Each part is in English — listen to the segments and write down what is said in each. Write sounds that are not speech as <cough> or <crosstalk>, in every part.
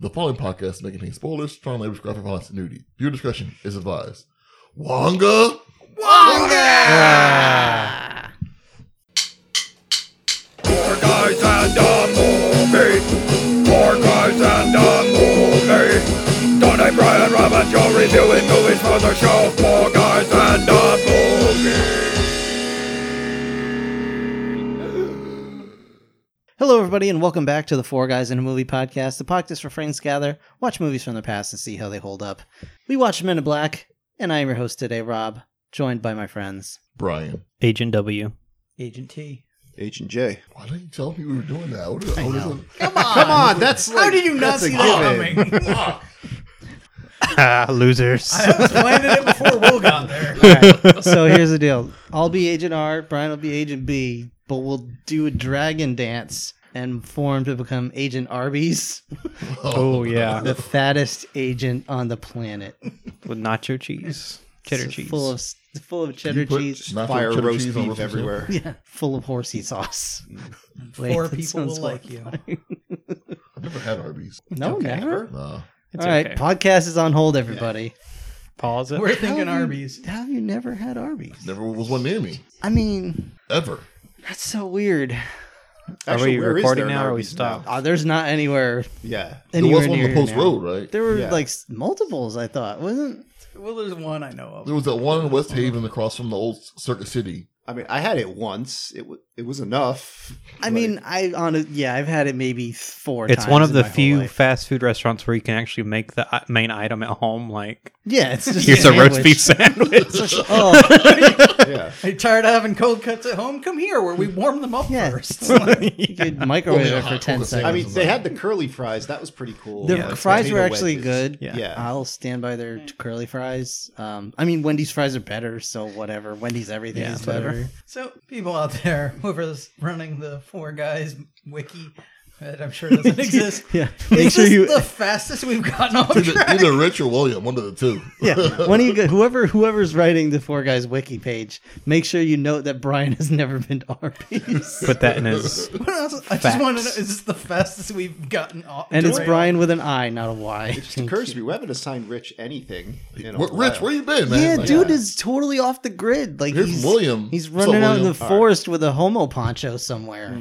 The following podcast may contain spoilers, strong language, graphic violence, and nudity. Viewer discretion is advised. Wonga! Wonga! Four guys and a movie. Four guys and a movie. Tony, Brian, Robert, Joe reviewing movies for the show. Four guys and a movie. Hello, everybody, and welcome back to the Four Guys in a Movie podcast, the podcast where friends gather, watch movies from the past, and see how they hold up. We watch Men in Black, and I am your host today, Rob, joined by my friends. Brian, Agent W. Agent T. Agent J. why didn't you tell me we were doing that? What is- what is know. it? Come on, that's like, How did you not that's a Oh, see that given. coming? Ah, losers. I was planning it before Will got <laughs> <laughs> there. so here's the deal I'll be Agent R, Brian will be Agent B, but we'll do a dragon dance and form to become Agent Arby's, oh yeah, the fattest agent on the planet. <laughs> with nacho cheese, cheddar It's cheese. Full of, full of You cheddar put cheese. nacho Fire cheddar roast cheese on beef roast everywhere. <laughs> Yeah, full of horsey <laughs> sauce. Four That people will sounds like you. I've never had Arby's. No, never. Nah. It's All right, okay. podcast is on hold, everybody. Pause it. We're thinking How have you- Arby's. How have you never had Arby's? Never was one near me. I mean, Ever. that's so weird. Are we where is recording there an now or are we Arby's now? stopped? Uh, there's not anywhere. Yeah. There anywhere was one on near the post now. road, right? There were Yeah. like s- multiples. I thought wasn't. Well, there's one I know of. There was that one in West Haven across from the old Circuit City. I mean, I had it once. It w- it was enough. I mean, I on a, yeah, I've had it maybe four. It's times one of in the my whole few life. fast food restaurants where you can actually make the i- main item at home. Like Yeah, it's just here's a roast sandwich. beef sandwich. Oh yeah. Are you tired of having cold cuts at home? Come here where we warm them up yeah, first. <laughs> you <laughs> could microwave Well, it for yeah, ten well, seconds. I mean, they had the curly fries. That was pretty cool. The Like fries were potato actually wedges. good. Uh, Yeah. Yeah. I'll stand by their t- curly fries. Um, I mean, Wendy's fries are better, so whatever. Wendy's everything Yeah, is whatever. better. So, people out there, whoever's running the Four Guys wiki, that I'm sure <laughs> <laughs> doesn't exist. Yeah, Is make sure this you. the fastest we've <laughs> gotten off Either, track? either Rich or William, one of the two. <laughs> yeah, when you go, whoever whoever's writing the Four Guys wiki page, make sure you note that Brian has never been to Arby's, <laughs> Put that in his. What else? I just Facts. want to know, is this the fastest we've gotten off and it's derailed? Brian with an I, not a Y. It just occurs to me we haven't assigned Rich anything. In a Where- Rich, while. where you been, man? <laughs> Yeah, Like, dude is totally off the grid. Like Here's he's William. He's What's up, running out in William? Hmm. the forest with a homo poncho somewhere.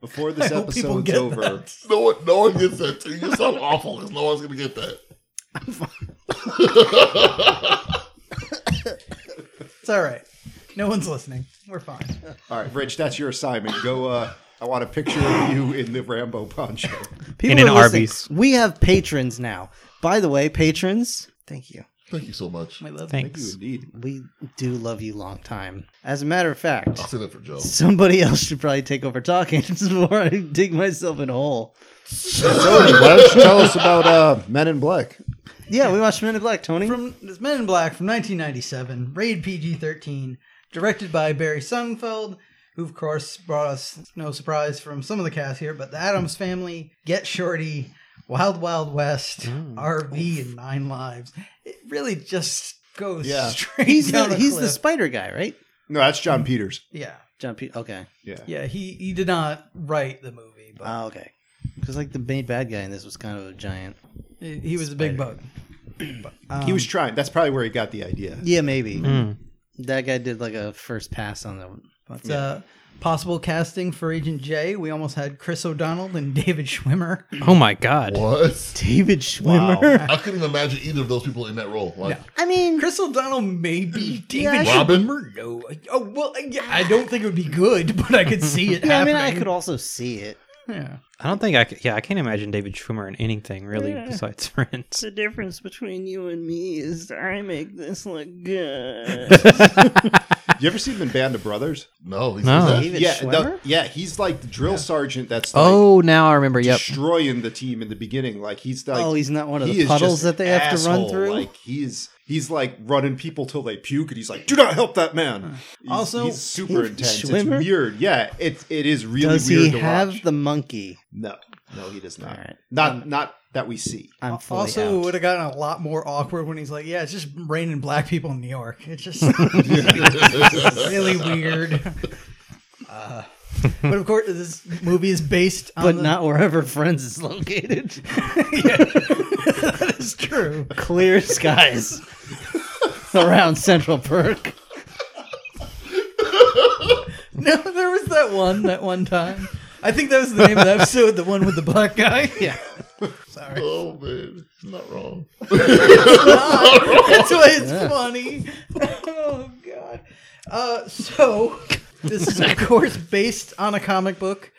Before I this hope people episode's get over, that. No one, no one gets that. Too. You sound awful because no one's gonna get that. It's all right. No one's listening. We're fine. all right, Rich, that's your assignment. Go. uh I want a picture of you in the Rambo poncho. People In an are listening. Arby's. we have patrons now. By the way, patrons, thank you. Thank you so much. We love Thank you Thanks. indeed. We do love you long time. As a matter of fact, I'll say that for Joe. somebody <laughs> else should probably take over talking <laughs> before I dig myself in a hole. Tony, why don't you tell us about uh, Men in Black? Yeah, we watched Men in Black, Tony. From it's Men in Black from 1997, rated PG-13, directed by Barry Sunfeld, who of course brought us no surprise from some of the cast here, but The Adams Family, Get Shorty, Wild Wild West, Mm. RV, and Nine Lives. It really just goes Yeah. straight he's down the, a he's cliff. the spider guy, right? No, that's John Peters. yeah, John P. Okay. Yeah. yeah. He he did not write the movie, but Oh, okay. Because like the main bad guy in this was kind of a giant. he he was a big bug. <clears throat> Um, he Um, was trying. That's probably where he got the idea. Yeah, maybe Hmm. Mm. that guy did like a first pass on the. But, uh, possible casting for Agent J. We almost had Chris O'Donnell and David Schwimmer. Oh my god. What? <laughs> David Schwimmer. <laughs> I couldn't even imagine either of those people in that role. Like, I mean, Chris O'Donnell maybe David I could- Schwimmer. No, I- oh well, yeah. I don't think it would be good, <laughs> but I could see <laughs> it. yeah, I mean, happening. I could also see it. Yeah. I don't think I. c- Yeah, I can't imagine David Schwimmer in anything really besides <laughs> Friends. The difference between you and me is I make this look good. You ever seen him in Band of Brothers? no, he's No. that. David yeah, the- Schwimmer. yeah, he's like the drill sergeant that's like Oh, now I remember. Yep. destroying the team in the beginning. Like he's like oh, he's not one of he the is puddles just that they an have to run asshole. through. Like he's he's like running people till they puke, and he's like, "Do not help that man." He's- Also, he's super David intense. Schwimmer? It's weird. Yeah, it's it is really Does weird he to have Um, watch. the monkey? No, no, he does not. All right. Not not that we see. I'm fully Also, out. would have gotten a lot more awkward when he's like, "Yeah, it's just raining black people in <laughs> <laughs> New <laughs> York." It's just really weird. Uh, but of course, this movie is based <laughs> on. but the- not wherever Friends is <laughs> located. yeah. <laughs> that is true. Clear <laughs> skies around Central Perk. No, there was that one, that <laughs> one time. I think that was the name of the episode, the one with the black guy. Yeah. Oh man, it's not wrong. That's why it's funny. Oh god. Uh, so this is of course based on a comic book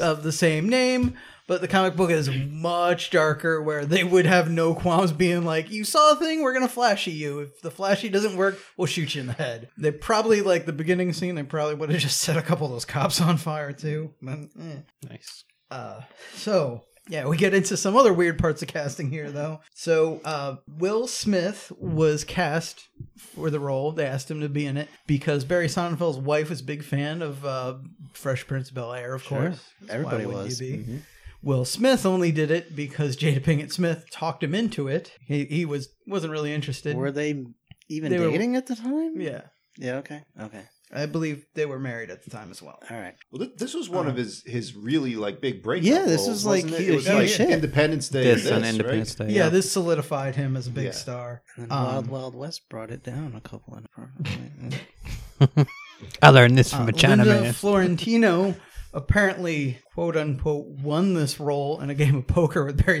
of the same name, but the comic book is much darker where they would have no qualms being like, You saw a thing, we're gonna flashy you. If the flashy doesn't work, we'll shoot you in the head. They probably like the beginning scene, they probably would have just set a couple of those cops on fire too. But, eh. Nice. Uh, so yeah, we get into some other weird parts of casting here, though. So uh, Will Smith was cast for the role. They asked him to be in it because Barry Sonnenfeld's wife was a big fan of uh, Fresh Prince of Bel Air, of course. Why Everybody wouldn't was. Mm-hmm. you be? Will Smith only did it because Jada Pinkett Smith talked him into it. He he was wasn't really interested. Were they even They were- dating at the time? yeah, Yeah, okay. Okay. I believe they were married at the time as well. All right. Well, th- this was one of his his really like big break. uh, Yeah, this was, like, it? hu- It was huge like shit. Independence Day. This and on this, Independence right? Day. Yeah, this solidified him as a big Yeah. star. And then Um, Wild Wild West brought it down a couple in a I learned this from Uh, a Chinaman. Linda Florentino <laughs> apparently, quote unquote, won this role in a game of poker with Barry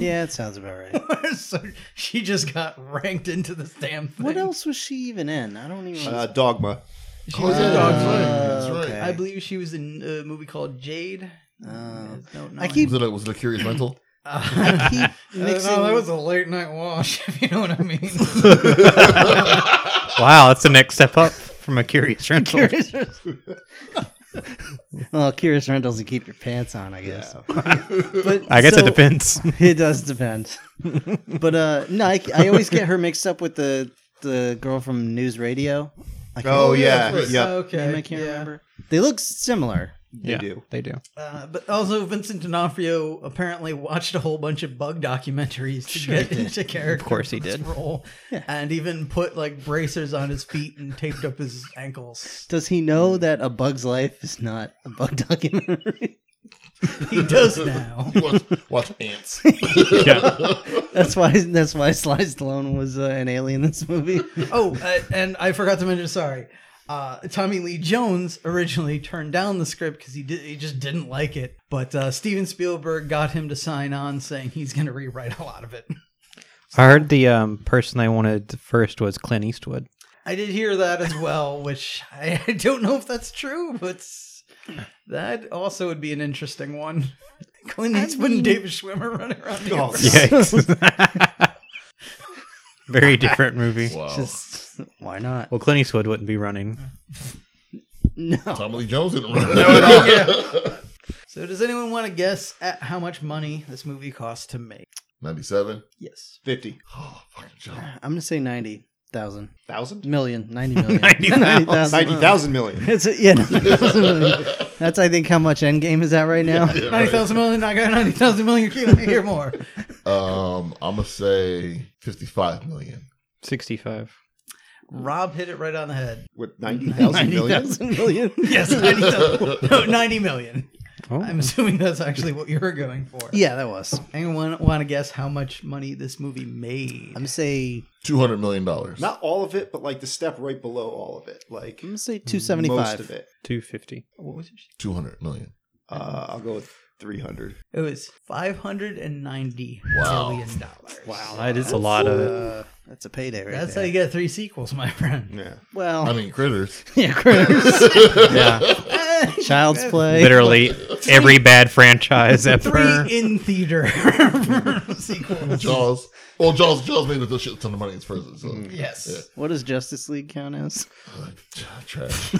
<laughs> Yeah, it sounds about right. <laughs> so she just got ranked into this damn thing. What else was she even in? I don't even. Uh, Dogma. She Oh, was yeah, in Dog's Leg. that's right. That's okay. right. I believe she was in a movie called Jade. Uh, No, no, I keep- Was it a, was it a curious mental? I keep Uh, mixing. <laughs> no, that was a late night wash, <laughs> if you know what <laughs> I mean. wow, that's the next step up from a curious rental. Curious well, Curious Rentals and keep your pants on, I <laughs> guess. but I guess so- it depends. It does depend. but uh, no, I, I always get her mixed up with the the girl from News Radio. I can't, Oh, yeah, that's right. yeah. okay. name, I can't yeah. remember. They look similar. They do. They do. Uh, but also, Vincent D'Onofrio apparently watched a whole bunch of bug documentaries to get into character. Of course he for this did. Role, And even put like bracers on his feet and taped up his ankles. Does he know that A Bug's Life is not a bug documentary? <laughs> He <laughs> <laughs> does now. Watch, watch ants. Yeah. that's why. That's why Sly Stallone was uh, an alien in this movie. Oh, uh, and I forgot to mention. Sorry, uh, Tommy Lee Jones originally turned down the script because he did, he just didn't like it. But uh, Steven Spielberg got him to sign on, saying he's going to rewrite a lot of it. I heard the um, person they wanted first was Clint Eastwood. I did hear that as well, which I, <laughs> I don't know if that's true, but s- that also would be an interesting one. <laughs> Clint Eastwood and David Schwimmer running around Oh, together. Yikes. <laughs> Very different movie. Wow. Just why not? Well, Clint Eastwood wouldn't be running. No. Tommy Lee Jones didn't run that <laughs> So, does anyone want to guess at how much money this movie cost to make? 97. Yes. Fifty Oh, fucking job. I'm gonna say ninety <laughs> thousand thousand. million, ninety <laughs> million, <laughs> 90,000. 90,000. Ninety thousand million. It's a, yeah, 90,000 million. <laughs> that's I think how much Endgame is at right <laughs> now. Yeah, right. 90,000 million, I got 90,000 million, you can't hear more. Um, I'm gonna say 55 million. 65. Rob hit it right on <laughs> the head. With ninety thousand million. 90,000 <laughs> million. <laughs> Yes, 90,000. No, 90 million. Oh. I'm assuming that's actually what you were going for. yeah, that was. Anyone want to guess how much money this movie made? I'm gonna say 200 million dollars. Not all of it, but like the step right below all of it. Like I'm gonna say two seventy most of five. it. 250. What was it? 200 million. Uh, I'll go with three hundred. It was five hundred and ninety Wow. million dollars. Wow, that is a lot of it. Uh, that's a payday right That's how there. you get three sequels, my friend. Yeah. well, I mean, critters. <laughs> yeah, critters, <laughs> Yeah. child's play. Literally every bad franchise <laughs> ever. Three in theater sequels. Jaws. Well, Jaws. Jaws made a shit ton of money in its first. So. Mm. Yes. What does Justice League count as? Trash.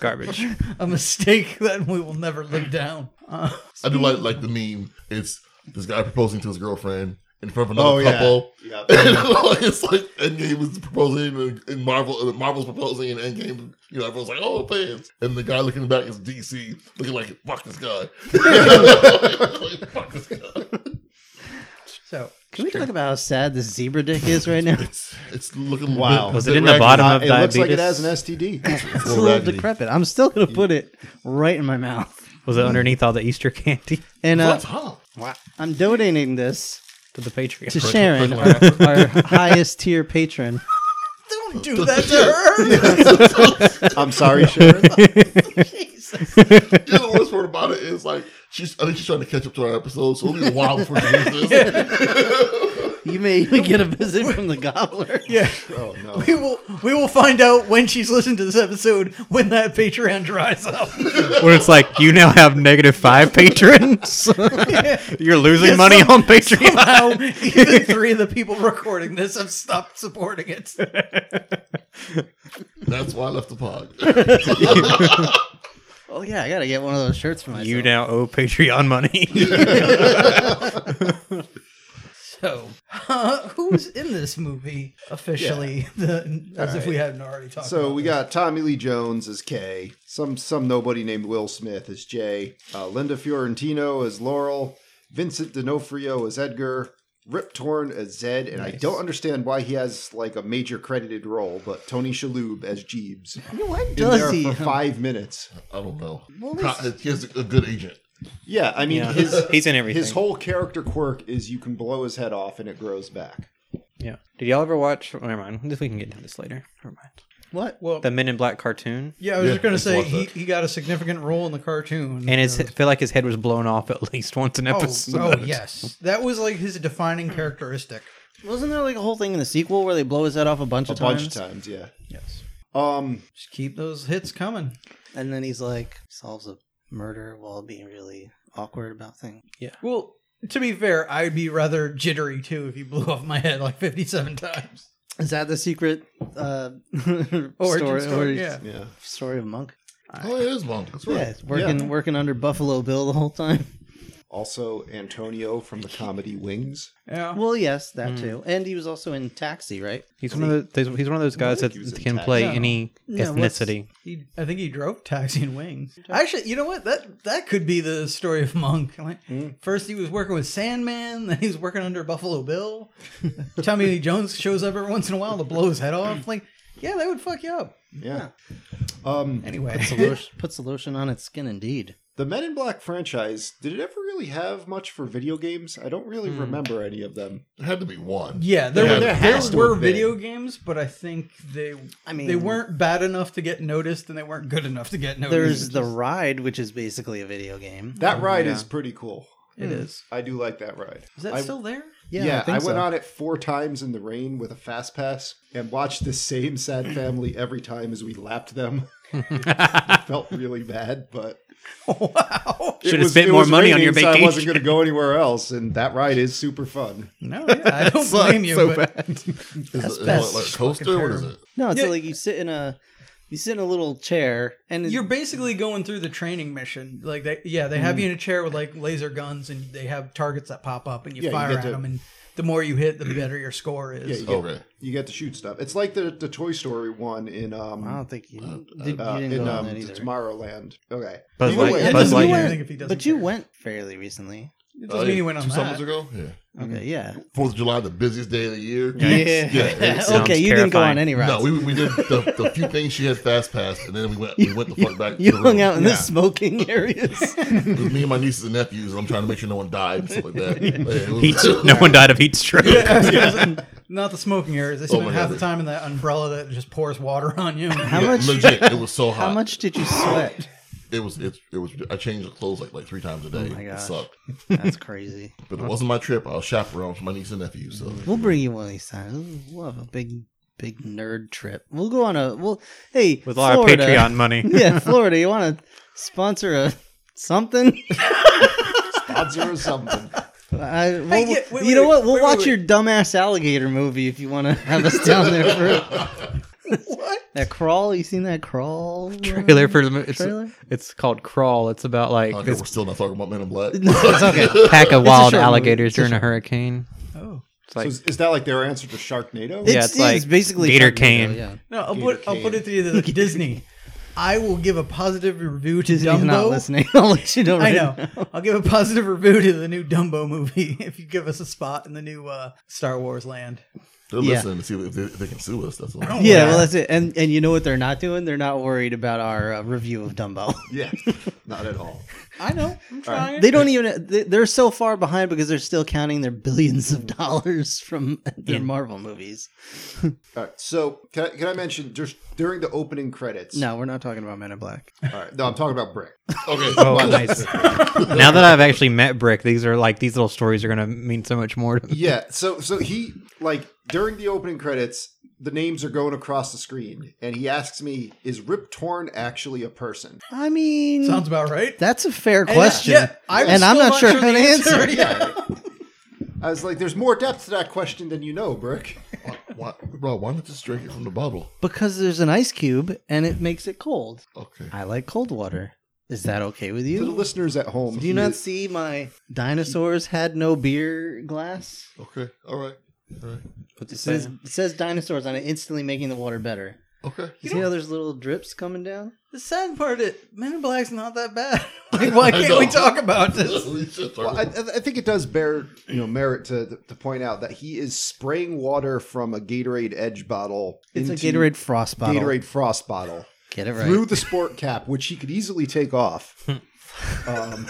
Garbage. A mistake that we will never live down. Uh, I do like <laughs> like the meme. It's this guy proposing to his girlfriend in front of Oh another yeah. couple. Yeah. <laughs> And like, it's like Endgame was proposing and, and Marvel and Marvel's proposing and Endgame, you know, everyone's like, oh fans. And the guy looking back is DC, looking like, <laughs> fuck this guy. Like, fuck this guy. so Can we talk about how sad this zebra dick is <laughs> right now? It's it's looking Wow. bit- Was it bit in the raggedy. bottom Uh, of it looks like it diabetes. has an <laughs> STD. It's a little raggedy. decrepit. I'm still gonna put it right in my mouth. Was it underneath all the Easter candy <laughs> And Well, uh, that's hot. I'm donating this to the Patreon? to Sharon, our, prickle our <laughs> highest tier patron. Don't do that to her. I'm sorry, Sharon. You know, the worst part about it is like she's. I think she's trying to catch up to our episodes, so it'll be a while before she <laughs> hears this. <laughs> You may even get a visit from the gobbler. yeah. Oh no. We will we will find out when she's listened to this episode when that Patreon dries up. <laughs> Where it's like you now have negative five patrons. <laughs> You're losing Yeah, money <laughs> some- on Patreon. Somehow, even three of the people recording this have stopped supporting it. That's why I left the pod. Oh yeah, I gotta get one of those shirts for myself. You now owe Patreon money. <laughs> So, uh, who's in this movie officially? The, as if we hadn't already talked. So about we this. got Tommy Lee Jones as Kay, some some nobody named Will Smith as Jay, uh, Linda Fiorentino as Laurel, Vincent D'Onofrio as Edgar, Rip Torn as Zed, and I don't understand why he has like a major credited role, but Tony Shalhoub as Jeebs. What In there does he? for five minutes. I don't know. Co- He has a good agent. Yeah, I mean <laughs> Yeah. his <laughs> He's in everything. his whole character quirk is you can blow his head off and it grows back. yeah. Did y'all ever watch? oh, never mind. We can get into this later. Never mind. What? well, The Men in Black cartoon, yeah, I was Yeah, just gonna it's say worth he, it. he got a significant role in the cartoon, and it's I feel like his head was blown off at <laughs> least once an oh, episode. oh yes, that was like his defining characteristic. Wasn't there like a whole thing in the sequel where they blow his head off a bunch A of times? bunch of times, yeah. Yes, Um just keep those hits coming. And then he's like solves a murder while being really awkward about things. Well, to be fair, I'd be rather jittery too if you blew off my head like fifty-seven times. Is that the secret uh, <laughs> Origin story, story, origin yeah. yeah. story of Monk? Oh, it is Monk. That's right. Yeah, it's working Yeah. working under Buffalo Bill the whole time. Also Antonio from the comedy Wings. Yeah. <laughs> Well, yes, that too. And he was also in Taxi, right? He's one of those. He's one of those guys that he was in can Taxi. play No. any No, what's- ethnicity. He, I think he drove taxi and wings. Actually, you know what? That that could be the story of Monk. <laughs> Like, Hmm. First, he was working with Sandman. Then he was working under Buffalo Bill. <laughs> Tommy Lee Jones shows up every once in a while to blow his head off. Like, yeah, that would fuck you up. Yeah. Um Anyway, Puts the, <laughs> lotion, puts the lotion on its skin, indeed. The Men in Black franchise, did it ever really have much for video games? I don't really remember any of them. It had to be one. yeah, there Yeah, were, there there has to were have been. video games, but I think they I mean, they weren't bad enough to get noticed, and they weren't good enough to get There's noticed. Hmm. the ride, which is basically a video game. That ride is pretty cool. it is. I do like that ride. Is that I, still there? Yeah, I, think went so. on it four times in the rain with a fast pass and watched the same sad family every time as we lapped them. <laughs> Felt really bad, but Wow. it Should've was- spent it more was money on your raining, so I wasn't vacation. going to go anywhere else, and that ride is super fun. <laughs> No, yeah, I don't blame you. but Is it- is it best. like, like a coaster? What is it? No, it's Yeah. like you sit in a you sit in a little chair and You're basically going through the training mission. Like they, yeah, they Hmm. have you in a chair with like laser guns, and they have targets that pop up, and you Yeah, you fire get at to- them, and the more you hit, the better your score Yeah, is. you get, Okay. you get to shoot stuff. It's like the the Toy Story one in um, I Mm. don't think you, did, uh, you didn't in go um, on that either. Tomorrowland. Okay, Buzz Either Light- way, It Buzz doesn't mean Lightyear. anything if he doesn't But you care. went fairly recently. It doesn't mean he went on two that. <laughs> summers ago. Yeah. Mm-hmm. Okay, yeah. Fourth of July, the busiest day of the year. <laughs> Yeah. Yeah, it okay, sounds you didn't go on terrifying. any rides. No, we, we did the, the few things she had fast passed, and then we went we went the fuck back. to <laughs> you the hung room. out in the smoking <laughs> areas. It was me and my nieces and nephews, and I'm trying to make sure no one died and stuff like <laughs> that. Yeah, it was- Heat, no one died of heat stroke. <laughs> Not the smoking areas. They Oh spent my half God. the time in that umbrella that just pours water <laughs> on you. How much? Legit, it was so hot. How much did you <laughs> sweat? It was it, it was. I changed clothes like like three times a day. Oh my it gosh. sucked, That's crazy. but it wasn't my trip. I was chaperoned for my niece and nephew. So We'll bring you one of these times. We'll have a big, big nerd trip. We'll go on a. We'll hey With all our Florida. Patreon money. <laughs> <laughs> yeah, Florida. You want to sponsor a something? Odds or something. I, we'll- Hey, yeah, wait, you wait, know what? We'll wait, wait, watch wait. your dumbass alligator movie if you want to have us down there for what? that crawl. You seen that crawl uh, <laughs> Trailer <laughs> for the mo- it's Trailer? it's called Crawl. It's about like okay, this we're still not talking about Men in <laughs> Black. it's okay. pack of a wild short movie. alligators It's a during a <laughs> hurricane. Oh It's like so is, is that like their answer to Sharknado? Yeah, it's like basically Gator Sharknado, Cane. Yeah. no! I'll Gator put I'll <laughs> put Kane. it to you that Disney. I will give a positive review to He's not Dumbo. listening. <laughs> I'll let you know. <laughs> I Right know. now. I'll give a positive review to the new Dumbo movie <laughs> if you give us a spot in the new uh, Star Wars land. They're Yeah. listening to see if they, if they can sue us. That's all. Yeah, Oh. Yeah. well, that's it. And and you know what they're not doing? They're not worried about our uh, review of Dumbo. <laughs> Yeah, not at all. I know. I'm trying. They don't even. they- They're so far behind because they're still counting their billions of dollars from <laughs> their Marvel movies. All right. So can I, can I mention just during the opening credits? No, we're not talking about Men in Black. All right. No, I'm talking about Brick. Okay. Oh, <laughs> nice. now that I've actually met Brick, these are like these little stories are going to mean so much more. To me. yeah so so he like during the opening credits the names are going across the screen and he asks me is rip torn actually a person I mean, Sounds about right. that's a fair And, uh, <laughs> question. yeah, I'm And I'm still not sure how the to answer. <laughs> Yeah. i was like there's more depth to that question than you know brick Why, bro, why not just drink it from the bottle? Because there's an ice cube and it makes it cold. Okay. I like cold water. Is that okay with to the you? listeners at home Do you not see my dinosaurs had no beer glass? Okay. All right. All right. It says, it says dinosaurs on it, instantly making the water better. <laughs> Okay. You see how there's little drips coming down? The sad part is Men in Black's not that bad. <laughs> Like, why can't we know. talk <laughs> about this? Holy shit, Well, <laughs> I, Target. I I think it does bear you know merit to to point out that he is spraying water from a Gatorade Edge bottle It's a into Gatorade frost bottle. Gatorade Frost bottle Get it right. through the sport cap, which he could easily <laughs> take off. um,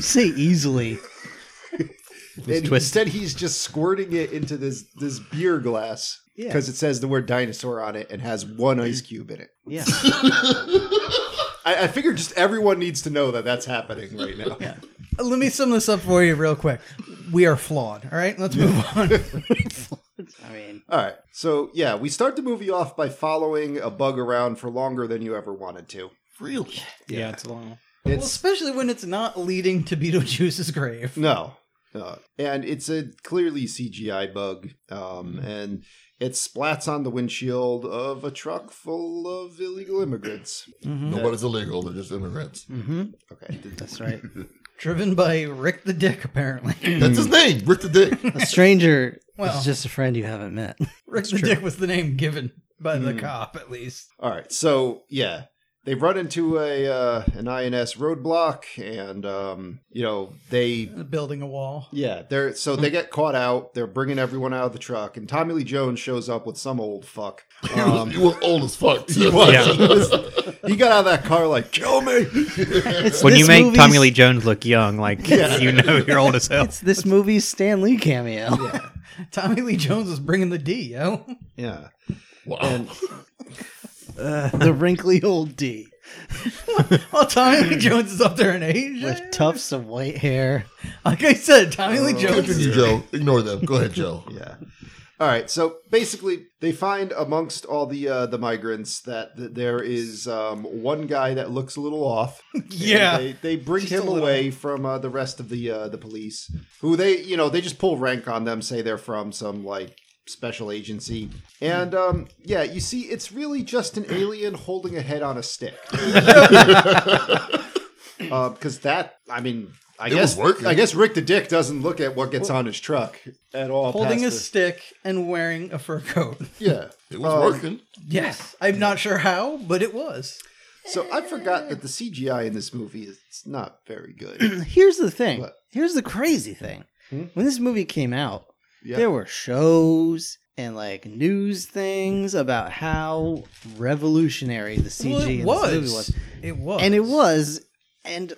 Say easily. And twist. instead, he's just squirting it into this this beer glass Yeah. because it says the word dinosaur on it and has one ice cube in it. Yeah. I, I figure just everyone needs to know that that's happening <laughs> right now. Let me sum this up for you real quick. We are flawed. All right, <laughs> let's move on. I mean, All right, so yeah, we start the movie off by following a bug around for longer than you ever wanted to. Really? yeah, it's a long. one. Well, It's especially when it's not leading to Beetlejuice's grave. no. no. and it's a clearly CGI bug, um, and it splats on the windshield of a truck full of illegal immigrants. Nobody's illegal. They're just immigrants. Okay, mm-hmm. that's right. Driven by Rick the <clears throat> Dick, apparently. That's his name, Rick the <laughs> Dick. A stranger Well- is just a friend you haven't met. Rick the Dick was the name given by Mm. the cop, at least. All right, so yeah, they run into a uh, an INS roadblock, and um, you know they Building a wall. yeah they're so they get caught out. They're bringing everyone out of the truck, and Tommy Lee Jones shows up with some old fuck. Um, He was, he was Um, old as fuck. <laughs> too. <laughs> He, was- he got out of that car like kill me. It's When this you make movie's- Tommy Lee Jones look young, like you know you're old as hell. it's <laughs> this movie's Stan Lee cameo. Tommy Lee Jones was bringing the D, yo. Yeah, Wow. <laughs> the wrinkly old D Well, Tommy Lee Jones is up there in age. with tufts of white hair. Like I said, Tommy Oh. Lee Jones Continue, is Joe. Ignore them. Go ahead, Joe. yeah. All right, so basically, they find amongst all the uh, the migrants that, that there is um, one guy that looks a little off. Yeah. they, they bring Just him a little. away from uh, the rest of the uh, the police, who they you know they just pull rank on them, say they're from some like special agency, and um, yeah, you see, it's really just an alien holding a head on a stick, <laughs> because that I mean. I It guess was working. I guess Rick the Dick doesn't look at what gets on his truck at all. holding a past stick and wearing a <laughs> fur coat. the- yeah, <laughs> It was Um, working. Yes. I'm not sure how, but it was. So I forgot that the CGI in this movie is it's not very <clears throat> good. Here's the thing. What? Here's the crazy thing. Hmm? When this movie came out, Yeah. there were shows and like news things about how revolutionary the CG Well, in it this was. movie was. It was. and it was and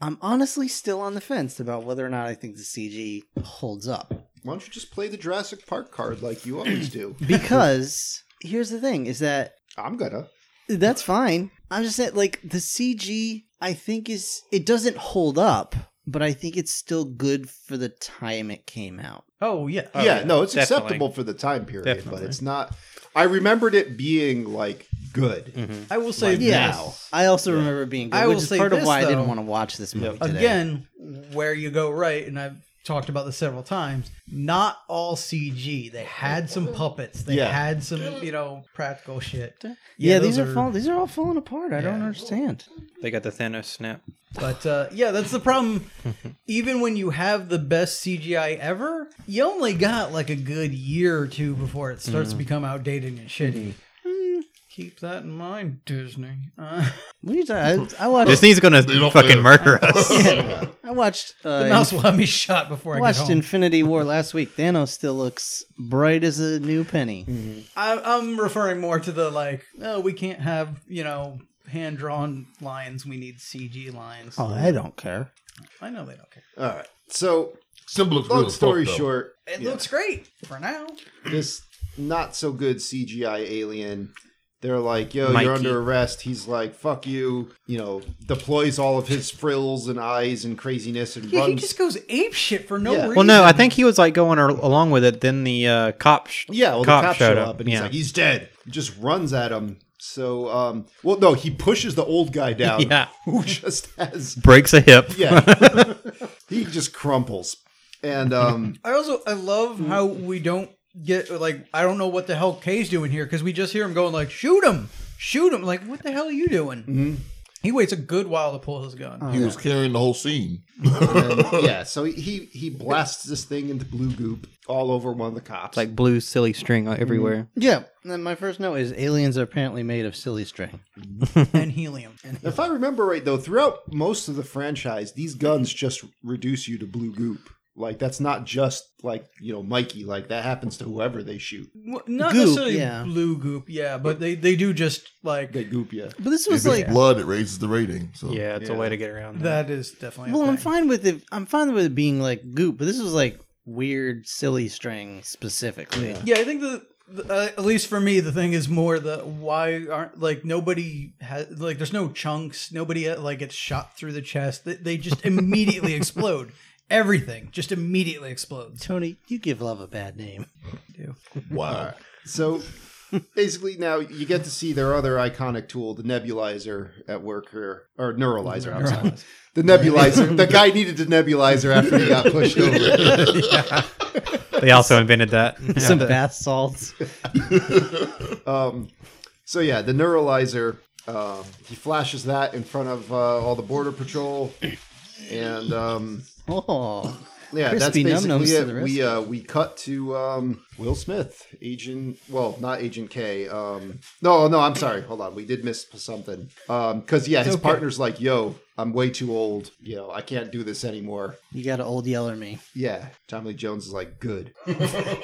i'm honestly still on the fence about whether or not i think the cg holds up <laughs> Why don't you just play the Jurassic Park card like you always do? because here's the thing is that I'm gonna. that's fine i'm just saying like the cg i think is it doesn't hold up but i think it's still good for the time it came out Oh, yeah. yeah, no, it's Definitely. acceptable for the time period, Definitely. but it's not. I remembered it being like good. I will say this. yeah i also remember it being good I which will is say part of this, why i though. didn't want to watch this movie today. again where you go right and i've talked about this several times not all cg they had some puppets they Yeah. had some you know practical shit yeah, yeah, these those are, fall- these are all falling apart i don't Yeah. understand They got the Thanos snap. but uh, yeah that's the problem even when you have the best cgi ever you only got like a good year or two before it starts to become outdated and shitty Hmm, Keep that in mind, Disney. <laughs> Uh, What are you talking? I, I watched. Disney's gonna They don't fucking live. murder us. I watched. the Uh, mouse will have me shot before I I get watched home. Infinity War last week. Thanos still looks bright as a new penny. Mm. I, I'm referring more to the like, oh, we can't have you know hand drawn lines. We need CG lines. Oh, I don't care. I know they don't care. All right. So, Symbol looks real long as fuck, story though. short, It yeah, looks great for now. this not so good CGI alien. They're like, yo, Mikey. you're under arrest. He's like, fuck you. You know, deploys all of his frills and eyes and craziness and Yeah, he runs. just goes ape shit for no Um, Yeah. reason. Well, no, I think he was like going ar- along with it. Then the uh, cop, sh- yeah, well, cop the cops showed show up. up, and he's yeah. like, he's dead. He just runs at him. So, um, well, no, he pushes the old guy down. <laughs> Yeah. Who <laughs> just has breaks a hip. <laughs> Yeah. he just crumples. And um I also I love how we don't get like I don't know what the hell K's doing here because we just hear him going like shoot him, shoot him. Like what the hell are you doing? He waits a good while to pull his gun. He was carrying the whole scene. and, yeah, so he he blasts this thing into blue goop all over one of the cops. like blue silly string uh, everywhere. Yeah. And then my first note is aliens are apparently made of silly string. and helium. if I remember right though, throughout most of the franchise, these guns just reduce you to blue goop. Like that's not just like, you know, Mikey, like that happens to whoever they shoot. Well, Not Goop, necessarily yeah. blue goop, yeah, but they they do just like They goop you. But this If was it's like. blood, it raises the rating. So Yeah, it's Yeah. a way to get around that. that is definitely. Well, a I'm thing. fine with it. I'm fine with it being like goop, but this was like weird, silly string specifically. Yeah, I think the, the uh, at least for me the thing is more the why aren't like nobody has like there's no chunks, nobody uh, like gets shot through the chest. They, they just immediately explode. Everything just immediately explodes. Tony, you give love a bad name. wow. So basically now you get to see their other iconic tool, the nebulizer at work here or neuralizer, I'm sorry. The nebulizer. the guy needed the nebulizer after he got pushed over. They also invented that. Some bath salts. <laughs> Um, so yeah, the neuralizer. Um, he flashes that in front of uh, all the border patrol, and um, Oh, yeah, Crispy that's num-nums basically to it. the We uh, we cut to um, Will Smith, Agent. Well, not Agent K. Um, no, no, I'm sorry. Hold on, we did miss something. Because yeah, his okay. partner's like, "Yo, I'm way too old. You know, I can't do this anymore." you got to old yeller me. Yeah, Tommy Lee Jones is like, "Good." <laughs>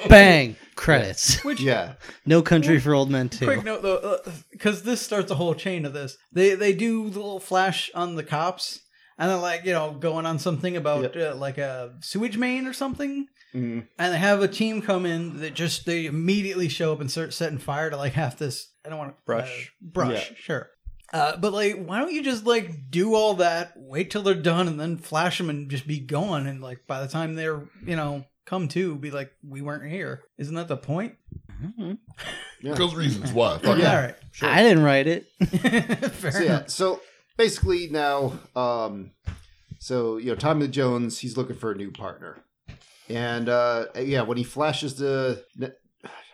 Bang! Credits. Which Yeah, No Country for Old Men too. quick note though, because this starts a whole chain of this. They they do the little flash on the cops, and they're like you know going on something about uh, like a sewage main or something. Mhm. And they have a team come in that just they immediately show up and start setting fire to like half this. I don't want to Brush. brush, sure. Uh, but like, why don't you just like do all that, wait till they're done, and then flash them and just be gone? And like by the time they're you know come to, be like we weren't here. Isn't that <clears throat> the point? Because reasons why. Fuck <laughs> it. All right. <laughs> I didn't write it. Fair so yeah, so basically now, um, so you know, Tommy Lee Jones, he's looking for a new partner, and uh, yeah, when he flashes the, ne-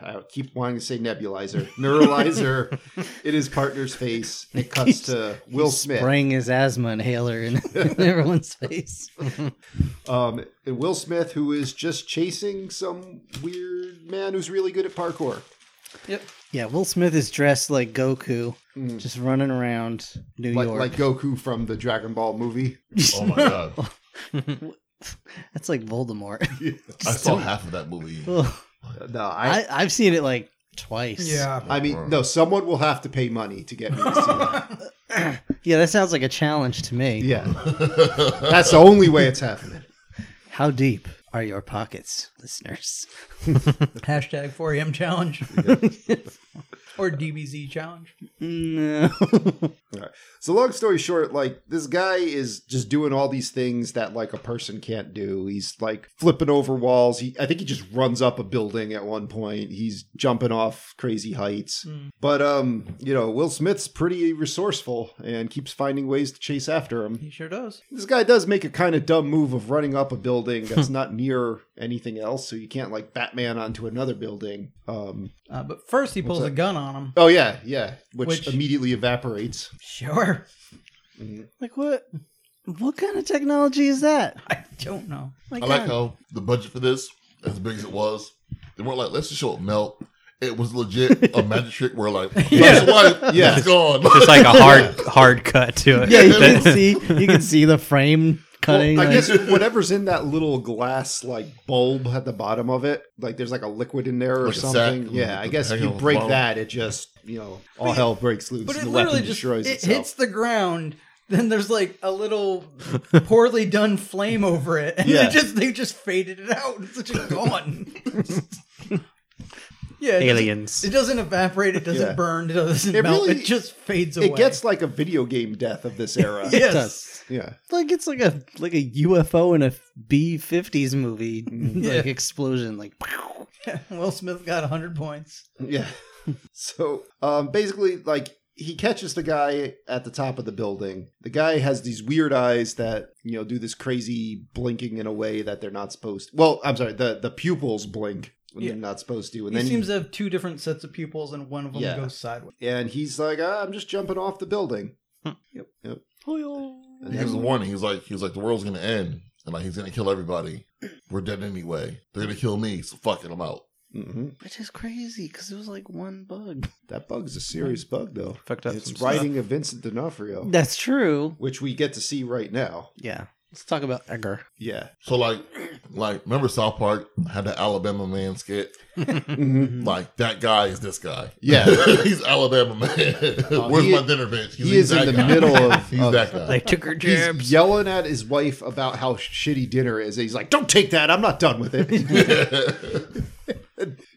I keep wanting to <laughs> say nebulizer, neuralizer, in his partner's face, it cuts to Will Smith. Spraying his asthma inhaler <laughs> in <laughs> everyone's face. Um, and Will Smith, who is just chasing some weird man who's really good at parkour. Yeah, Will Smith is dressed like Goku, just running around New Mm. Like, York. like Goku from the Dragon Ball movie. <laughs> Oh my god. That's like <laughs> Voldemort. I saw half of that movie. Oh Ugh. No, I, I, I've seen it like twice. Yeah. I mean, no, someone will have to pay money to get me to see that. Yeah, that sounds like a challenge to me. Yeah. That's the only way it's happening. How deep are your pockets, listeners? <laughs> Hashtag <laughs> 4am challenge. <laughs> or DBZ challenge. No. So long story short, like this guy is just doing all these things that like a person can't do. He's like flipping over walls. He I think he just runs up a building at one point. He's jumping off crazy heights. But um, you know, Will Smith's pretty resourceful and keeps finding ways to chase after him. He sure does. This guy does make a kind of dumb move of running up a building that's not near anything else, so you can't like Batman onto another building. Um Uh, but first, he pulls a gun on him. Oh yeah, yeah, which, Which- immediately evaporates. Sure. <laughs> Like what? What kind of technology is that? I don't know. I My like God. how the budget for this, as big as it was, they weren't like, let's just show it melt it was <laughs> legit a magic trick where like yeah. Yeah. wife, Yeah. yeah, it's gone. <laughs> Just like a hard hard cut to it. Yeah, you <laughs> can see you can see the frame cutting. Well, I like- <laughs> guess whatever's in that little glass like bulb at the bottom of it, like there's like a liquid in there or Like a sack something. with Yeah, I the guess if thing you on the break bottom. that, it just you know all But it- hell breaks loose But and it the literally weapon just destroys it itself. hits the ground. Then there's like <laughs> a little poorly done flame over it, and Yeah. they just they just faded it out. It's <laughs> just gone. yeah, it doesn't- Aliens. It doesn't evaporate. It doesn't Yeah. burn. It doesn't It melt. really- it just fades away. it gets like a video game death of <laughs> this era. yes. does. yeah. like it's like a like a UFO in a B fifties movie Yeah. like explosion like <laughs> <laughs> Will Smith got 100 points. Yeah. <laughs> so um, basically, like he catches the guy at the top of the building. The guy has these weird eyes that you know do this crazy blinking in a way that they're not supposed. Well, I'm sorry, the the pupils blink when Yeah. they're not supposed to, and He then seems to have two different sets of pupils, and one of them Yeah. goes sideways. and he's like, ah, I'm just jumping off the building. Yep. Yep. And he gives mm. a warning. He's like, he's like, the world's gonna end, and like he's gonna kill everybody. We're dead anyway. They're gonna kill me, so fuck it, I'm out. hmm which is crazy because it was like one bug. That bug's a serious bug, though. Fucked up. it's some stuff. writing of Vincent D'Onofrio, That's true. which we get to see right now. Yeah, let's talk about Edgar. Yeah. So like, like remember South Park had the Alabama man skit? Like that guy is this guy. Mm-hmm. <laughs> Yeah. he's Alabama man. Oh, Where's he- my dinner bitch? He's he is in that the guy. middle <laughs> of- he's of- that guy. They took her He's jibs. yelling at his wife about how shitty dinner is. He's like, "Don't take that. I'm not done <laughs> <laughs> with it."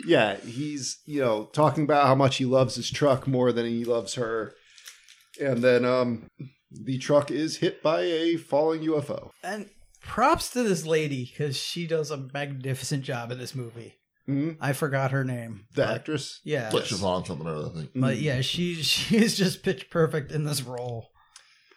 yeah, he's you know talking about how much he loves his truck more than he loves her, and then um, the truck is hit by a falling UFO. And props to this lady because she does a magnificent job in this movie. Mhm. I forgot her name. The But, actress, Mm-hmm. yeah. Like she's on something or other. I think. But Hmm. yeah, she <laughs> she is just pitch perfect in this role.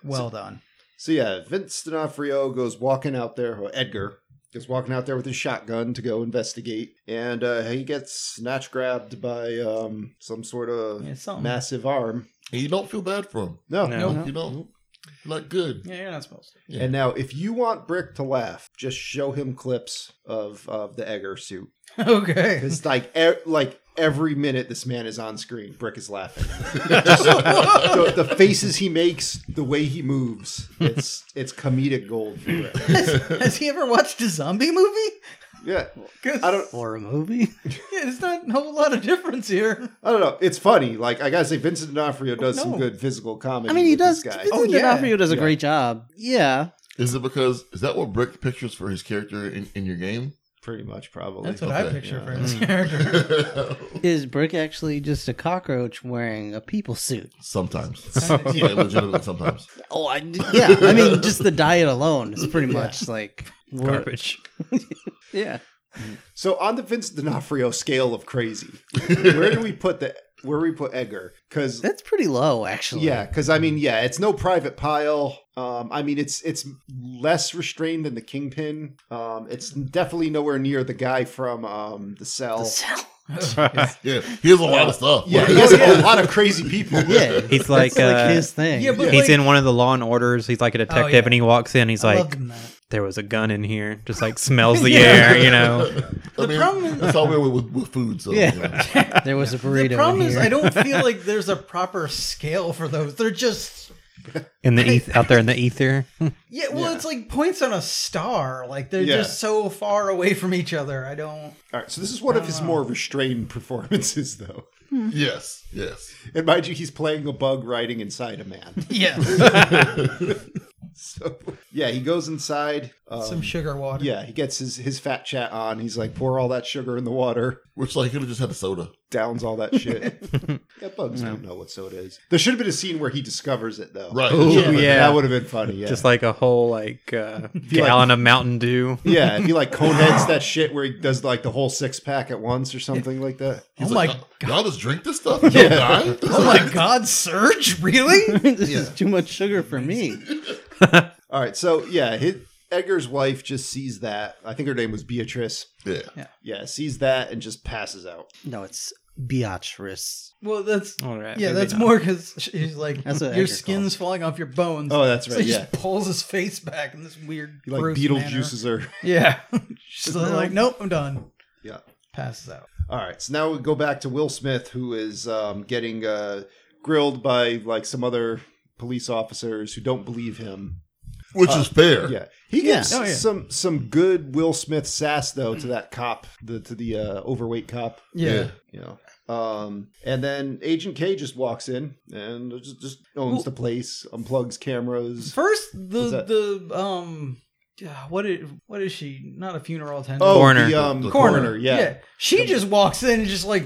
Well done. So yeah, Vince D'Onofrio goes walking out there, or Edgar goes walking out there with his shotgun to go investigate, and uh, he gets snatch grabbed by um, some sort of Yeah, something. massive arm. And you don't feel bad for him. No, No. No, you don't. Like good. Yeah, you're not supposed to. Yeah. And now, if you want Brick to laugh, just show him clips of of the Egger suit. <laughs> Okay. <laughs> It's like e- like every minute this man is on screen, Brick is laughing. the, the faces he makes, the way he moves, it's it's comedic gold for Brick. has, has he ever watched a zombie movie? Yeah, 'Cause- I don't <laughs> Or a movie? Yeah, there's not a whole lot of difference here. I don't know. It's funny. Like I gotta say, Vincent D'Onofrio does no. some good physical comedy. I mean, he with does. This guy. Vincent Oh, yeah. D'Onofrio does a Yeah. great job. Yeah, Is it because is that what Brick pictures for his character in, in your game? pretty much probably. That's what I Okay, picture yeah. for his character. is Brick actually just a cockroach wearing a people suit? <laughs> sometimes. yeah, legitimate sometimes. Oh, I yeah. I mean, just the diet alone is pretty much like we're- Garbage. Yeah, So on the Vincent D'Onofrio scale <laughs> of crazy, where do we put the where we put Edgar? Because that's pretty low actually. yeah, because I mean, yeah, it's no private pile. Um, I mean, it's it's less restrained than the Kingpin. Um, it's definitely nowhere near the guy from um, the cell. Oh, Yeah, he has a lot of stuff. Yeah, <laughs> he has a lot of crazy <laughs> people. yeah. He's like, It's like uh, his thing. Yeah, but He's like- in one of the Law and Orders. He's like a detective, yeah. and he walks in. He's I like, loved him that. "There was a gun in here." Just like smells the Yeah. air, you know. I The mean, problem is- that's all we're with, with food. So Yeah. you know. there was a burrito. The problem in is, here. I <laughs> don't feel like there's a proper scale for those. They're just In the eth- out there in the ether. <laughs> yeah. Well, Yeah. it's like points on a star. Like they're Yeah. just so far away from each other. I don't. All right, so this is one of Ah. his more restrained performances, though. yes, yes. And mind you, he's playing a bug riding inside a man. <laughs> Yeah, So yeah, he goes inside. Um, <laughs> some sugar water. yeah, he gets his his fat chat on. He's like, pour all that sugar in the water, Which like he could have just had a soda. downs all that <laughs> shit. that bugs don't know what soda is. There should have been a scene where he discovers it though. Right. <laughs> yeah. that would have been funny. Yeah, Just like a whole like <laughs> uh, gallon of Mountain Dew. yeah, if he like coneheads that shit where he does like the whole six pack at once or something like that. He's Oh like, my "Y'all- Y'all just drink this stuff? and Don't die? <laughs> Oh my God, Surge! Really? <laughs> this is too much sugar for me. All right, so yeah, his, Edgar's wife just sees that. I think her name was Beatrice. Yeah. Yeah, sees that and just passes out. No, it's Beatrice. Well, that's <laughs> All right, yeah. Oh, maybe That's not. more because she's like That's what your Edgar skin's falling off your bones. Oh, that's so right. he yeah, just pulls his face back in this weird he like Bruce Beetlejuices manner. <laughs> juices her. Yeah. so they're like, nope, I'm done. Yeah. passes out. <laughs> All right, so now we go back to Will Smith, who is um, getting uh, grilled by like some other police officers who don't believe him. which Uh, is fair. Yeah, he Yeah. gets Oh, yeah. some some good Will Smith sass though to that cop, the to the uh, overweight cop. Yeah. Yeah. You know. Um, and then Agent K just walks in and just, just owns Well- the place, unplugs cameras. First, What's the that? the um, yeah, what is what is she? Not a funeral attendant. Oh, Coroner. the, um, The coroner, coroner. yeah. She just walks in and just like,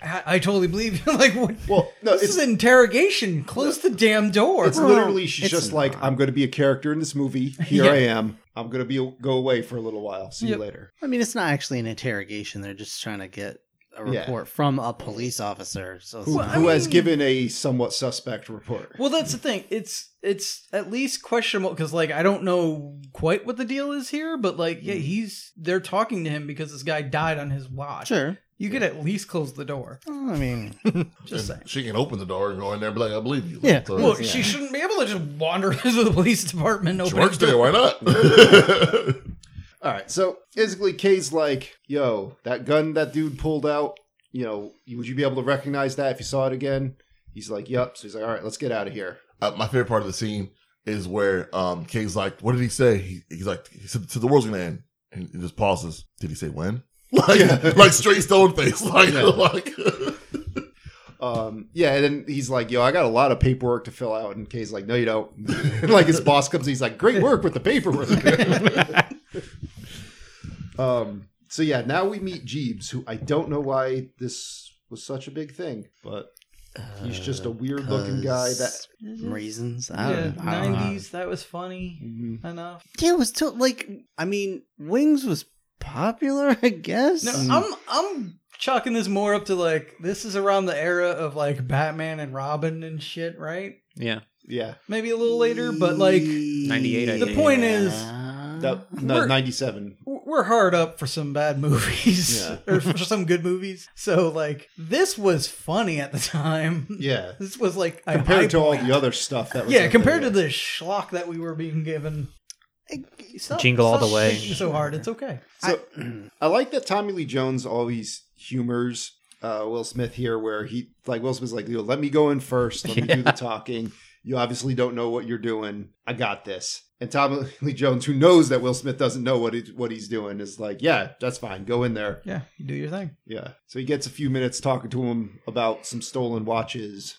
I, I totally believe you. <laughs> like, what? Well, no, this it's is an interrogation. Close the damn door. It's literally she's it's just like, not. I'm going to be a character in this movie. Here <laughs> Yeah. I am. I'm going to be go away for a little while. See Yep. you later. I mean, it's not actually an interrogation. They're just trying to get a Yeah. report from a police officer. So it's Who, Well, I who has mean- given a somewhat suspect report? Well, that's the thing. It's it's at least questionable because like I don't know quite what the deal is here, but like Mm-hmm. yeah, he's they're talking to him because this guy died on his <laughs> watch. sure. You could at least close the door. Well, I mean, Just And saying. she can open the door and go in there and be like, I believe you. Yeah. So, Well, she she shouldn't be able to just wander <laughs> into the police department. And open works the there. Why door. not? All right. So basically, Kay's like, yo, that gun that dude pulled out, you know, would you be able to recognize that if you saw it again? He's like, yup. So he's like, all right, let's get out of here. <laughs> uh, my favorite part of the scene is where um, Kay's like, "What did he say?" He, he's like, "He said so the world's gonna end," and he just pauses. Did he say when? <laughs> Like, Yeah. like straight stone face. <laughs> Like, Yeah. like Um, yeah, and then he's like, "Yo, I got a lot of paperwork to fill out." And Kay's like, "No, you don't." <laughs> like his boss comes, he's like, "Great work with the paperwork." <laughs> um, so yeah, now we meet Jeebs, who I don't know why this was such a big thing, but <laughs> he's just a weird-looking guy. That uh, 'cause reasons. Mm-hmm. I Yeah, don't, I don't know. nineties. That was funny Mm-hmm. Mhm. enough. Yeah, it was still like I mean, Wings was popular, <laughs> I guess. No, Mm. I'm I'm chalking this more up to like this is around the era of like Batman and Robin and shit, right? Yeah. yeah, Maybe a little later, but like 98, I The point is- that no, We're- ninety-seven. we're hard up for some bad <laughs> movies Yeah. or for some good movies. So like this was funny at the time. Yeah, <laughs> This was like a high compared to all point. the other stuff that was. Yeah, out compared to there, the schlock that we were being given. Stop- Jingle all stop the way. shaking So hard, it's okay. yeah. So, <clears throat> I like that Tommy Lee Jones always humors uh, Will Smith here, where he like Will Smith's like, "Yo, let me go in first. Let me do the talking. You obviously don't know what you're doing. I got this." And Tommy <laughs> Lee Jones, who knows that Will Smith doesn't know what he, what he's doing, is like, "Yeah, that's fine. Go in there." Yeah, you do your thing. Yeah. So he gets a few minutes talking to him about some stolen watches.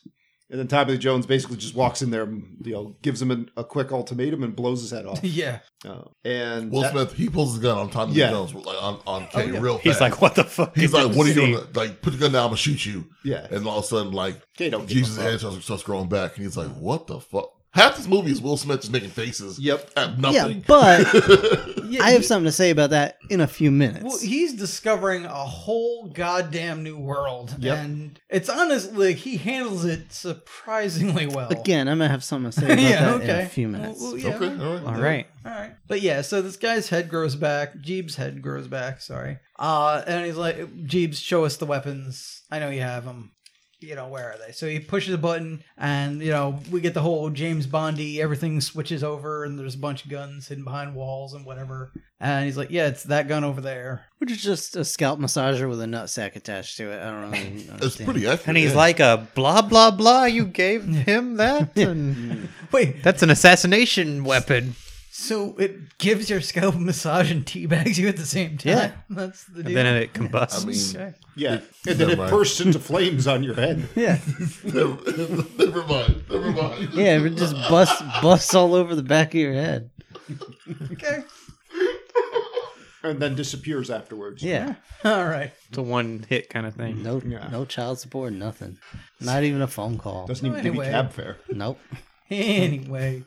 And then Tommy Lee Jones basically just walks in there, and, you know, gives him a, a quick ultimatum and blows his head <laughs> off. yeah, Uh, and Will that- Smith, he pulls his gun on Tommy Lee Yeah. Jones, like on on Kay, yeah. real fast. He's like, what the fuck? He's did like, "What are you see?" doing? Like, put your gun down. I'm gonna shoot you." yeah, And all of a sudden, like, Kay don't give a Jesus' fuck. head starts, starts growing back, and he's like, "What the fuck?" Half this movie is Will Smith just making faces Yep. at yeah, nothing. <laughs> but yeah. I have something to say about that in a few minutes. Well, he's discovering a whole goddamn new world, Yep. and it's honestly like, he handles it surprisingly well. <laughs> Again, I'm gonna have something to say about yeah, that okay. in a few Well, minutes. well, yeah, Okay, all right. All right. All right. But yeah, so this guy's head grows back. Jeeb's head grows back. Sorry. Uh, and he's like, Jeebs, show us the weapons. I know you have them. You know, where are they? So he pushes a button, and, you know, we get the whole James Bondy, everything switches over, and there's a bunch of guns hidden behind walls and whatever. And he's like, yeah, it's that gun over there. <laughs> Which is just a scalp massager with a nut sack attached to it. I don't <laughs> really understand. It's pretty accurate. <laughs> And he's yeah. like a blah blah blah. You gave <laughs> him that, and Wait, that's an assassination weapon. so it gives your scalp <laughs> a massage and teabags you at the same time? <laughs> Yeah. That's the deal. And then it combusts. I mean, okay. Yeah, and then it Never mind. bursts into flames on your head. Yeah, Never, never mind. Never mind. <laughs> yeah, it just busts busts all over the back of your head. okay. and then disappears afterwards. Yeah, All right. it's a one hit kind of thing. no, Yeah. no child support, nothing, not even a phone call. Doesn't even give Anyway. you cab fare. Nope. <laughs> Anyway,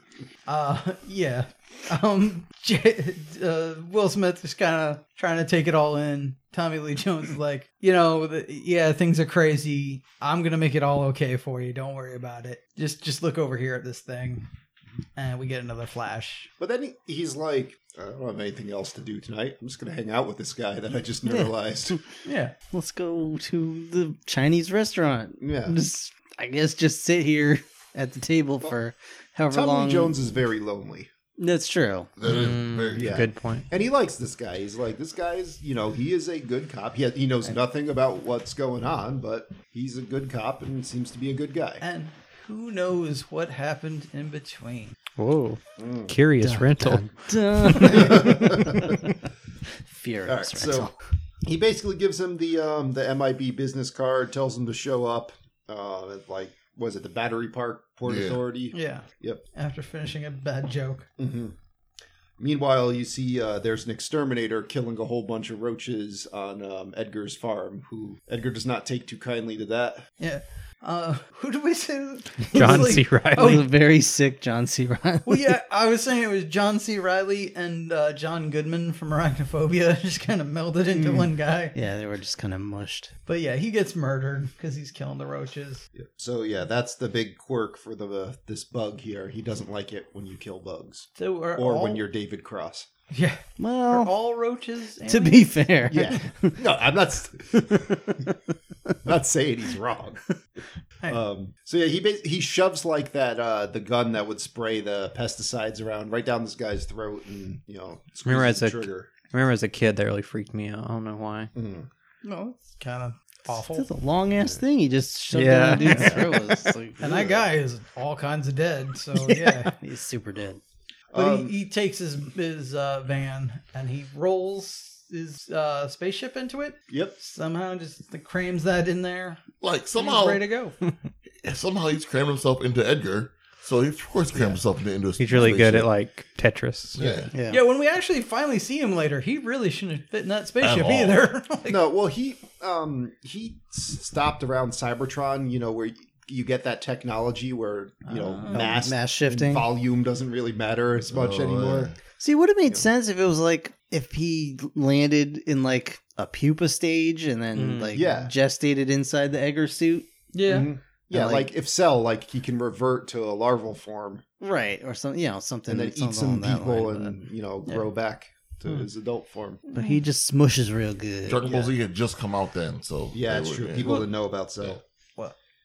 uh, yeah. Um, <laughs> J- uh, Will Smith is kind of trying to take it all in. Tommy Lee <laughs> Jones is like, you know, the, yeah, things are crazy. I'm gonna make it all okay for you. Don't worry about it. Just, just look over here at this thing, and we get another flash. But then he, he's like, I don't have anything else to do tonight. I'm just going to hang out with this guy that I just realized. Yeah, Let's go to the Chinese restaurant. Yeah. Just, I guess just sit here at the table for however Tommy long. Lee Jones is very lonely. That's true. That is <laughs> Mm, very yeah. Good point. And he likes this guy. He's like, this guy is, you know, he is a good cop. He, he knows nothing about what's going on, but he's a good cop and seems to be a good guy. And who knows what happened in between? Whoa. Mm. Curious rental. Furious. All right, so he basically gives him the um, the MIB business card, tells him to show up uh, at like was it the Battery Park Port Yeah. Authority? Yeah. Yep. After finishing a bad joke. hmm Meanwhile, you see uh, there's an exterminator killing a whole bunch of roaches on um, Edgar's farm. Who Edgar does not take too kindly to that. Yeah. Uh, <laughs> who did we say? was <laughs> John like- C. Riley. Oh, the very sick John C. Riley. Well, yeah, I was saying it was John C. Riley and uh, John Goodman from Arachnophobia <laughs> just kind of melded into Hmm. one guy. yeah, they were just kind of mushed. But yeah, he gets murdered because he's killing the roaches. So yeah, that's the big quirk for the uh, this bug here. He doesn't like it when you kill bugs So are or all, when you're Oh. David Cross. <laughs> yeah, are Well, all <laughs> roaches to aliens? be fair, Yeah, <laughs> no, I'm not. <laughs> not saying he's wrong. Hey. Um, so yeah, he bas- he shoves like that uh, the gun that would spray the pesticides around right down this guy's throat, and you know, squeezes Remember as the a- trigger. I remember as a kid, that really freaked me out. I don't know why. Mm. no, it's kind of awful. that's a long ass thing. You just shoved Yeah. down a dude's throat. It's like, And that guy is all kinds of <laughs> dead. So yeah, he's super dead. but Um, he, he takes his his uh, van and he rolls his uh, spaceship into it Yep. somehow. Just like, crams that in there. Like and he's somehow, ready to go. somehow he's crammed himself into Edgar. So he of course crammed himself into, into a He's really good at spaceship. like Tetris. Yeah. Yeah. Yeah, when we actually finally see him later, he really shouldn't have fit in that spaceship all. either. <laughs> Like, No, well he um he s- stopped around Cybertron, you know, where y- you get that technology where you know Ah. mass Uh, mass and shifting. volume doesn't really matter as much Oh, anymore. See, would it made Yeah. sense if it was like if he landed in like a pupa stage and then Mm. like Yeah. gestated inside the Egger suit, yeah, Mhm. Yeah, And, like, like- if Cell, like he can revert to a larval form right, or some you know something and then something eat some along that people line, and you know yeah. grow back to Hmm. his adult form. but, but he just smushes real good. Dragon Ball Z had just come out then, so Yeah, they it's were- true. yeah. People didn't know about Cell.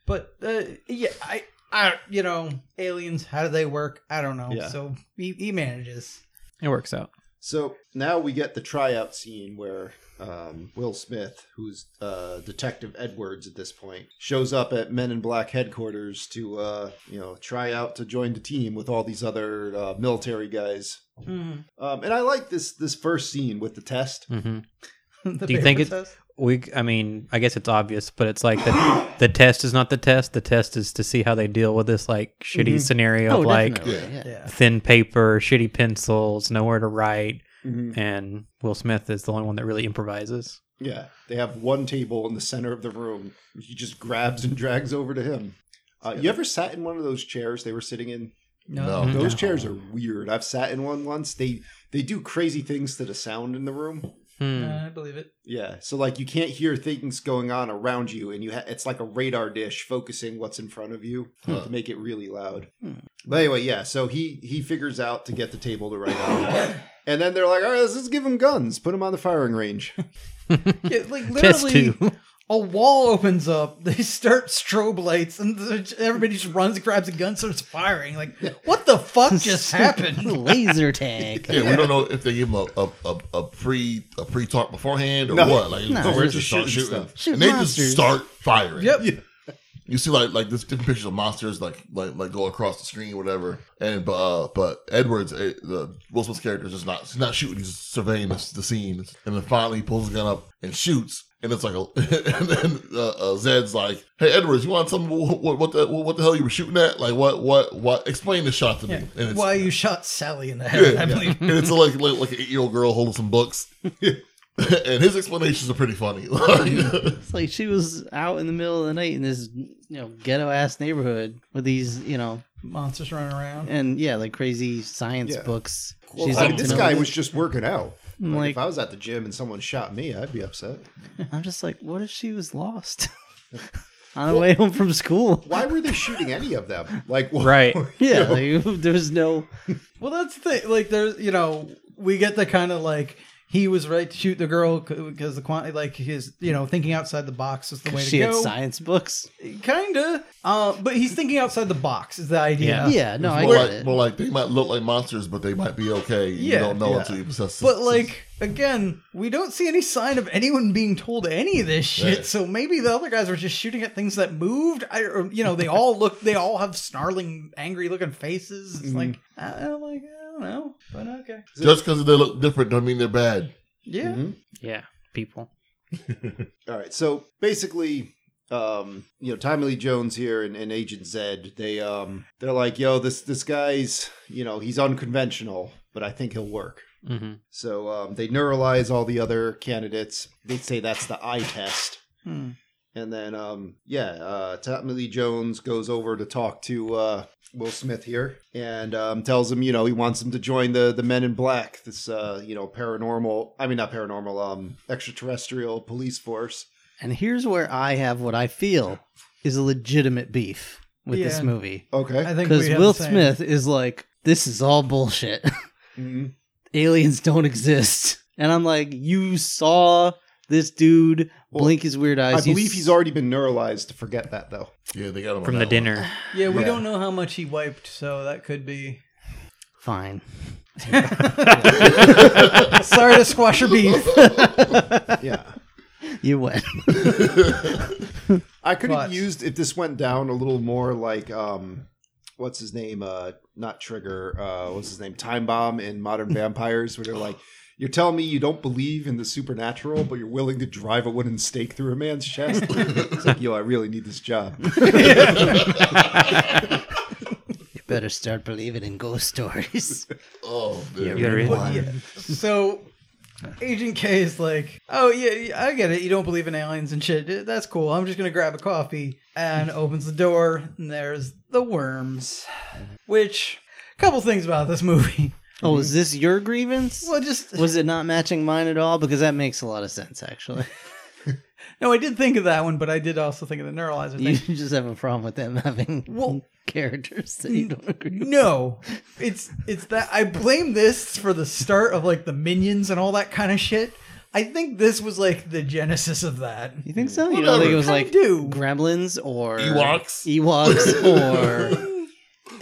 but uh, yeah, I, I, you know, aliens. How do they work? I don't know. Yeah. So he, he manages. It works out. So now we get the tryout scene where um, Will Smith, who's uh, Detective Edwards at this point, shows up at Men in Black headquarters to uh, you know try out to join the team with all these other uh, military guys. Um, and I like this this first scene with the test. hmm <laughs> The Do you paper think it- test. We, I mean, I guess it's obvious, but it's like <gasps> the, the test is not the test. The test is to see how they deal with this like shitty Mhm. scenario Oh, of like definitely. Yeah. <laughs> Yeah. Yeah. thin paper, shitty pencils, nowhere to write, Mm-hmm. and Will Smith is the only one that really improvises. Yeah, they have one table in the center of the room. which He just grabs and drags over to him. Uh, you ever sat in one of those chairs they were sitting in? No. Mhm. Those No. chairs are weird. I've sat in one once. They they do crazy things to the sound in the room. Hmm. Uh, I believe it. Yeah, so like you can't hear things going on around you, and you ha- it's like a radar dish focusing what's in front of you Huh. to make it really loud. Hmm. But anyway, yeah, so he he figures out to get the table to write on, and then they're like, "All right, let's just give him guns, put him on the firing range." Yeah, like Test literally, two. a wall opens up. <laughs> They start strobe lights, and the- everybody just runs, grabs a gun, starts firing. Like, what the fuck <laughs> just happened? <laughs> Laser tag. Yeah, we don't know if they give him a a, a, a pre a pre talk beforehand or No. what. Like, No. they We're just start shooting stuff. Shoot and they monsters. just start firing. Yep. You see, like like this different pictures of monsters, like like like go across the screen, whatever. And but uh, but Edwards, uh, the Will Smith's character, is just not he's not shooting. He's surveying the, the scene, and then finally he pulls the gun up and shoots. And it's like a <laughs> and then uh, uh, Zed's like, "Hey Edwards, you want something? What, what, what the what the hell you were shooting at? Like what what what? Explain the shot to me." Yeah. And it's, Why you shot Sally in the head? I believe. and it's like like, like an eight year old girl holding some books. <laughs> and his explanations are pretty funny. <laughs> Like, It's like she was out in the middle of the night in this you know ghetto ass neighborhood with these you know Monsters running around. and yeah like crazy science Yeah. books. Well, She's I mean, like, this you know, guy was just working out. I'm Like, like, if I was at the gym and someone shot me, I'd be upset. I'm just like, what if she was lost <laughs> on the way home from school? <laughs> Why were they shooting any of them? Like, <laughs> wh- <laughs> Right. Yeah, <laughs> like, there's no. Well, that's the thing. Like, there's, you know, we get the kind of like, he was right to shoot the girl because the quantity, like his, you know, thinking outside the box is the way to She go. had science books. Kinda, uh, but he's thinking outside the box is the idea. Yeah. Yeah, no, Mm-hmm. I More get like, it. more like they might look like monsters, but they might be okay. You Yeah, don't know yeah. until you possess. But like again, we don't see any sign of anyone being told any of this shit. Right. So maybe the other guys were just shooting at things that moved. I, or, you know, they all look, they all have snarling, angry-looking faces. Mm-hmm. It's like I, I'm like I don't know, but okay, just because they look different doesn't mean they're bad. yeah. Mm-hmm. Mhm. Yeah, people. All right. So basically, um, you know, Tommy Lee Jones here and, and Agent Zed, they um they're like, yo, this this guy's, you know, he's unconventional, but I think he'll work. Mm-hmm. So um, they neuralize all the other candidates. They say that's the eye test. Hmm. And then, um, yeah, uh, Tommy Lee Jones goes over to talk to uh, Will Smith here and um, tells him, you know, he wants him to join the the Men in Black, this, uh, you know, paranormal, I mean, not paranormal, um, extraterrestrial police force. And here's where I have what I feel is a legitimate beef with this Yeah. movie. Okay. I think Because we have Will the same. Smith is like, this is all bullshit. <laughs> Mhm. Aliens don't exist. And I'm like, you saw this dude Well, blink his weird eyes. I You believe s- he's already been neuralized to forget that, though. Yeah, they got them From the dinner. Yeah, we Yeah. don't know how much he wiped, so that could be. fine. Sorry to squash your beef. Yeah. You win. <laughs> I could have But- used if this went down a little more like um what's his name? Uh not Trigger, uh what's his name? Time Bomb <laughs> in Modern Vampires, where they're like, You're telling me you don't believe in the supernatural, but you're willing to drive a wooden stake through a man's <laughs> chest. it's like, yo, I really need this job. <laughs> you better start believing in ghost <laughs> stories. Oh, man. You gotta read- <laughs> So Agent K is like, "Oh yeah, yeah, I get it. You don't believe in aliens and shit. That's cool. I'm just gonna grab a coffee." And opens the door, and there's the worms. Which, couple things about this movie. <laughs> oh, is this your grievance? Well, just Was it not matching mine at all? Because that makes a lot of sense, <laughs> actually. no, I did think of that one, but I did also think of the neuralizer You <laughs> thing. just have a problem with them having Well- <laughs> characters that you don't agree with. No, it's it's that I blame this for the start of like the minions and all that kind of shit. I think this was like the genesis of that. You think so? You don't think it was I like do. Gremlins or Ewoks? Ewoks <laughs> or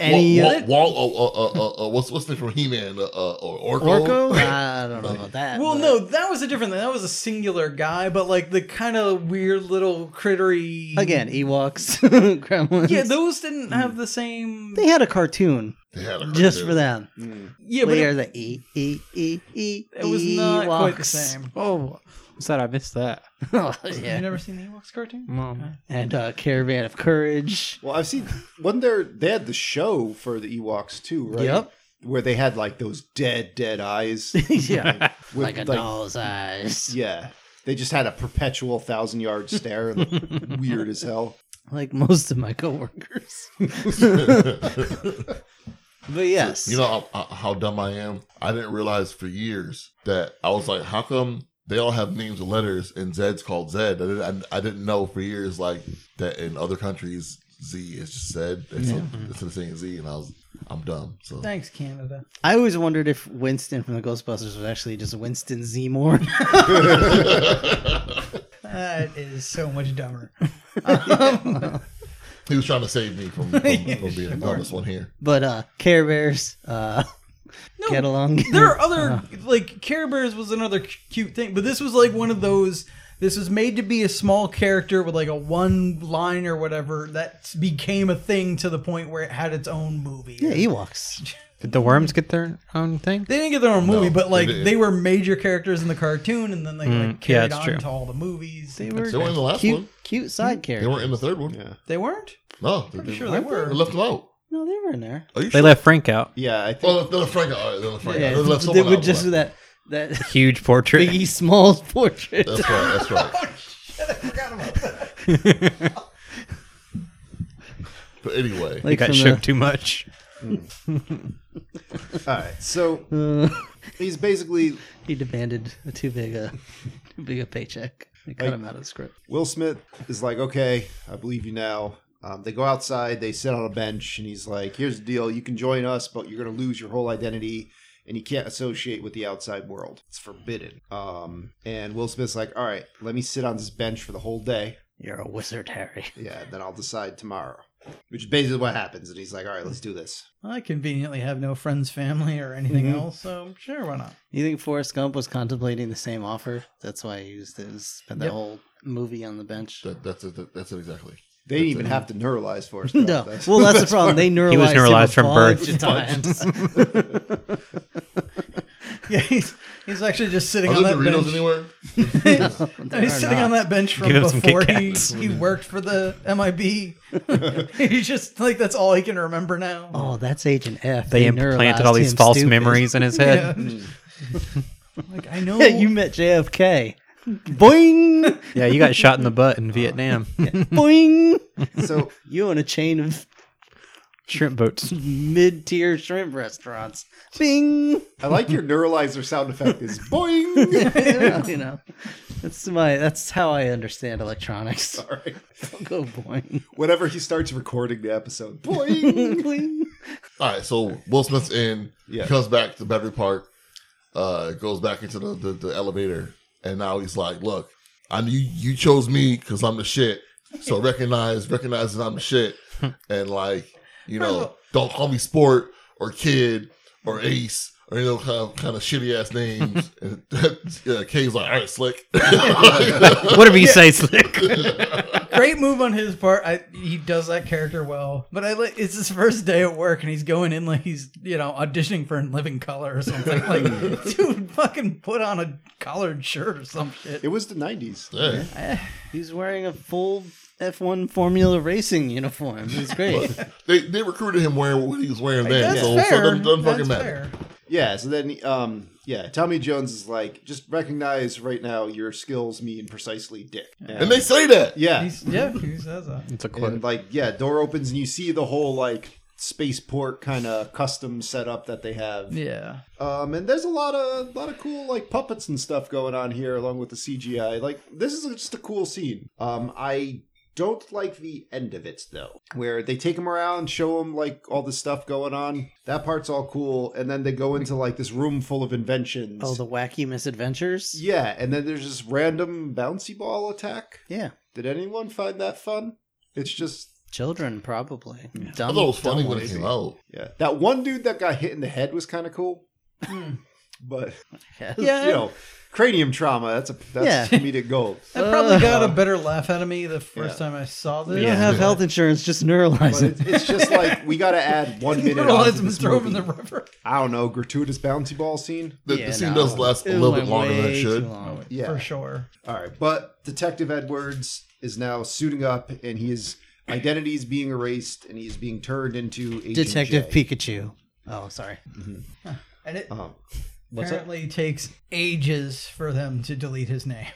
any Wall, other Wall, oh, uh, uh, uh, uh, what's what's the name from He Man uh, uh, or Orko? Orko? <laughs> I don't know about that. Well, but- no, that was a different thing. That was a singular guy, but like the kind of weird little crittery. Again, Ewoks, <laughs> Gremlins. <laughs> Yeah, those didn't have the same. they had a cartoon They had a just cartoon. for them. Yeah, but they it, are the E E E E. it was not quite the Ewoks. same. Oh, I'm sad I missed that. <laughs> Oh, You yeah. never seen the Ewoks cartoon? Mom. And uh, Caravan of Courage. <laughs> Well, I've seen wasn't there they had the show for the Ewoks too, right? Yep. Where they had like those dead, dead eyes. yeah, with, <laughs> like a doll's eyes. Yeah. They just had a perpetual thousand yard stare and <laughs> looked weird as hell. Like most of my coworkers. <laughs> but yes, You know how, how dumb I am. I didn't realize for years that I was like, how come they all have names and letters and Zed's called Zed? I didn't, I, I didn't know for years like that in other countries Z is just Zed instead instead of saying Z, and I was I'm dumb. So Thanks, Canada. I always wondered if Winston from the Ghostbusters was actually just Winston Seymour. <laughs> That is so much dumber. he was trying to save me <laughs> from, from, from being the dumbest one here. but uh, Care Bears, uh, get along. There are other like Care Bears was another c- cute thing, but this was like one of those. This was made to be a small character with like a one line or whatever that became a thing to the point where it had its own movie. <laughs> yeah, e Ewoks. Did the worms get their own thing? They didn't get their own movie, but like they didn't. they were major characters in the cartoon, and then they like yeah, carried that's on true. to all the movies. They, They were They weren't in the last cute, one. cute side They characters. weren't in the third one. Yeah. weren't. No, they, I'm they, sure they they were. left them out. No, they were in there. Are you They sure? left Frank out. Yeah, I think Well, they left Frank out. All right, They left Frank Yeah, out. They left they someone were out. just but- that that <laughs> Huge portrait. Biggie Smalls portrait. That's right. That's right. <laughs> But anyway, He Like got from shook the- too much. all right. So <laughs> he's basically he demanded a too big a <laughs> too big a paycheck. They cut Like- him out of the script. Will Smith is like, okay, I believe you now. Um, they go outside, they sit on a bench, and he's like, here's the deal: you can join us, but you're gonna lose your whole identity and you can't associate with the outside world. It's forbidden. Um, and Will Smith's like, all right, let me sit on this bench for the whole day. You're a wizard, Harry. Yeah, then I'll decide tomorrow. Which is basically what happens. And he's like, all right, let's do this. I conveniently have no friends, family, or anything else, so sure, why not? <laughs> You think Forrest Gump was contemplating the same offer? That's why he used it. Spent that Yep. whole movie on the bench. That, that's it. That, that's it exactly. They didn't even have to neuralize Forrest <laughs> Gump. No, well, that's the problem. They neuralized, was him a neuralized from bunch birth. of times. <laughs> Yeah, he's he's actually just sitting Are on there that Doritos bench. anywhere? No, he's They're sitting not. on that bench from Give him some Kit before he, Kats. he worked for the <laughs> MIB. he's just like that's all he can remember now. Oh, that's Agent F. They, implanted all neuralized these him false stupid. memories <laughs> in his Yeah. head. like I <laughs> know Yeah, you met JFK. Boing, Yeah, you got shot in the butt in <laughs> Vietnam. boing. <laughs> So You own a chain of <laughs> Shrimp boats. mid-tier shrimp restaurants. <laughs> Bing. I like your neuralizer sound effect is <laughs> boing. you know, that's my. That's how I <laughs> understand electronics. All right. Go boing, Whenever he starts recording the episode, boing. boing. All right, so Will Smith's in. <laughs> Yeah. Comes back to Battery Park. Uh, goes back into the, the, the elevator, and now he's like, "Look, I knew you chose me because I'm the shit. <laughs> So recognize, recognize that I'm the shit, and like, you First of know, all- don't call me sport or kid or ace." Or you know, kind of, kind of shitty ass <laughs> names. and <laughs> uh, Kay's like, all right, slick. Whatever you say, Slick. great move on his part. I, he does that character well, but I like it's his first day at work and he's going in like he's you know auditioning for In Living Color or something. Like, dude, fucking put on a collared shirt or some shit. It was the 90s. Yeah. <laughs> He's wearing a full F1 Formula Racing uniform. It's <laughs> great. They, they recruited him wearing what he was wearing then, That's so, so fair. doesn't, doesn't fucking That's matter. fair. Yeah, so then um yeah, Tommy Jones is like, just recognize right now your skills mean precisely dick. And they say that. yeah. He's, yeah, he says that. <laughs> It's a quote. and like yeah, door opens and you see the whole like spaceport kind of custom setup that they have. Yeah. Um and there's a lot of lot of cool like puppets and stuff going on here along with the CGI. Like this is just a cool scene. Um I don't like the end of it though, where they take him around, show him like all the stuff going on. That part's all cool, and then they go into like this room full of inventions. oh, the wacky misadventures. Yeah, and then there's this random bouncy ball attack. Yeah, Did anyone find that fun? It's just children probably. Dumb, I thought it was funny dumb when it ones. came out. yeah. That one dude that got hit in the head was kind of cool, <laughs> but Yes. Yeah. you know, cranium trauma. That's a that's Yeah. comedic <laughs> gold. That probably got a better laugh out of me the first Yeah. time I saw We this. don't <laughs> have health insurance, just But neuralizing. it's, it's just like we got to add <laughs> one minute. Neuralize onto him and this throw him in movie. the river. I don't know gratuitous bouncy ball scene. The, Yeah, the scene no. does last a It little bit went longer than it way should. Oh, too long. Oh, Yeah. For sure. All right, but Detective Edwards is now suiting up, and his identity is being erased, and he's being turned into Agent Detective J. Pikachu. Oh, sorry. And it Um, what's up? apparently takes ages for them to delete his name.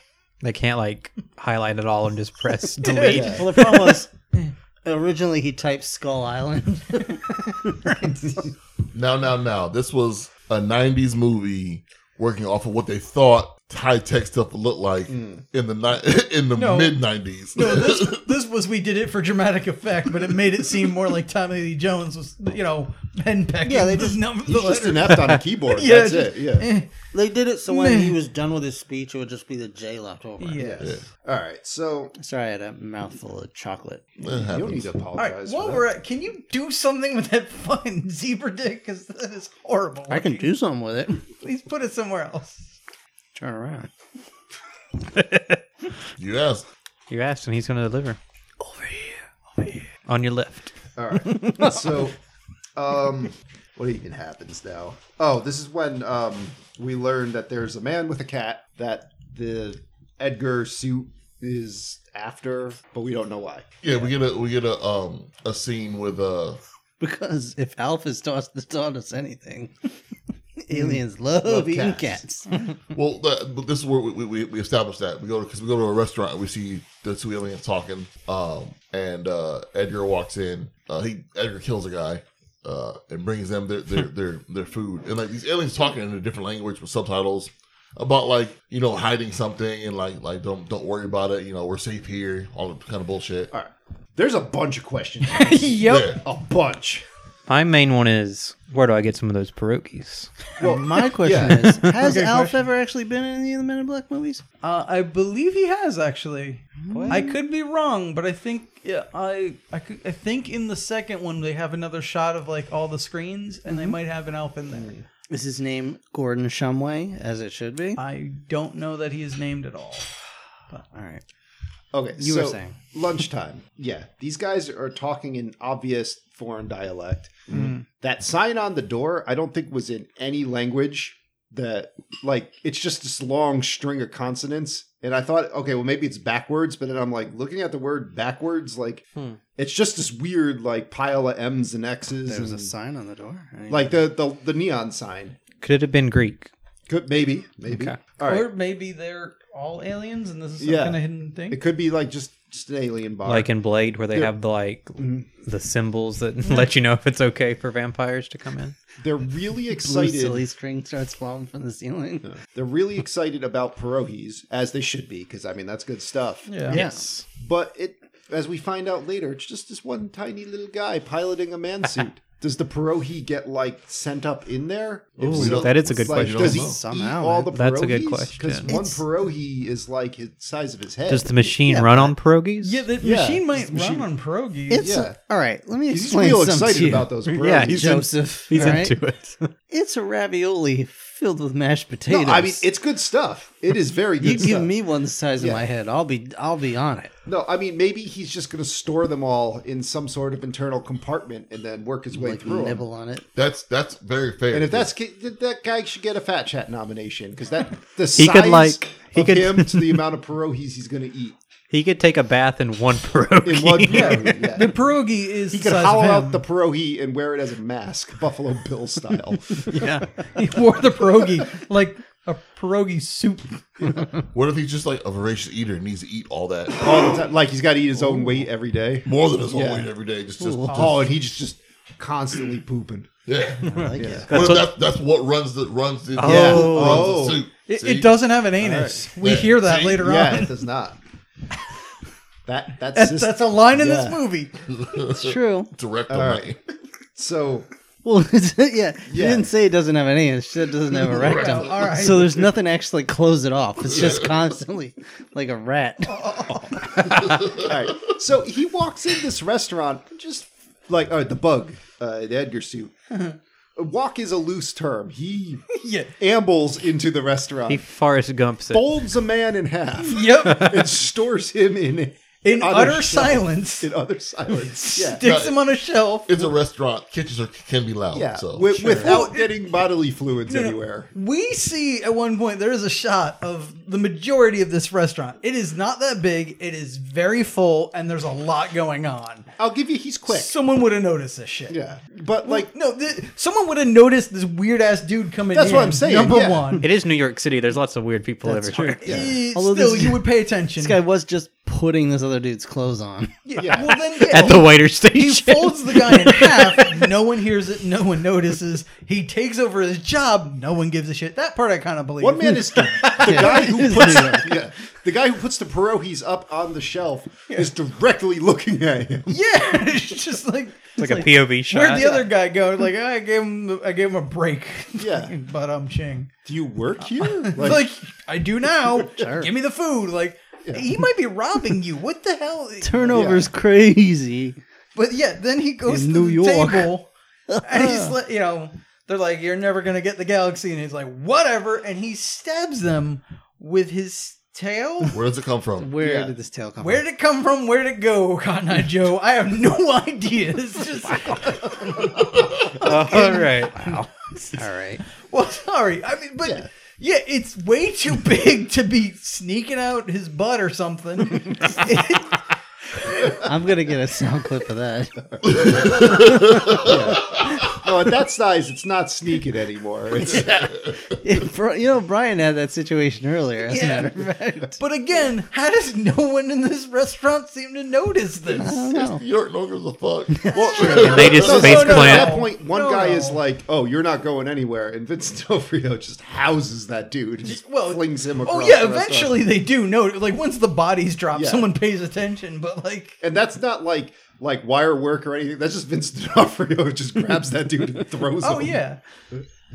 They can't like highlight it all and just press delete. Well, the problem <laughs> was originally he typed Skull Island. Now, now, now. This was a 90s movie working off of what they thought high tech stuff would look like Mm. in the ni- <laughs> in the No. mid 90s. No, this, this was we did it for dramatic effect, but it made it seem more like Tommy Lee Jones was, you know, pen pecking. Yeah, they the just- <laughs> number- the He's just letter. inept <laughs> on a keyboard. Yeah, That's it. just- <laughs> Yeah. Eh, <laughs> they did it so when he was done with his speech, it would just be the J left over. yes. All right. So Sorry, I had a mouthful of chocolate. <laughs> It you don't happens. need to All right, apologize. for while that. we're at, can you do something with that <laughs> fucking zebra dick? Because that is horrible. I can do something with it. Please put it somewhere else. <laughs> Turn around. You asked. You asked and he's going to deliver. Over here. Over here. On your left. All right. So, um, what even happens now? Oh, this is when um, we learn that there's a man with a cat that the Edgar suit is after, but we don't know why. Yeah, we get a we get a um a scene with uh Because if Alf has taught, taught us <laughs> anything, aliens Hmm. love, Love eating cats. cats. well that, but this is where we, we- we, we establish that we go because we go to a restaurant and we see the two aliens talking um and uh Edgar walks in uh, he Edgar kills a guy uh and brings them their their their, their food and like these aliens talking in a different language with subtitles about like you know hiding something and like like don't don't worry about it you know we're safe here all that kind of bullshit All right. There's <laughs> a bunch of questions. yep. yeah a bunch. My main one is where do I get some of those pierogies? Well, <laughs> my question yeah. is: Has Good Alf question. ever actually been in any of the Men in Black movies? Uh, I believe he has actually. I could be wrong, but I think yeah, I I could, I think in the second one they have another shot of like all the screens, and Mm-hmm. they might have an elf Mm. in there. Is his name Gordon Shumway, as it should be? I don't know that he is named at all. All right. Okay, You so were saying. lunchtime. <laughs> Yeah, these guys are talking in obvious foreign dialect. That sign on the door, I don't think was in any language. That like it's just this long string of consonants, and I thought, okay, well maybe it's backwards, but then I'm like looking at the word backwards, like Hmm. it's just this weird like pile of M's and X's, There was a and- sign on the door. I mean, like the, the the neon sign. Could it have been Greek? Could maybe maybe Okay. all right. Or maybe they're all aliens, and this is some Yeah. kind of hidden thing. it could be like just, just an alien bar. Like in Blade, where they Yeah. have the like the symbols that <laughs> let you know if it's okay for vampires to come in. they're really blue excited. silly string starts falling from the ceiling. They're really excited about pierogies, as they should be, because I mean that's good stuff. yeah. Yes. But it, as we find out later, it's just this one tiny little guy piloting a man suit. Does the pierogi get like sent up in there? If Ooh, that is a good question. Does he Don't know. Somehow, eat all the that's a good Because question. one It's- pierogi is like his size of his head. Does the machine Yeah, run on pierogies? Yeah, the Yeah, machine might this machine- run on pierogies. It's Yeah. all right. Let me He's explain real something excited to you. about those pierogies. Yeah, he's in- Joseph. he's all right? into it. <laughs> It's a ravioli filled with mashed no, potatoes. I mean it's good stuff. It is very good you stuff. give me one the size Yeah. of my head, I'll be I'll be on it. No, I mean maybe he's just going to store them all in some sort of internal compartment and then work his way Like through 'em. nibble on it. That's that's very fair. And if that's that guy should get a fat chat nomination because that the He size could, like- he of could- him to the amount of pierogies he's going to eat He could take a bath in one pierogi. <laughs> in one <laughs> pierogi. Yeah. the pierogi is He the could size hollow of out him. the pierogi and wear it as a mask, <laughs> Buffalo Bill style. yeah. <laughs> he wore the <laughs> pierogi like a pierogi soup. what if he's just like a voracious eater and needs to eat all that All the time, like he's got to eat his own weight every day. more than his own Yeah. weight every day? Just, just, just- Oh, and he just just constantly pooping. yeah. I like it. What if that's, that's what runs the runs the, Oh. yeah, runs Oh. the suit. It, See? it doesn't have an anus. We Yeah. hear that See? later Yeah, on. <laughs> it does not. That that's That's, just- that's a line in Yeah. this movie. It's true. direct All them. right. so Well, <laughs> it's, yeah, You Yeah. didn't say it doesn't have an anus. It said it doesn't have a rectum. Well, all right. So there's nothing actually close it off. It's just constantly like a rat. All right. So he walks in this restaurant, just like all right, the bug, uh, the Edgar suit. Walk is a loose term. He yeah. ambles into the restaurant, He Forrest Gumps it. <laughs> folds a man in half, <laughs> Yep. and stores him in In Other utter shelf. silence. in other silence. Yeah, Sticks him on a shelf. It's a restaurant. Kitchens are, can be loud. yeah, So wi- without getting bodily fluids anywhere. We see at one point there is a shot of the majority of this restaurant. It is not that big. It is very full, and there's a lot going on. I'll give you. He's quick. Someone would have noticed this shit. yeah, but like Like no, th- someone would have noticed this weird ass dude coming. That's in, what I'm saying, Number yeah. one. It is New York City. There's lots of weird people That's everywhere. Eh, Although Still, this- you would pay attention. This guy was just putting this other dude's clothes on. <laughs> yeah. Well, then, <laughs> yeah, At the waiter He station. folds the guy in half. No one hears it. No one notices. He takes over his job. No one gives a shit. That part I kind of believe. One man is the guy who puts yeah, the guy who puts the pierogies up on the shelf is directly looking at him. <laughs> Yeah, it's just like It's like a POV shot. where'd the other guy go? Like I gave him, the- I gave him a break. <laughs> Yeah. but I'm ching. Do <laughs> you work here? Like, Like, I do now. Give me the food. Like he might be robbing you. What the hell? Turnover's crazy. But yeah, then he goes In to New the York. table, and he's like, you know, they're like, "You're never gonna get the galaxy," and he's like, "Whatever," and he stabs them with his tail. where does it come from? Where Yeah. did this tail come Where from? did it come from? Where did it go, <laughs> Cotton Eye Joe? I have no <laughs> idea. It's just <laughs> All right. <laughs> All right. well, sorry. I mean, but Yeah. yeah. it's way too <laughs> big to be sneaking out his butt or something. I'm going to get a sound clip of that. no, oh, at that size, it's not sneaking anymore. It's, <laughs> If- you know, Brian had that situation earlier, as a Yeah. matter of fact. but again, how does no one in this restaurant seem to notice <laughs> this? I don't know. New York, no gives a fuck. <laughs> well, <laughs> They <laughs> just no, face no, no, At plant. that point, one No, guy no. is like, "Oh, you're not going anywhere," and <laughs> Vincent D'Onofrio just houses that dude. and Just Well, flings him across. Oh yeah, the restaurant. eventually they do know. Like once the bodies drop, Yeah. someone pays attention. But like, And that's not like like wire work or anything. That's just Vince <laughs> D'Onofrio just grabs that dude and throws him. Oh yeah,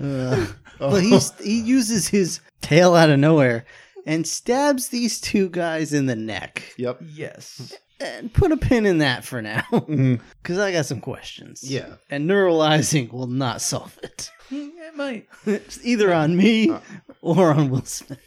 Ugh. But he's, he uses his tail out of nowhere and stabs these two guys in the neck. Yep. yes. And put a pin in that for now, <laughs> Mhm. because I got some questions. Yeah. And neuralizing will not solve it. <laughs> It might. It's either on me or on Will Smith.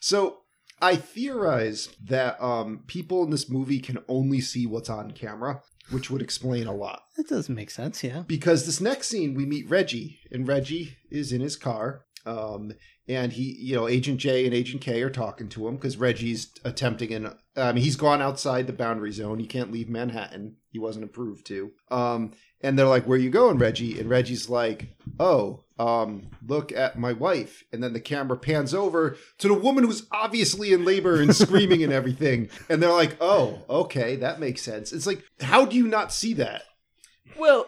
So I theorize that um, people in this movie can only see what's on camera, which would explain a lot. That does make sense, yeah. Because this next scene, we meet Reggie, and Reggie is in his car. Um, and he, you know, Agent J and Agent K are talking to him because Reggie's attempting an. I mean, he's gone outside the boundary zone. He can't leave Manhattan. He wasn't approved to. Um, and they're like, "Where you going, Reggie?" And Reggie's like, "Oh, um, look at my wife." And then the camera pans over to the woman who's obviously in labor and screaming and everything. And they're like, "Oh, okay, that makes sense." It's like, how do you not see that? Well,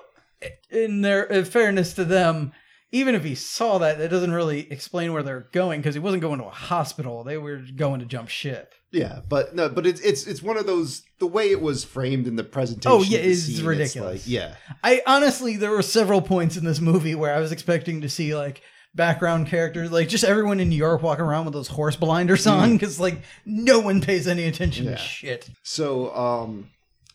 in their in fairness to them, even if he saw that, that doesn't really explain where they're going because he wasn't going to a hospital. They were going to jump ship. Yeah, but no, but it's it's it's one of those the way it was framed in the presentation. Oh, yeah, of the it's scene, ridiculous. like, yeah, I honestly, there were several points in this movie where I was expecting to see like background characters, like just everyone in New York walking around with those horse blinders on because like no one pays any attention Yeah. to shit. so um,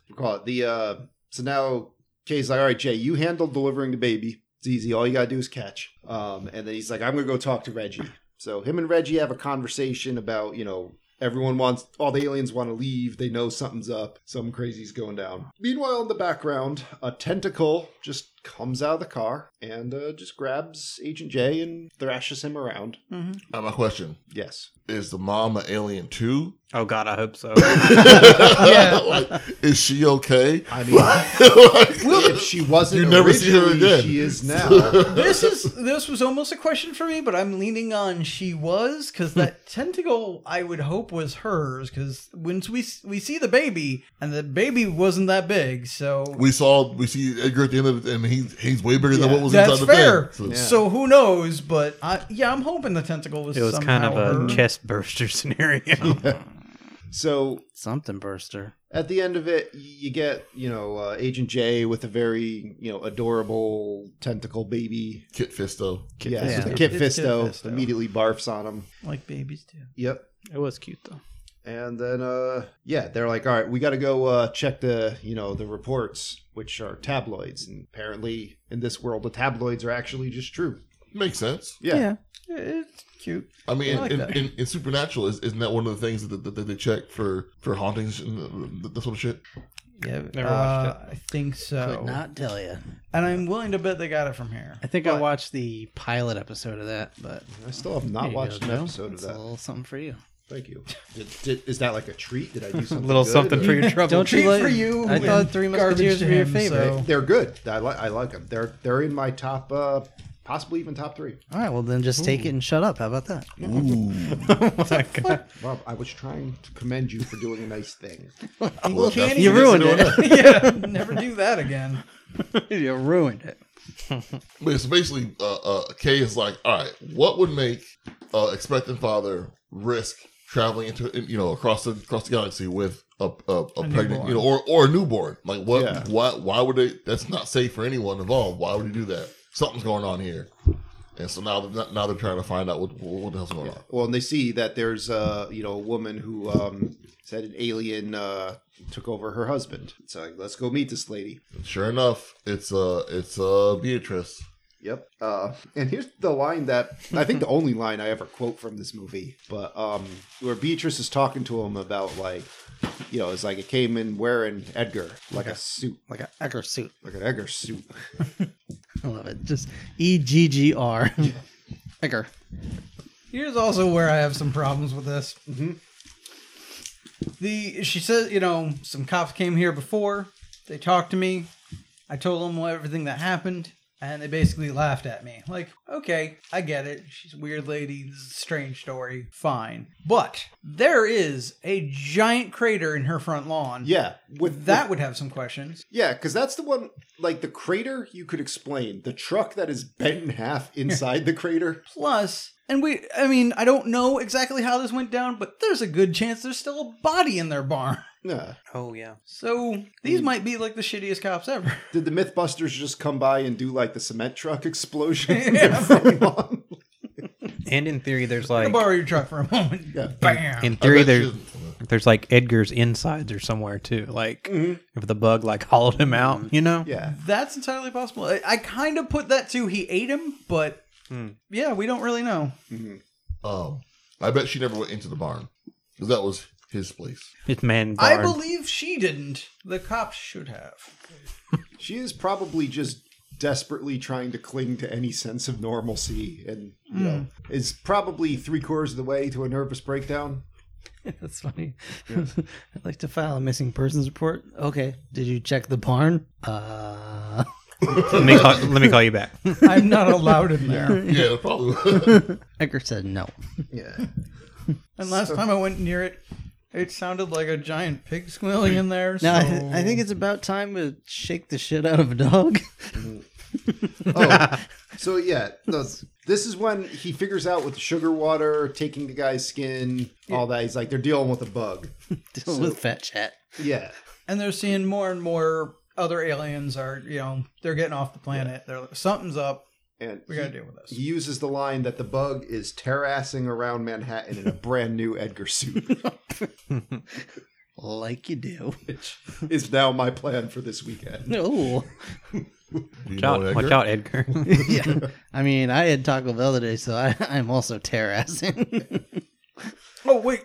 we call it the uh. So now Kay's like, all right, Jay, you handle delivering the baby. It's easy. All you gotta do is catch. Um, and then he's like, I'm gonna go talk to Reggie. So him and Reggie have a conversation about you know everyone wants all the aliens want to leave. They know something's up. Something crazy's going down. Meanwhile, in the background, a tentacle just comes out of the car and uh, just grabs Agent J and thrashes him around. Now, my question Yes. is: The mom an alien too? Oh God, I hope so. Oh, <laughs> like, is she <laughs> okay? I mean, if Like- she wasn't You never see her originally, again. she is now. this is this was almost a question for me, but I'm leaning on she was because that tentacle I would hope was hers because once we we see the baby and the baby wasn't that big, so <laughs> we saw we see Edgar at the end of it, and he's he's way bigger than Yeah. what was that's inside the fair. thing. So- So who knows? But I, yeah, I'm hoping the tentacle was. It was somehow Oh, kind of a her. chest burster <laughs> <laughs> scenario. So Something burster. at the end of it, you get you know uh, Agent J with a very you know adorable tentacle baby. Kit Fisto. yeah, Fisto. Yeah. so Kit It's Kit Fisto, Fisto. immediately barfs on him. like babies do. Yep. It was cute though. And then uh, yeah, they're like, all right, we got to go uh, check the you know the reports, which are tabloids, and apparently in this world, the tabloids are actually just true. Makes sense. Yeah. It's cute. I mean, I like in, that. in, in Supernatural, is, isn't that one of the things that, that, that they check for for hauntings and th- that sort of shit? Yeah, Never uh, watched I think so. Could not tell you. And I'm willing to bet they got it from here. Oh. I think I But- watched the pilot episode of that, but I still have not Here you watched go, an Joe. episode That's of that. A little something for you. Thank you. Did, did, is that like a treat? Did I <laughs> do something? little good? something for your trouble. Don't you Treat like? for you I and thought Three garbage Musketeers to were your him, favorite. so- They're good. I like I like them. They're they're in my top, uh, possibly even top three. All right, well then just take it and shut up. How about that? Rob, I was trying to commend you for doing a nice thing. Well, can't that's- You even- ruined it. <laughs> yeah, never do that again. you ruined it. Wait, so basically, uh, uh, Kay is like, all right, what would make uh, expectant father risk traveling into in- you know across the across the galaxy with a, a, a, pregnant newborn. you know or or a newborn? Like what? Yeah. Why? Why would they? That's not safe for anyone involved. Why would he do that? Something's going on here, and so now they're- now they're trying to find out what what the hell's going on. Well, and they see that there's uh, you know a woman who um, said an alien uh, took over her husband. So like, let's go meet this lady. Sure enough, it's uh it's uh Beatrice. Yep. Uh, and here's the line that I think the only line I ever quote from this movie, but um, where Beatrice is talking to him about like, you know, it's like it came in wearing Edgar like a suit, Like an Egger suit. like an Edgar suit. I love it. Just E G G <laughs> R. Egger. Here's also where I have some problems with this. Mm-hmm. The she says, you know, some cops came here before. They talked to me. I told them what- everything that happened, and they basically laughed at me. Like, okay, I get it. She's a weird lady. This is a strange story. Fine, but there is a giant crater in her front lawn. Yeah, with That would have some questions. Yeah, because that's the one, like <laughs> the crater you could explain. The truck that is bent in half inside the crater. Plus, And we, I mean, I don't know exactly how this went down, but there's a good chance there's still a body in their barn. Nah. Oh yeah. So these might be like the shittiest cops ever. <laughs> Did the MythBusters just come by and do like the cement truck <laughs> explosion in <laughs> Yeah. their front lawn? And in theory, there's I'm like gonna borrow your truck for a moment. <laughs> Yeah. Bam. in I theory bet there's she there's like Edgar's insides or somewhere too. Like Mm-hmm. if the bug like hollowed him out, you know. Yeah. That's entirely possible. I, I kind of put that to he ate him, but Hmm. yeah, we don't really know. Um, I bet she never went into the barn because that was his place. It's man. I barn. believe she didn't. The cops should have. She is probably just desperately trying to cling to any sense of normalcy and you know Hmm. is probably three quarters of the way to a nervous breakdown. <laughs> That's funny. <laughs> I'd like to file a missing persons report. Okay, did you check the barn? Uh, Let me <laughs> call, let me call you back. <laughs> I'm not allowed in there. Yeah, that probably. was. Edgar said no. Yeah. <laughs> And last time I went near it, it sounded like a giant pig squealing in <laughs> there. Now I, so- I think it's about time to shake the shit out of a dog. <laughs> Oh, <laughs> so yeah, those- this is when he figures out with the sugar water, taking the guy's skin, all that. He's like, they're dealing with a bug. Deal with fat chat. Yeah. and they're seeing more and more other aliens are, you know, they're getting off the planet. They're like, something's up. And We gotta deal with this. he uses the line that the bug is terrassing around Manhattan in a brand new Edgar suit, <laughs> Like you <laughs> do. which is now my plan for this weekend. No. Do you Watch know out, watch Edgar? out, <laughs> Edgar. <laughs> yeah. I mean, I had Taco Bell today, so I, I'm also terrorizing. Oh wait,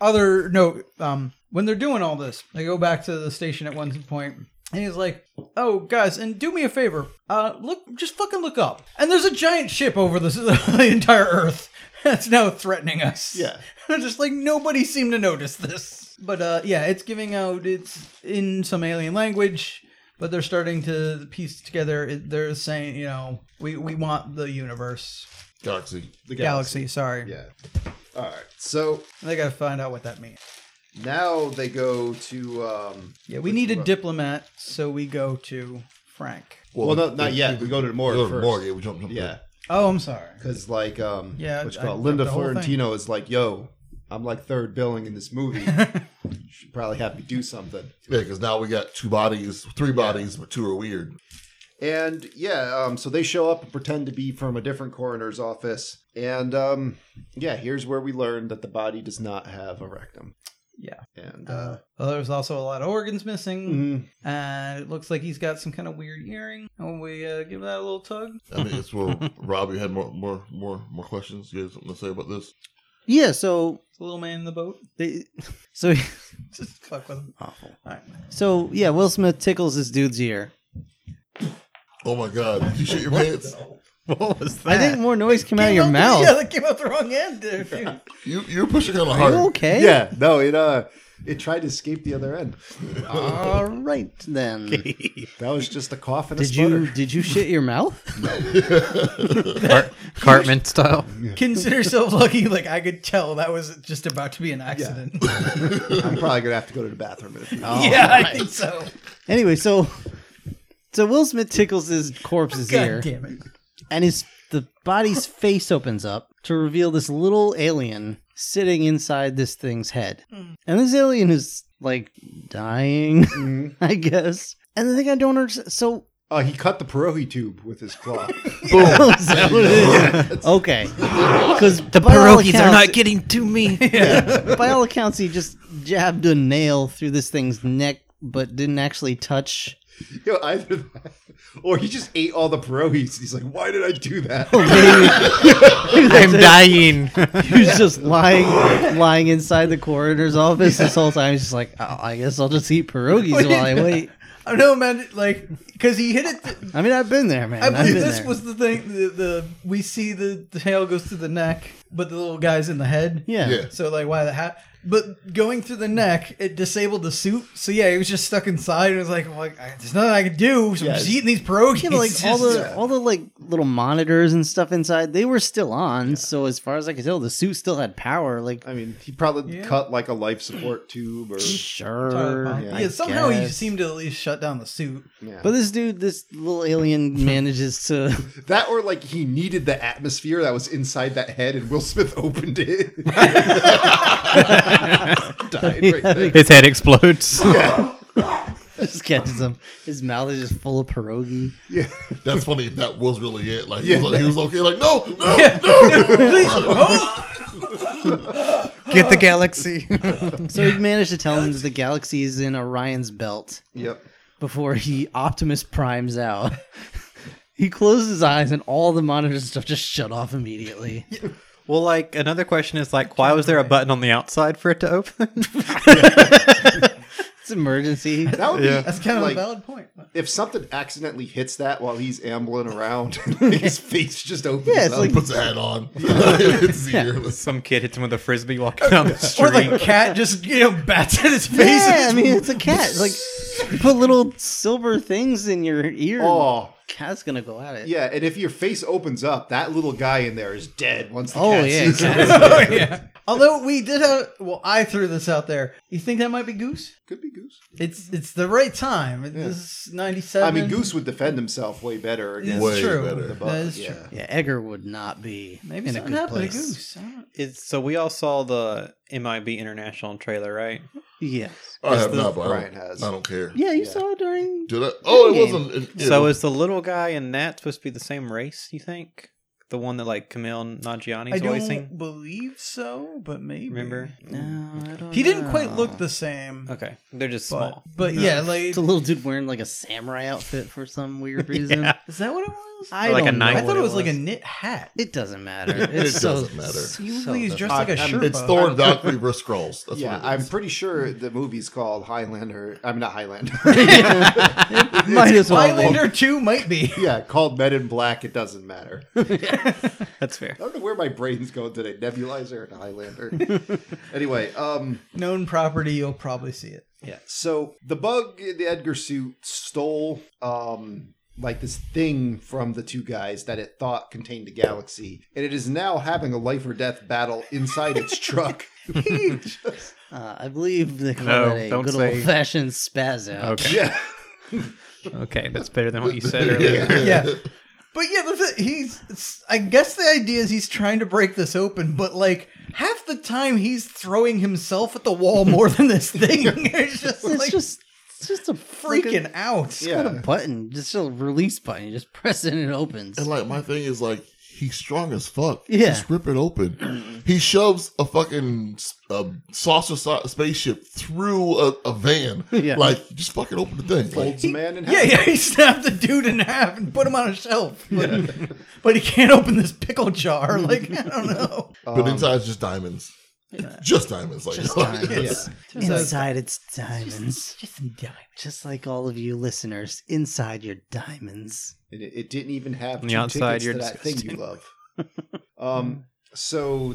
other no. Um, when they're doing all this, they go back to the station at one point, and he's like, "Oh guys, and do me a favor. Uh, look, just fucking look up. And there's a giant ship over this, <laughs> the entire Earth that's now threatening us. Yeah. <laughs> just like nobody seemed to notice this. But uh, yeah, it's giving out. It's in some alien language. But they're starting to piece together. it- They're saying, you know, we, we want the universe, <laughs> Galaxy. The galaxy. Sorry, Yeah. All right. So they got to find out what that means. now they go to. Um, Yeah, we need a diplomat, so we go to Frank. well, no, not yet. We go to the morgue Morgan. first. Morgan. We jump. jump Yeah. Oh, I'm sorry. Because like um Yeah, what you I- call it, I- Linda the whole thing. Florentino is like, yo, I'm like third billing in this movie. <laughs> Should probably have me do something. Yeah, because now we got two bodies, three bodies, but two are weird. And yeah, um, so they show up and pretend to be from a different coroner's office. And um, yeah, here's where we learn that the body does not have a rectum. Yeah. And Uh, uh, well, there's also a lot of organs missing, mhm. Mm-hmm. and it looks like he's got some kind of weird earring. And we uh, give that a little tug. I think it's <laughs> where Rob, you had more, more, more, more questions. You had something to say about this? <laughs> yeah, so It's a little man in the boat. <laughs> they, <laughs> so Just fuck with him. Awful. All right. so yeah, Will Smith tickles this dude's ear. Oh my God! Did you shit your pants? what was I think more noise came out of your mouth. Yeah, that came out the wrong end. dude. You you're pushing kind of Are hard. you okay? yeah, no, it uh, it tried to escape the other end. All right then. That was just a cough and a Did you sputter. did you shit your mouth? <laughs> Car- Cartman style. Consider yourself lucky. Like I could tell that was just about to be <laughs> an accident. Yeah, I'm probably gonna have to go to the bathroom in <laughs> a few. Oh, I think so. Anyway, so so Will Smith tickles his corpse's ear, God damn it. and his the body's face opens up to reveal this little alien sitting inside this thing's head, and this alien is like dying, <laughs> I guess. And the thing I don't understand, so Uh, he cut the pierogi tube with his <laughs> claw. boom, <laughs> is that what it is? okay, because the Pierogies are not getting to <laughs> me. by all accounts, he just jabbed a nail through this thing's neck, but didn't actually touch. <laughs> Yo, either that, or he just ate all the pierogies. He's like, why did I do that? <laughs> I'm <laughs> dying. He was just lying, lying inside the coroner's office this whole time. He's just like, oh, I guess I'll just eat pierogies Wait. while I wait. I know, man. Like, because he hit it. th- I mean, I've been there, man. I have believe been this there. was the thing. The, the we see the, the tail goes through the neck, but the little guy's in the head. Yeah. Yeah. So like, why the hat? But going through the neck, it disabled the suit. So yeah, he was just stuck inside, and it was like, well, like, there's nothing I can do. So I'm just Yes. eating these pierogies. Yeah, but, <laughs> like all the Yeah. all the like little monitors and stuff inside, they were still on. So as far as I could tell, the suit still had power. Like I mean, he probably Yeah. cut like a life support tube or. <laughs> sure, Tyler Pine. I yeah, somehow he guess. seemed to at least shut down the <laughs> suit. Yeah. But this dude, this little alien, <laughs> manages to. that or like he needed the atmosphere that was inside that head and Will Smith <laughs> opened it. Died right there. His head <laughs> explodes. just catches him. His mouth is just full of pierogi. That's funny. if That was really it. Like, he, was, like he was okay. Like, no, no, no. Get the <laughs> galaxy. So he managed to tell him that the galaxy is in Orion's belt <laughs> Yep. before he Optimus primes out. <laughs> he closes his eyes and all the monitors and stuff just shut off <laughs> immediately. well, like another question is like, why was there a button on the outside for it to open? It's <laughs> emergency. That would be <laughs> That's kind of like, a valid point. If something accidentally hits that while he's ambling around, <laughs> his face just opens Yeah, it's up. like- Puts a hat <laughs> on. <laughs> it's his ear. <laughs> Some kid hits him with a frisbee walking down <laughs> the street. Or the cat just you know <laughs> bats at his face. Yeah, I mean it's a cat. Like you put little silver things in your ear. oh, Cat's gonna go at it. yeah. And if your face opens up, that little guy in there is dead once the Oh, cat yeah, sees cat. him. <laughs> Although we did have, well, I threw this out there. You think that might be Goose? Could be Goose. It's it's the right time. This is ninety seven. I mean, Goose would defend himself way better That's against Way true. better. the That Buck. That is yeah. true. Yeah, Edgar would not be Maybe in a something good happened place. to Goose. I don't know. It's, so we all saw the MIB International trailer, right? Yes. I have the- not, but I Brian don't, has. I don't care. Yeah, you Yeah. saw it during. Did I? Oh, it Game. wasn't. It, it so was, is the little guy in that supposed to be the same race? You think the one that like Camille I Nanjiani's don't voicing? believe so, but maybe. Remember? No, I don't He didn't quite know. look the same. Okay, they're just But, small. but yeah, like It's a little dude wearing like a samurai outfit for some <laughs> weird reason. Yeah. is that what it was? I Like a don't know. knife. I what thought it it was like a was. knit hat. It doesn't matter. It's It so, doesn't matter. Usually so he's dumb. dressed like a I'm- shirt. it's bug. <laughs> Thor and Valkyrie versus Skrulls. That's Yeah, what it I'm <laughs> is. pretty sure the movie's called Highlander. I'm mean, not Highlander. <laughs> Might as well. be. Highlander two might be. <laughs> yeah, called Men in Black. It doesn't matter. <laughs> I That's fair. don't know where my brain's going today. Nebulizer and Highlander. anyway, um, Known property, you'll probably see it. yeah. So the bug in the Edgar suit stole um like this thing from the two guys that it thought contained the galaxy, and it is now having a life or death battle inside its truck. <laughs> <laughs> <laughs> Just- Uh, I believe they call No, it a don't good say- old fashioned spaz out. Okay, yeah. okay, that's better than what you said <laughs> earlier. Yeah. <laughs> But yeah, the thi- he's. it's- I guess the idea is he's trying to break this open, but like half the time he's throwing himself at <laughs> the wall more than this thing. <laughs> it's just It's like just, it's just a freaking freaking out. Yeah. button. Just a release button. You just press it and it opens. And like my thing is like he's strong as fuck. Yeah. just rip it open. he shoves a fucking uh, saucer si- spaceship through a, a van. Yeah. like just fucking open the thing. Like, Folds the man in half. Yeah, yeah, he snapped the dude in half and put him on a shelf. But, but he can't open this pickle jar. <laughs> Like, I don't know. um, but inside it's just diamonds. <laughs> Just diamonds. Like, <laughs> diamonds. Inside it's diamonds. Just some diamond. Just like all of you listeners, inside your diamonds. and it, it didn't even have On two the outside, tickets you're to that thing you disgusting. love. um, so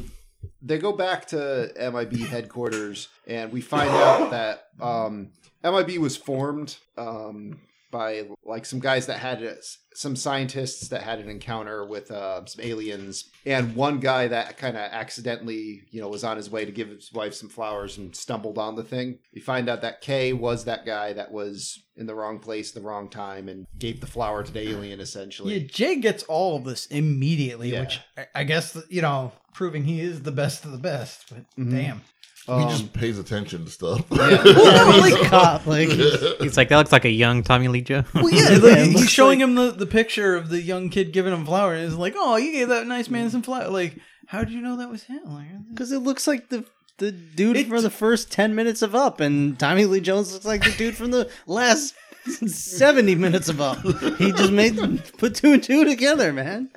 they go back to MIB headquarters, and we find out that um, MIB was formed um, by like some guys that had a, some scientists that had an encounter with uh, some aliens, and one guy that kind of accidentally, you know, was on his way to give his wife some flowers and stumbled on the thing. We find out that K was that guy that was in the wrong place, at the wrong time, and gave the flower to the alien essentially. Yeah, Jay gets all of this immediately, Yeah. which I, I guess, you know, proving he is the best of the best. But damn. he Um, just pays attention to stuff. Well, no, <laughs> <laughs> like, Cop, <laughs> like He's like, that looks like a young Tommy Lee Jones. Well, yeah, like, <laughs> it he's looks showing him the, the picture of the young kid giving him flowers. and he's like, "Oh, you gave that nice man some flowers." Like, how did you know that was him? Like, because it looks like the the dude It- from the first ten minutes of Up, and Tommy Lee Jones looks like the dude from the last <laughs> seventy minutes of Up. He just made <laughs> put two and two together, man.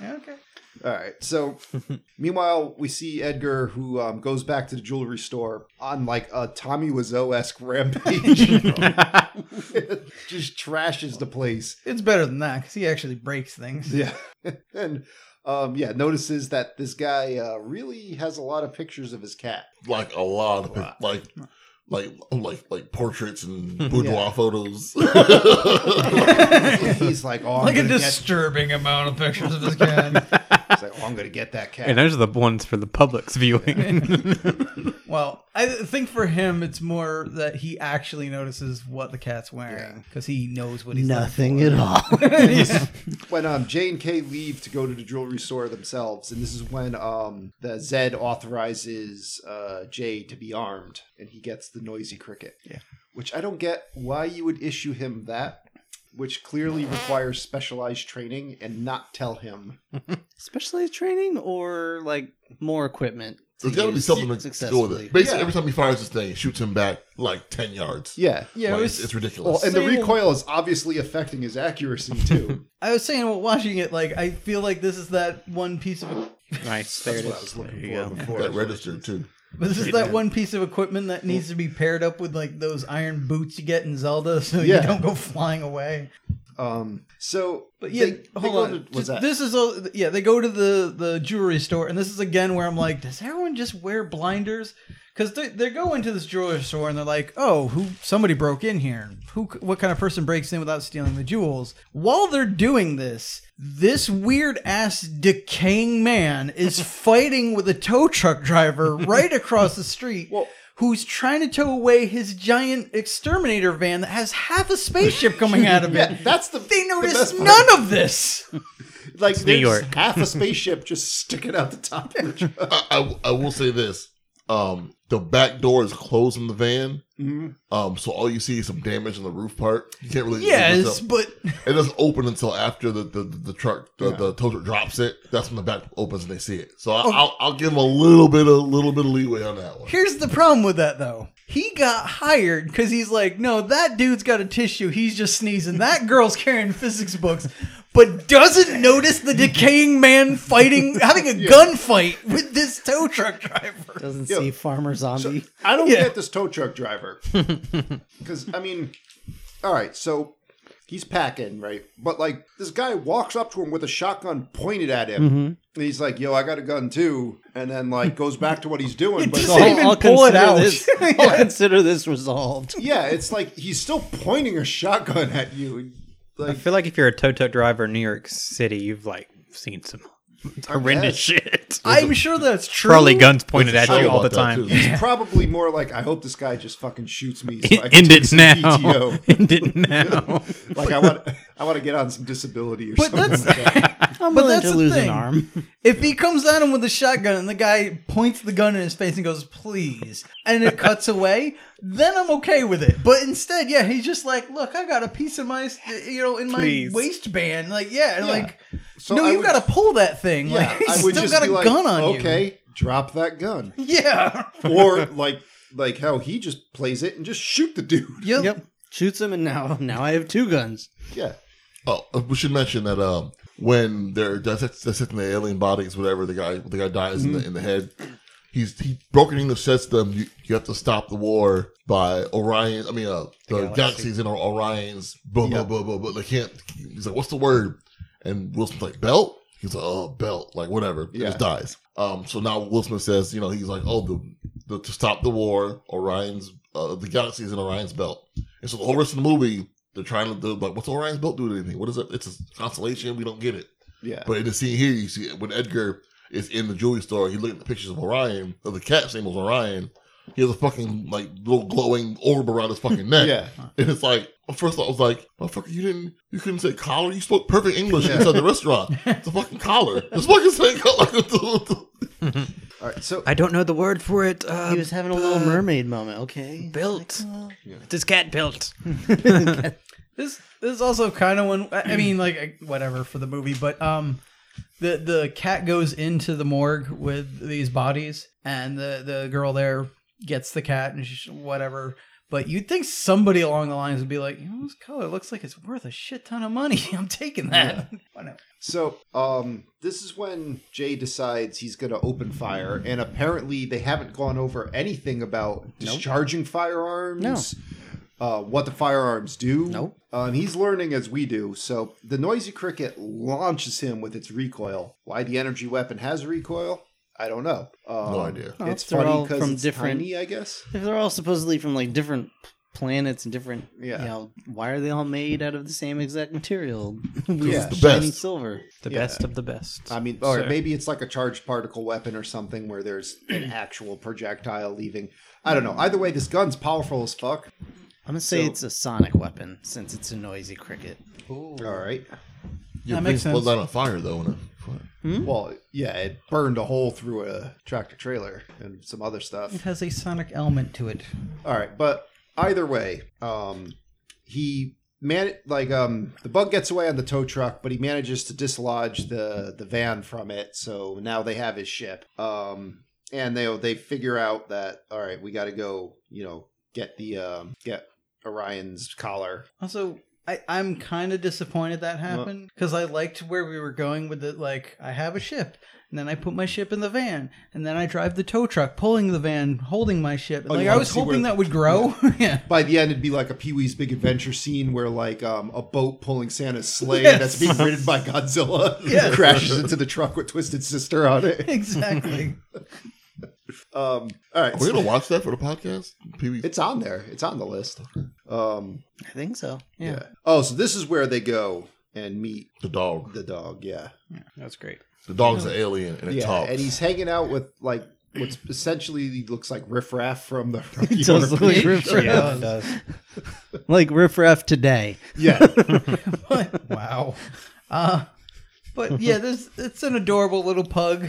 yeah, okay. All right. So, meanwhile, we see Edgar, who um, goes back to the jewelry store on like a Tommy Wiseau esque <laughs> rampage. Just trashes the place. It's better than that because he actually breaks things. Yeah. <laughs> and um, yeah, notices that this guy uh, really has a lot of pictures of his cat. <laughs> Like a lot of pic- like like like like portraits and boudoir photos. <laughs> He's like, oh, I'm <laughs> <laughs> like a gonna get- disturbing amount of pictures of this cat. he's like, oh, I'm gonna get that <laughs> cat. And those are the ones for the public's viewing. <laughs> well, I think for him, it's more that he actually notices what the cat's wearing because he knows what he's looking Nothing for. at <laughs> all. yeah. when um, J and K leave to go to the jewelry store themselves, and this is when um, the Zed authorizes uh, Jay to be armed, and he gets the noisy cricket. Yeah. which I don't get why you would issue him that, which clearly requires specialized training, and not tell him. Specialized training or like more equipment. to There's got to be use something to go with successfully. it. Basically, Yeah. every time he fires this thing, it shoots him back like ten yards. Yeah. Yeah, Like, it it's, it's was, Well, ridiculous. and the Same- recoil is obviously affecting his accuracy too. I was saying while watching it, like I feel like this is that one piece of, <laughs> nice. There That's it what I is. was There looking you for go. before. that registered too. but this is that one piece of equipment that needs to be paired up with like those iron boots you get in Zelda, <laughs> so Yeah. you don't go flying away. Um, so, But yeah, they- they hold go on. to- what's Just- that? This is a yeah. They go to the the jewelry store, and this is again where I'm like, does everyone just wear blinders? Because they they go into this jewelry store and they're like, oh, who somebody broke in here? Who? c- What kind of person breaks in without stealing the jewels? While they're doing this, this weird ass decaying <laughs> man is fighting with a tow truck driver right across the street. Who's trying to tow away his giant exterminator van that has half a spaceship coming out of it? yeah, that's the <laughs> They the noticed best part. none of this. like New there's York. <laughs> half a spaceship just sticking out the top of the truck. I, I, I will say this: um, the back door is closed in the van, Mm-hmm. um, so all you see is some damage on the roof part. You can't really. yes, but It doesn't open until after the the, the truck the, the tow truck drops it. That's when the back opens and they see it. So I, Oh. I'll, I'll give them a little bit a little bit of leeway on that one. here's the problem with that though. He got hired because he's like, no, that dude's got a tissue. He's just sneezing. That girl's carrying physics books, but doesn't notice the decaying man fighting, having a gunfight with this tow truck driver. Doesn't Yo, see farmer zombie. I don't Yeah. get this tow <laughs> truck driver because I mean, all right, so he's packing right, but like this guy walks up to him with a shotgun pointed at him. Mm-hmm. And he's like, "Yo, I got a gun too," and then <laughs> like goes back to what he's doing. But just <laughs> it's didn't all- even pull it out. This, I'll consider this resolved. yeah, it's like he's still pointing a shotgun at you. I <laughs> feel like if you're a tow truck driver in New York City, you've like seen some horrendous shit. I'm sure that's true. Probably guns pointed at There's a you show all the about that, time. too. It's probably more like, "I hope this guy just fucking shoots me." So I <laughs> can End take it some now. <laughs> PTO. End it now. Like I want, I want to get on some disability or But something. that's- like that. <laughs> I'm But willing that's to the lose thing. an arm. If he comes at him with a shotgun and the guy points the gun in his face and goes, please, and it cuts away, then I'm okay with it. But instead, yeah, he's just like, look, I got a piece of my, you know, in my Please. waistband. Like, yeah, and Yeah. like, So no, I you would- got to pull that thing. Yeah, like, he's I would still just got a be like, gun on you. Okay, drop that gun, <laughs> Yeah. or like like how he just plays it and just shoot the dude. Yep. Yep. Shoots him, and now now I have two guns. Yeah, Oh, uh, we should mention that um, when they're dissect- dissecting the alien bodies, whatever the guy the guy dies in, the, in the head, he's he broken English says to them, you, "You have to stop the war by Orion. I mean, uh, the galaxies in Or- Orion's. Blah blah Yeah. blah blah blah. They can't. He's like, what's the word? And Will Smith's like, belt. He's like, oh, belt. Like whatever. He Yeah. just dies. Um. So now Will Smith says, you know, he's like, oh, the, the to stop the war, Orion's uh, the galaxies in Orion's belt. And so the whole rest of the movie, they're trying to do like, what's Orion's belt do to anything? What is it? It's a constellation. We don't get it. yeah. But in the scene here, you see when Edgar is in the jewelry store, he looking at the pictures of Orion, of the cat's name was Orion. He has a fucking like little glowing orb around his fucking neck. <laughs> Yeah. And it's like well, first I was like, motherfucker, you didn't you couldn't say collar, you spoke perfect English inside the restaurant. It's a fucking collar. It's fucking saying collar. All right, so I don't know the word for it. Uh, He was having a little mermaid moment. Okay. built. It's his cat built. This this is also kind of when I I mean like I- whatever for the movie, but um, the the cat goes into the morgue with these bodies, and the the girl there gets the cat and she's whatever. But you'd think somebody along the lines would be like, you know, this color looks like it's worth a shit ton of money. <laughs> I'm taking that. Why not? so um, this is when Jay decides he's gonna open fire, and apparently they haven't gone over anything about discharging firearms. uh, what the firearms do. Nope. Um, he's learning as we do. So the noisy cricket launches him with its recoil. Why the energy weapon has a recoil, I don't know. Um, No idea. Oh, It's they're funny all because from it's different- tiny, I guess. If they're all supposedly from like different p- planets and different, Yeah. you know, why are they all made out of the same exact material? <laughs> Yeah. it's the Shiny best. silver. The Yeah. best of the best. I mean, or So- maybe it's like a charged particle weapon or something where there's <clears throat> an actual projectile leaving. I don't know. Either way, this gun's powerful as fuck. I'm gonna say So- it's a sonic weapon since it's a noisy cricket. All right. Your That makes face was sense. on fire though. In a, Well, yeah, it burned a hole through a tractor trailer and some other stuff. It has a sonic element to it. All right, but either way, um, he man like um the bug gets away on the tow truck, but he manages to dislodge the the van from it. So now they have his ship. Um, and they they figure out that all right, we got to go. You know, get the um get Orion's collar. Also, I, I'm kind of disappointed that happened because I liked where we were going with it. Like, I have a ship, and then I put my ship in the van, and then I drive the tow truck, pulling the van, holding my ship. Oh, you like, I wanna was see hoping where- that <laughs> would grow. <laughs> Yeah. By the end, it'd be like a Pee Wee's Big Adventure scene where like um a boat pulling Santa's sleigh Yes. that's being ridden <laughs> by Godzilla <laughs> Yes. crashes into the truck with Twisted Sister on it. <laughs> Exactly. Um, all right, Are we gonna watch that for the podcast? Pee Wee. It's on there. It's on the list. Um, I think so. yeah. Yeah. Oh, so this is where they go and meet The dog. the dog. Yeah. That's great. The dog's an alien and it yeah. talks. And he's hanging out with like what's essentially looks like riffraff <laughs> from the. It does look like Riff Raff. Yeah, <laughs> it does. Like Riff Raff today. yeah. wow. Uh, <laughs> but yeah, there's it's an adorable little pug,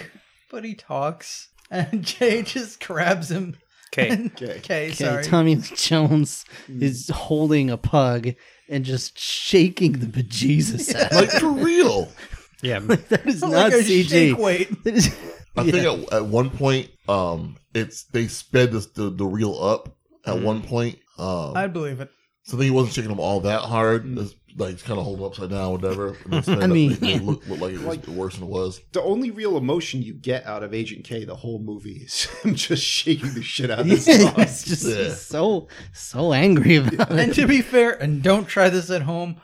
but he talks, and <laughs> Jay just grabs him. <laughs> Okay. Okay. Okay, Okay, sorry. <laughs> Hmm. Tommy Lee Jones is holding a pug and just shaking the bejesus out. like for real. <laughs> <laughs> Yeah. That is Like not a shake CG. weight. That is- <laughs> I think at, at one point, um, it's they sped this, the the reel up at one point. Um, I'd believe it. so then he wasn't shaking them all that hard. It's, like he's kind of holding upside down, whatever. And then stand up, mean- they- they look, look like it was worse than it was. The only real emotion you get out of Agent K the whole movie is <laughs> him just shaking the shit out of <laughs> this dog. it's just Yeah. so so angry about it. <laughs> And to be fair, and don't try this at home.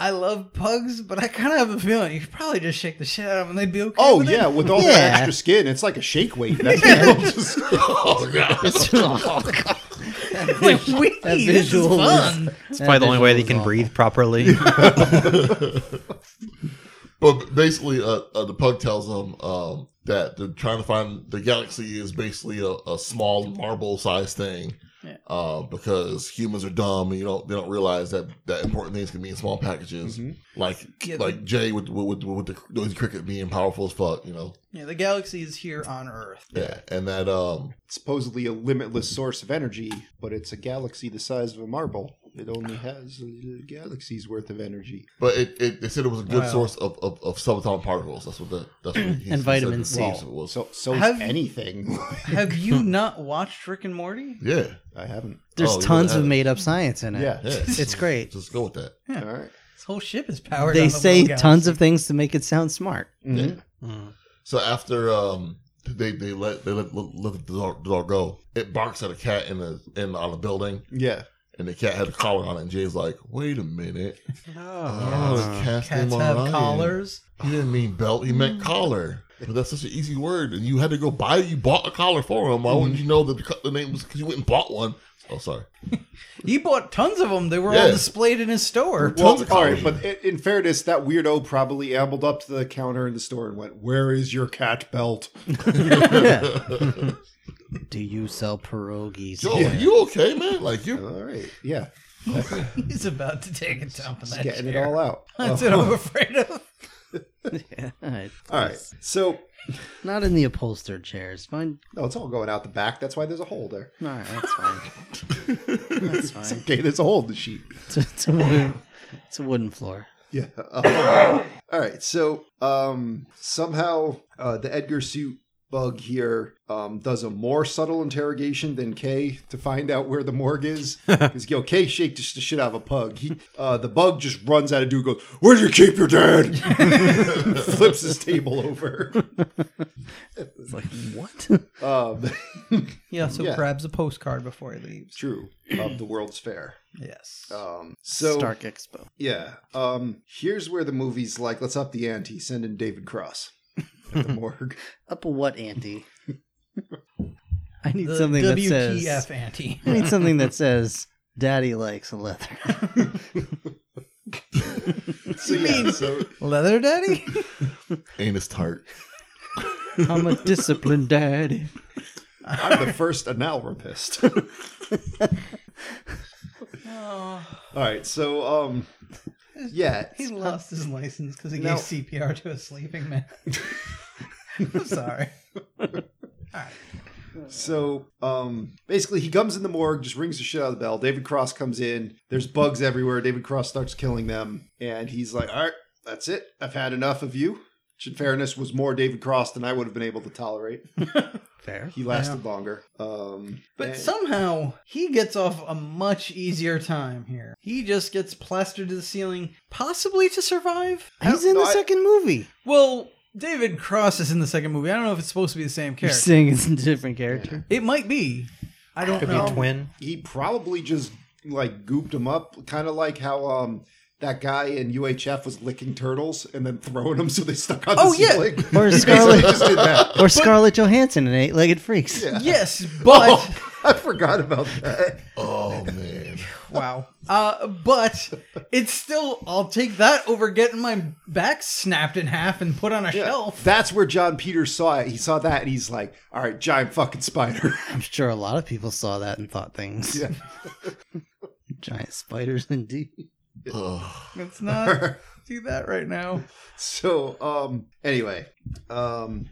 I love pugs, but I kind of have a feeling you could probably just shake the shit out of them and they'd be okay. Oh with yeah, it. with all the Yeah. extra skin, it's like a <laughs> shake weight. That's just, <laughs> Oh god! <laughs> like wee, That this is visual was- <laughs> fun. It's probably the only way they can breathe properly. <laughs> But basically, uh, uh, the pug tells him um, that they're trying to find the galaxy is basically a, a small marble-sized thing, Yeah. uh, because humans are dumb and you don't they don't realize that that important things can be in small packages, like Yeah. like Jay with with with the noisy cricket being powerful as fuck, you know. Yeah, the galaxy is here on Earth. Yeah, and that um, supposedly a limitless source of energy, but it's a galaxy the size of a marble. It only has a little galaxy's worth of energy. but it, it they said it was a good Wow. source of, of, of subatomic particles. That's what the that's what he- he And vitamin said that C. it was. So, so is Have- anything. <laughs> Have <laughs> you not watched Rick and Morty? yeah, I haven't. There's Oh, you tons had of it. made up science in it. Yeah. yeah. <laughs> <laughs> It's great. Just go with that. All right. This whole ship is powered. They on the say little tons galaxy. of things to make it sound smart. Mm-hmm. Mhm. Mm. So after um they, they let they let, let the, dog, the dog go, it barks at a cat in the in on a building, Yeah. and the cat had a collar on it. And Jay's like, "Wait a minute, oh, it's cast Cats name have Orion. collars. Mm. He didn't mean belt. He meant collar." But that's such an easy word, and you had to go buy. You bought a collar for him. Why wouldn't you know that the, co- the name was? Because you went and bought one. Oh, sorry. He bought tons of them. They were all Yeah. displayed in his store. <laughs> Tons Well, of all right, colors. but i- in fairness, that weirdo probably ambled up to the counter in the store and went, "Where is your cat belt?" Do you sell pierogies? Joe, are you okay, man? Like you, All right, yeah, He's about to take a dump in just <laughs> that getting chair. it all out. That's what I'm afraid of. Yeah. All right, so Not in the upholstered chairs. Fine. no, it's all going out the back. That's why there's a hole there. All right, that's fine. that's fine. <laughs> Okay, there's a hole in the sheet. It's a, it's a wooden, it's a wooden floor. <laughs> Yeah. uh, all right. So um, somehow uh, the Edgar suit Bug here um, does a more subtle interrogation than Kay to find out where the morgue is. Because yo, Kay shaked the shit out of a pug. He, uh, the bug just runs out of dude, goes, "Where'd you keep your dad?" Flips his table over. It's like, what? Um, <laughs> He also Yeah. grabs a postcard before he leaves. true of the World's Fair. Yes. Oh. Um, so Stark Expo. Yeah. Um. Here's where the movie's like, let's up the ante. Send in David Cross at the morgue. Up a what ante? I need The something that WTF says. <laughs> anti. I need something that says, Daddy likes leather. So yeah. So Leather <laughs> Daddy? <laughs> Anus tart. I'm a disciplined daddy. I'm the first analropist. All right. So um. Yeah. Oh, He lost his license because he No. gave CPR to a sleeping <laughs> man. I'm sorry. So um. Basically, he comes in the morgue, just rings the shit out of the bell. David Cross comes in. There's bugs everywhere. David Cross starts killing them, and he's like, all right, that's it. I've had enough of you. Which, in fairness, was more David Cross than I would have been able to tolerate. Fair. He lasted longer. Um, But and- somehow he gets off a much easier time here. He just gets plastered to the ceiling, possibly to survive. <laughs> He's in no, the I- second movie. Well, David Cross is in the second movie. I don't know if it's supposed to be the same You're character. saying it's a different character. It might be. I don't Could be know. a twin. he probably just like gooped him up, kind of like how um that guy in UHF was licking turtles and then throwing them so they stuck on Oh, the yeah. <laughs> ceiling. Or He basically Scarlett, just did that. or Scarlett Johansson in Eight Legged Freaks. <laughs> Yes, but <laughs> Oh, I forgot about <laughs> that. Oh <laughs> man. wow. <laughs> Uh, but it's still. I'll take that over getting my back snapped in half and put on a shelf. That's where John Peters saw it. He saw that and he's like, "All right, giant fucking <laughs> spider." <laughs> I'm sure a lot of people saw that and thought things. Yeah. <laughs> <laughs> Giant spiders, indeed. Ugh. Let's <laughs> not do that right now. so um anyway um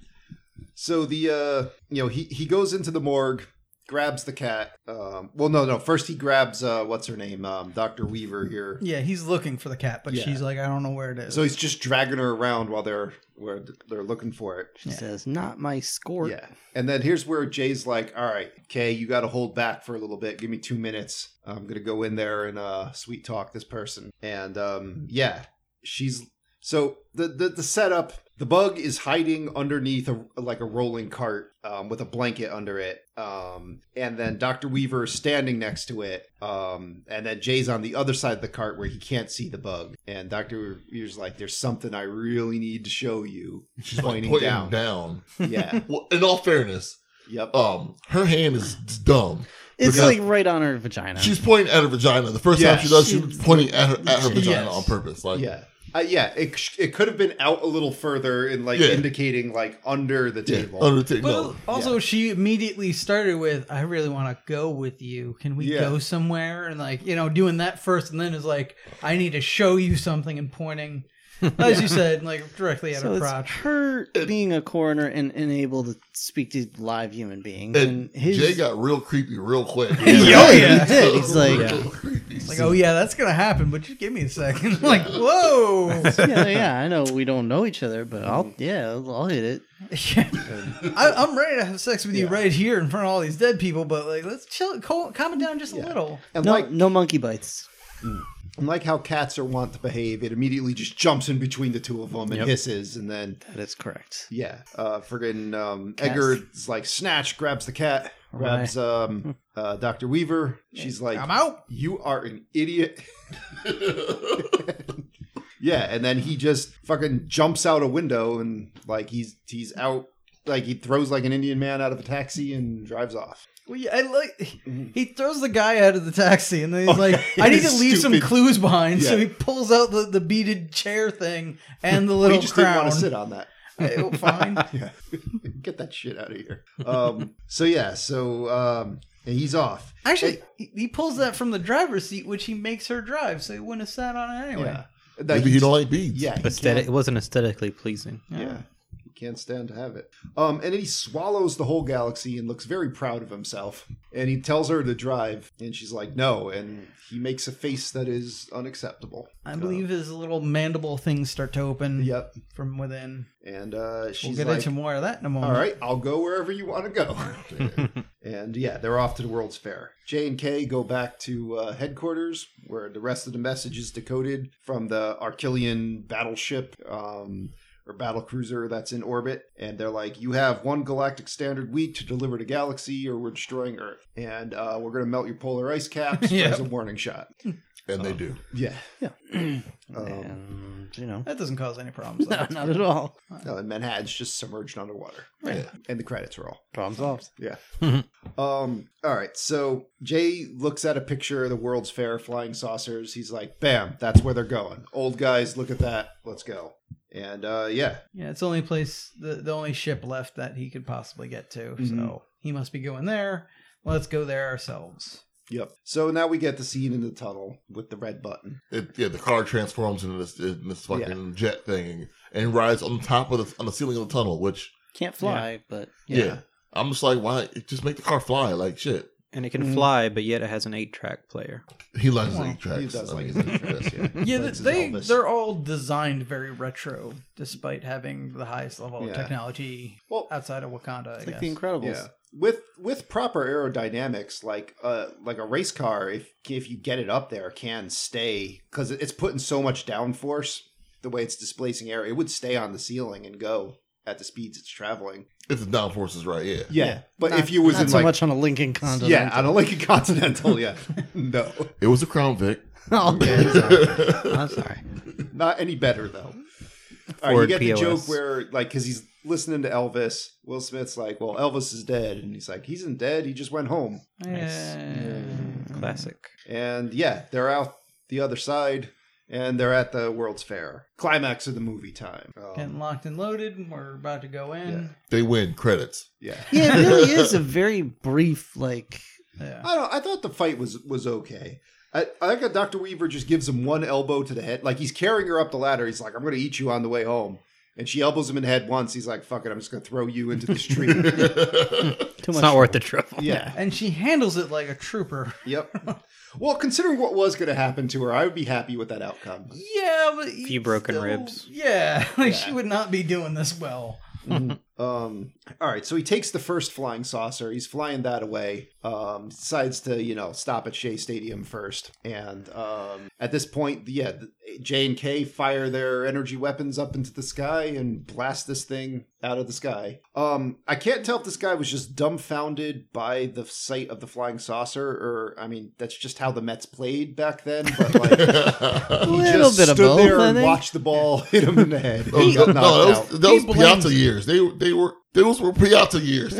so the uh you know he he goes into the morgue grabs the cat um well no no first he grabs uh what's her name um dr weaver here Yeah, he's looking for the cat, but Yeah. she's like, I don't know where it is. so he's just dragging her around while they're where they're looking for it She says, "Not my score." yeah and then here's where jay's like all right okay you gotta hold back for a little bit give me two minutes i'm gonna go in there and uh sweet talk this person and um yeah she's So the, the the setup, the bug is hiding underneath a like a rolling cart um, with a blanket under it, um, and then Doctor Weaver is standing next to it, um, and then Jay's on the other side of the cart where he can't see the bug, and Doctor Weaver's like, "There's something I really need to show you." She's like Pointing pointing down. down. <laughs> Yeah, Well, in all fairness, yep. um, her hand is dumb. it's Because- like right on her vagina. She's pointing at her vagina. The first Yeah, time she does, she she- was pointing at her at her Yes. vagina on purpose. Like, yeah. Uh, yeah, it, sh- it could have been out a little further and like Yeah. indicating like under the yeah, table. under the table. Well, No. also she immediately started with, "I really want to go with you. Can we Yeah. go somewhere?" And like you know, doing that first, and then is like, "I need to show you something," and <laughs> pointing, as you said, like directly at so her it's crotch. her being a coroner and, and able to speak to live human beings. And, And his Jay got real creepy real quick. Yeah, yeah. he did. He's <laughs> like, yeah, Real creepy. Like, oh yeah, that's gonna happen, but just give me a second. <laughs> like, <laughs> whoa. <laughs> yeah, I know we don't know each other, but I'll yeah, I'll I'll hit it. I, I'm ready to have sex with you right here in front of all these dead people, but like, let's chill, cal- calm it down just a little. and No, like no monkey bites. And like how cats are wont to behave, it immediately just jumps in between the two of them and hisses, and then That is <clears throat> correct. yeah, uh, friggin' um, Edgar's like snatch, grabs the cat, grabs <laughs> um, uh, Doctor Weaver. She's like, I'm out. "You are an idiot." <laughs> yeah, and then he just fucking jumps out a window and like he's he's out. Like he throws like an Indian man out of a taxi and drives off. Well, yeah, I like Mm-hmm. he throws the guy out of the taxi, and then he's like, "I need to leave some Stupid. clues behind." So Yeah. he pulls out the, the beaded chair thing <laughs> and the little we just didn't crown. want to <laughs> sit on that. Eh, <laughs> well, fine. yeah. Get that shit out of here. Um, so yeah, so um, and he's off. Actually, he, he pulls that from the driver's seat, which he makes her drive, so he wouldn't have sat on it anyway. Yeah. That Maybe he- he don't like beads. yeah, he Aesthetic. It can't- wasn't aesthetically pleasing. yeah. Can't stand to have it. Um, and then he swallows the whole galaxy and looks very proud of himself. And he tells her to drive, and she's like, no. And he makes a face that is unacceptable. Uh, I believe his little mandible things start to open Yep. from within. And uh, she's We'll get like, into more of that in a moment. all right, I'll go wherever you want to go. and yeah, they're off to the World's Fair. J and K go back to uh, headquarters, where the rest of the message is decoded from the Arkillian battleship um, or battle cruiser that's in orbit. And they're like, "You have one galactic standard week to deliver the galaxy, or we're destroying Earth, and uh, we're going to melt your polar ice caps Yep. as a warning shot." And they do. Yeah, Yeah. Um, and, you know, <laughs> That doesn't cause <laughs> any problems. though. no, not at all. Um, no, and Manhattan's just submerged underwater, Right. and the credits roll. Problem solved. <laughs> Yeah. um. All right. So Jay looks at a picture of the World's Fair flying saucers. He's like, "Bam! That's where they're going." Old guys, look at that. Let's go. And uh, yeah, Yeah, it's the only place, the, the only ship left that he could possibly get to. Mhm. So he must be going there. Let's go there ourselves. yep. So now we get the scene in the tunnel with the red button. It, yeah, the car transforms into this, in this Yeah. fucking jet thing and rides on top of the on the ceiling of the tunnel. Which Can't fly, but yeah, <laughs> I'm just like, why? Just make the car fly, like shit. And it can Mhm. fly, but yet it has an eight track player. He likes his Well, eight tracks. he does I like mean, his eight tracks, yeah. <laughs> Yeah, Like his they Elvis. they're all designed very retro, despite having the highest level Yeah. of technology Well, outside of Wakanda. I it's guess. like The Incredibles. yeah. With with proper aerodynamics, like uh like a race car, if if you get it up there, can stay because it's putting so much downforce. The way it's displacing air, it would stay on the ceiling and go at the speeds it's traveling. If the downforce is right, yeah. Yeah, Yeah. but Not- if you was Not in so like much on a Lincoln Continental. yeah, on a Lincoln Continental, yeah, no, It was a Crown Vic. <laughs> Oh, okay, sorry. <laughs> I'm sorry. not any better though. All right, you Ford get the joke POS. where like because he's listening to Elvis, Will Smith's like, "Well, Elvis is dead," and he's like, "He's not dead. He just went home." Yeah. Classic. And yeah, they're out the other side, and they're at the World's Fair climax of the movie time. Um, Getting locked and loaded. We're about to go in. They win <laughs> credits. yeah, Yeah, it really is a very brief, like, Yeah. I don't. I thought the fight was was okay. I, I think that Dr. Weaver just gives him one elbow to the head. Like he's carrying her up the ladder. He's like, "I'm going to eat you on the way home." And she elbows him in the head once. He's like, "Fuck it, I'm just going to throw you into this <laughs> tree." too It's much. not worth the trouble. yeah. And she handles it like a trooper. Yep. Well, considering what was going to happen to her, I would be happy with that outcome. Yeah, but Few broken ribs. Yeah, <laughs> like she Yeah. would not be doing this well. Mm-hmm. Um, all right, so he takes the first flying saucer. He's flying that away. Um, decides to you know stop at Shea Stadium first, and um, at this point, yeah, the- J and K fire their energy weapons up into the sky and blast this thing out of the sky. Um, I can't tell if this guy was just dumbfounded by the sight of the flying saucer, or I mean, that's just how the Mets played back then. But like. A oh, He little just bit of stood both, there I and think. watched the ball <laughs> hit him in the head. no, He got that knocked was, out. that was He blamed- Piazza years. They they were those were Piazza years. <laughs>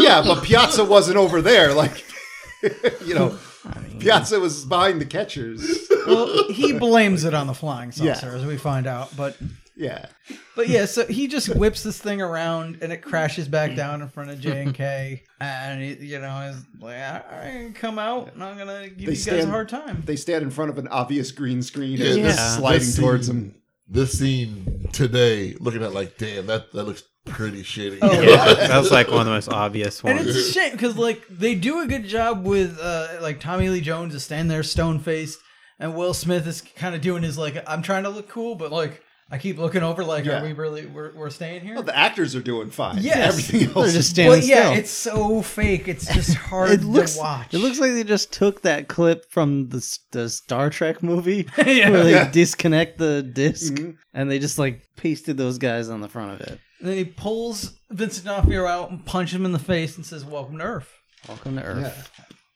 yeah, but Piazza wasn't over there. Like, <laughs> you know, Piazza was behind the catchers. Well, he blames it on the flying saucer, Yeah. as we find out. But Yeah. but yeah, so he just whips this thing around and it crashes back down in front of J and K, and he, you know, is like, "I- I ain't come out, and I'm gonna give you guys stand- a hard time. They stand in front of an obvious green screen Yeah, and this- it's sliding this towards scene- them. This scene today, looking at like, damn, that, that looks pretty shitty. <laughs> Oh, <laughs> that was like one of the most obvious and ones. it's a shame because like they do a good job with uh like Tommy Lee Jones is standing there stone faced, and Will Smith is kind of doing his like, I'm trying to look cool, but like I keep looking over, like, Yeah. are we really we're, we're staying here? Well, Oh, the actors are doing fine. Yes. Everything <laughs> They're else. just Just, standing Well, yeah, still. it's so fake. It's <laughs> just hard it looks, to watch. it looks like they just took that clip from the, s- the Star Trek movie <laughs> <laughs> Yeah. Mm-hmm. where they Yeah. disconnect the disk and they just like pasted those guys on the front of it. And then he pulls Vincent D'Onofrio out and punches him in the face and says, "Welcome to Earth." Welcome to Earth.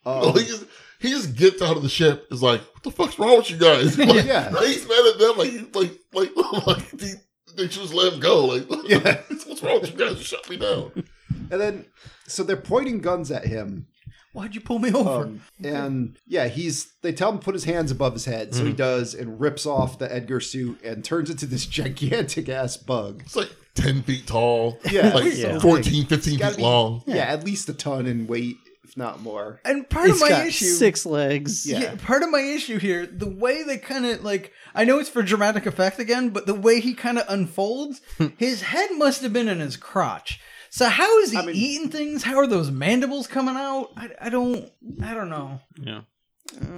Oh, he, just, he just gets out of the ship. Is like, what the fuck's wrong with you <laughs> guys? Like, Yeah. like, he's mad at them. Like, like, like, <laughs> like they, they just let him go. Like, <laughs> Yeah. what's wrong with you guys? You shut me down. and then, so they're pointing guns at him. Why'd you pull me over? Um, and yeah, he's they tell him to put his hands above his head, Mm-hmm. so he does and rips off the Edgar suit and turns into this <laughs> gigantic ass bug. It's like 10 feet tall. Yeah. Like Yeah. 14, 15 Gotta feet be- long. Yeah, at least a ton in weight, if not more. And part It's of my got issue six legs. Yeah. Yeah. part of my issue here, the way they kind of like, I know it's for dramatic effect again, but the way he kind of unfolds, his head must have been in his crotch. So how is he I mean- eating things? How are those mandibles coming out? I, I don't, I don't know. Yeah.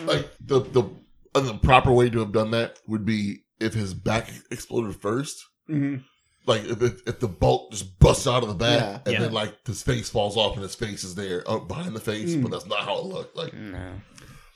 Like the the uh, the proper way to have done that would be if his back exploded first. Mhm. Like if, if if the bolt just busts out of the back Yeah. and Yeah. then like his face falls off and his face is there uh, behind the face, but that's not how it looked. Like No.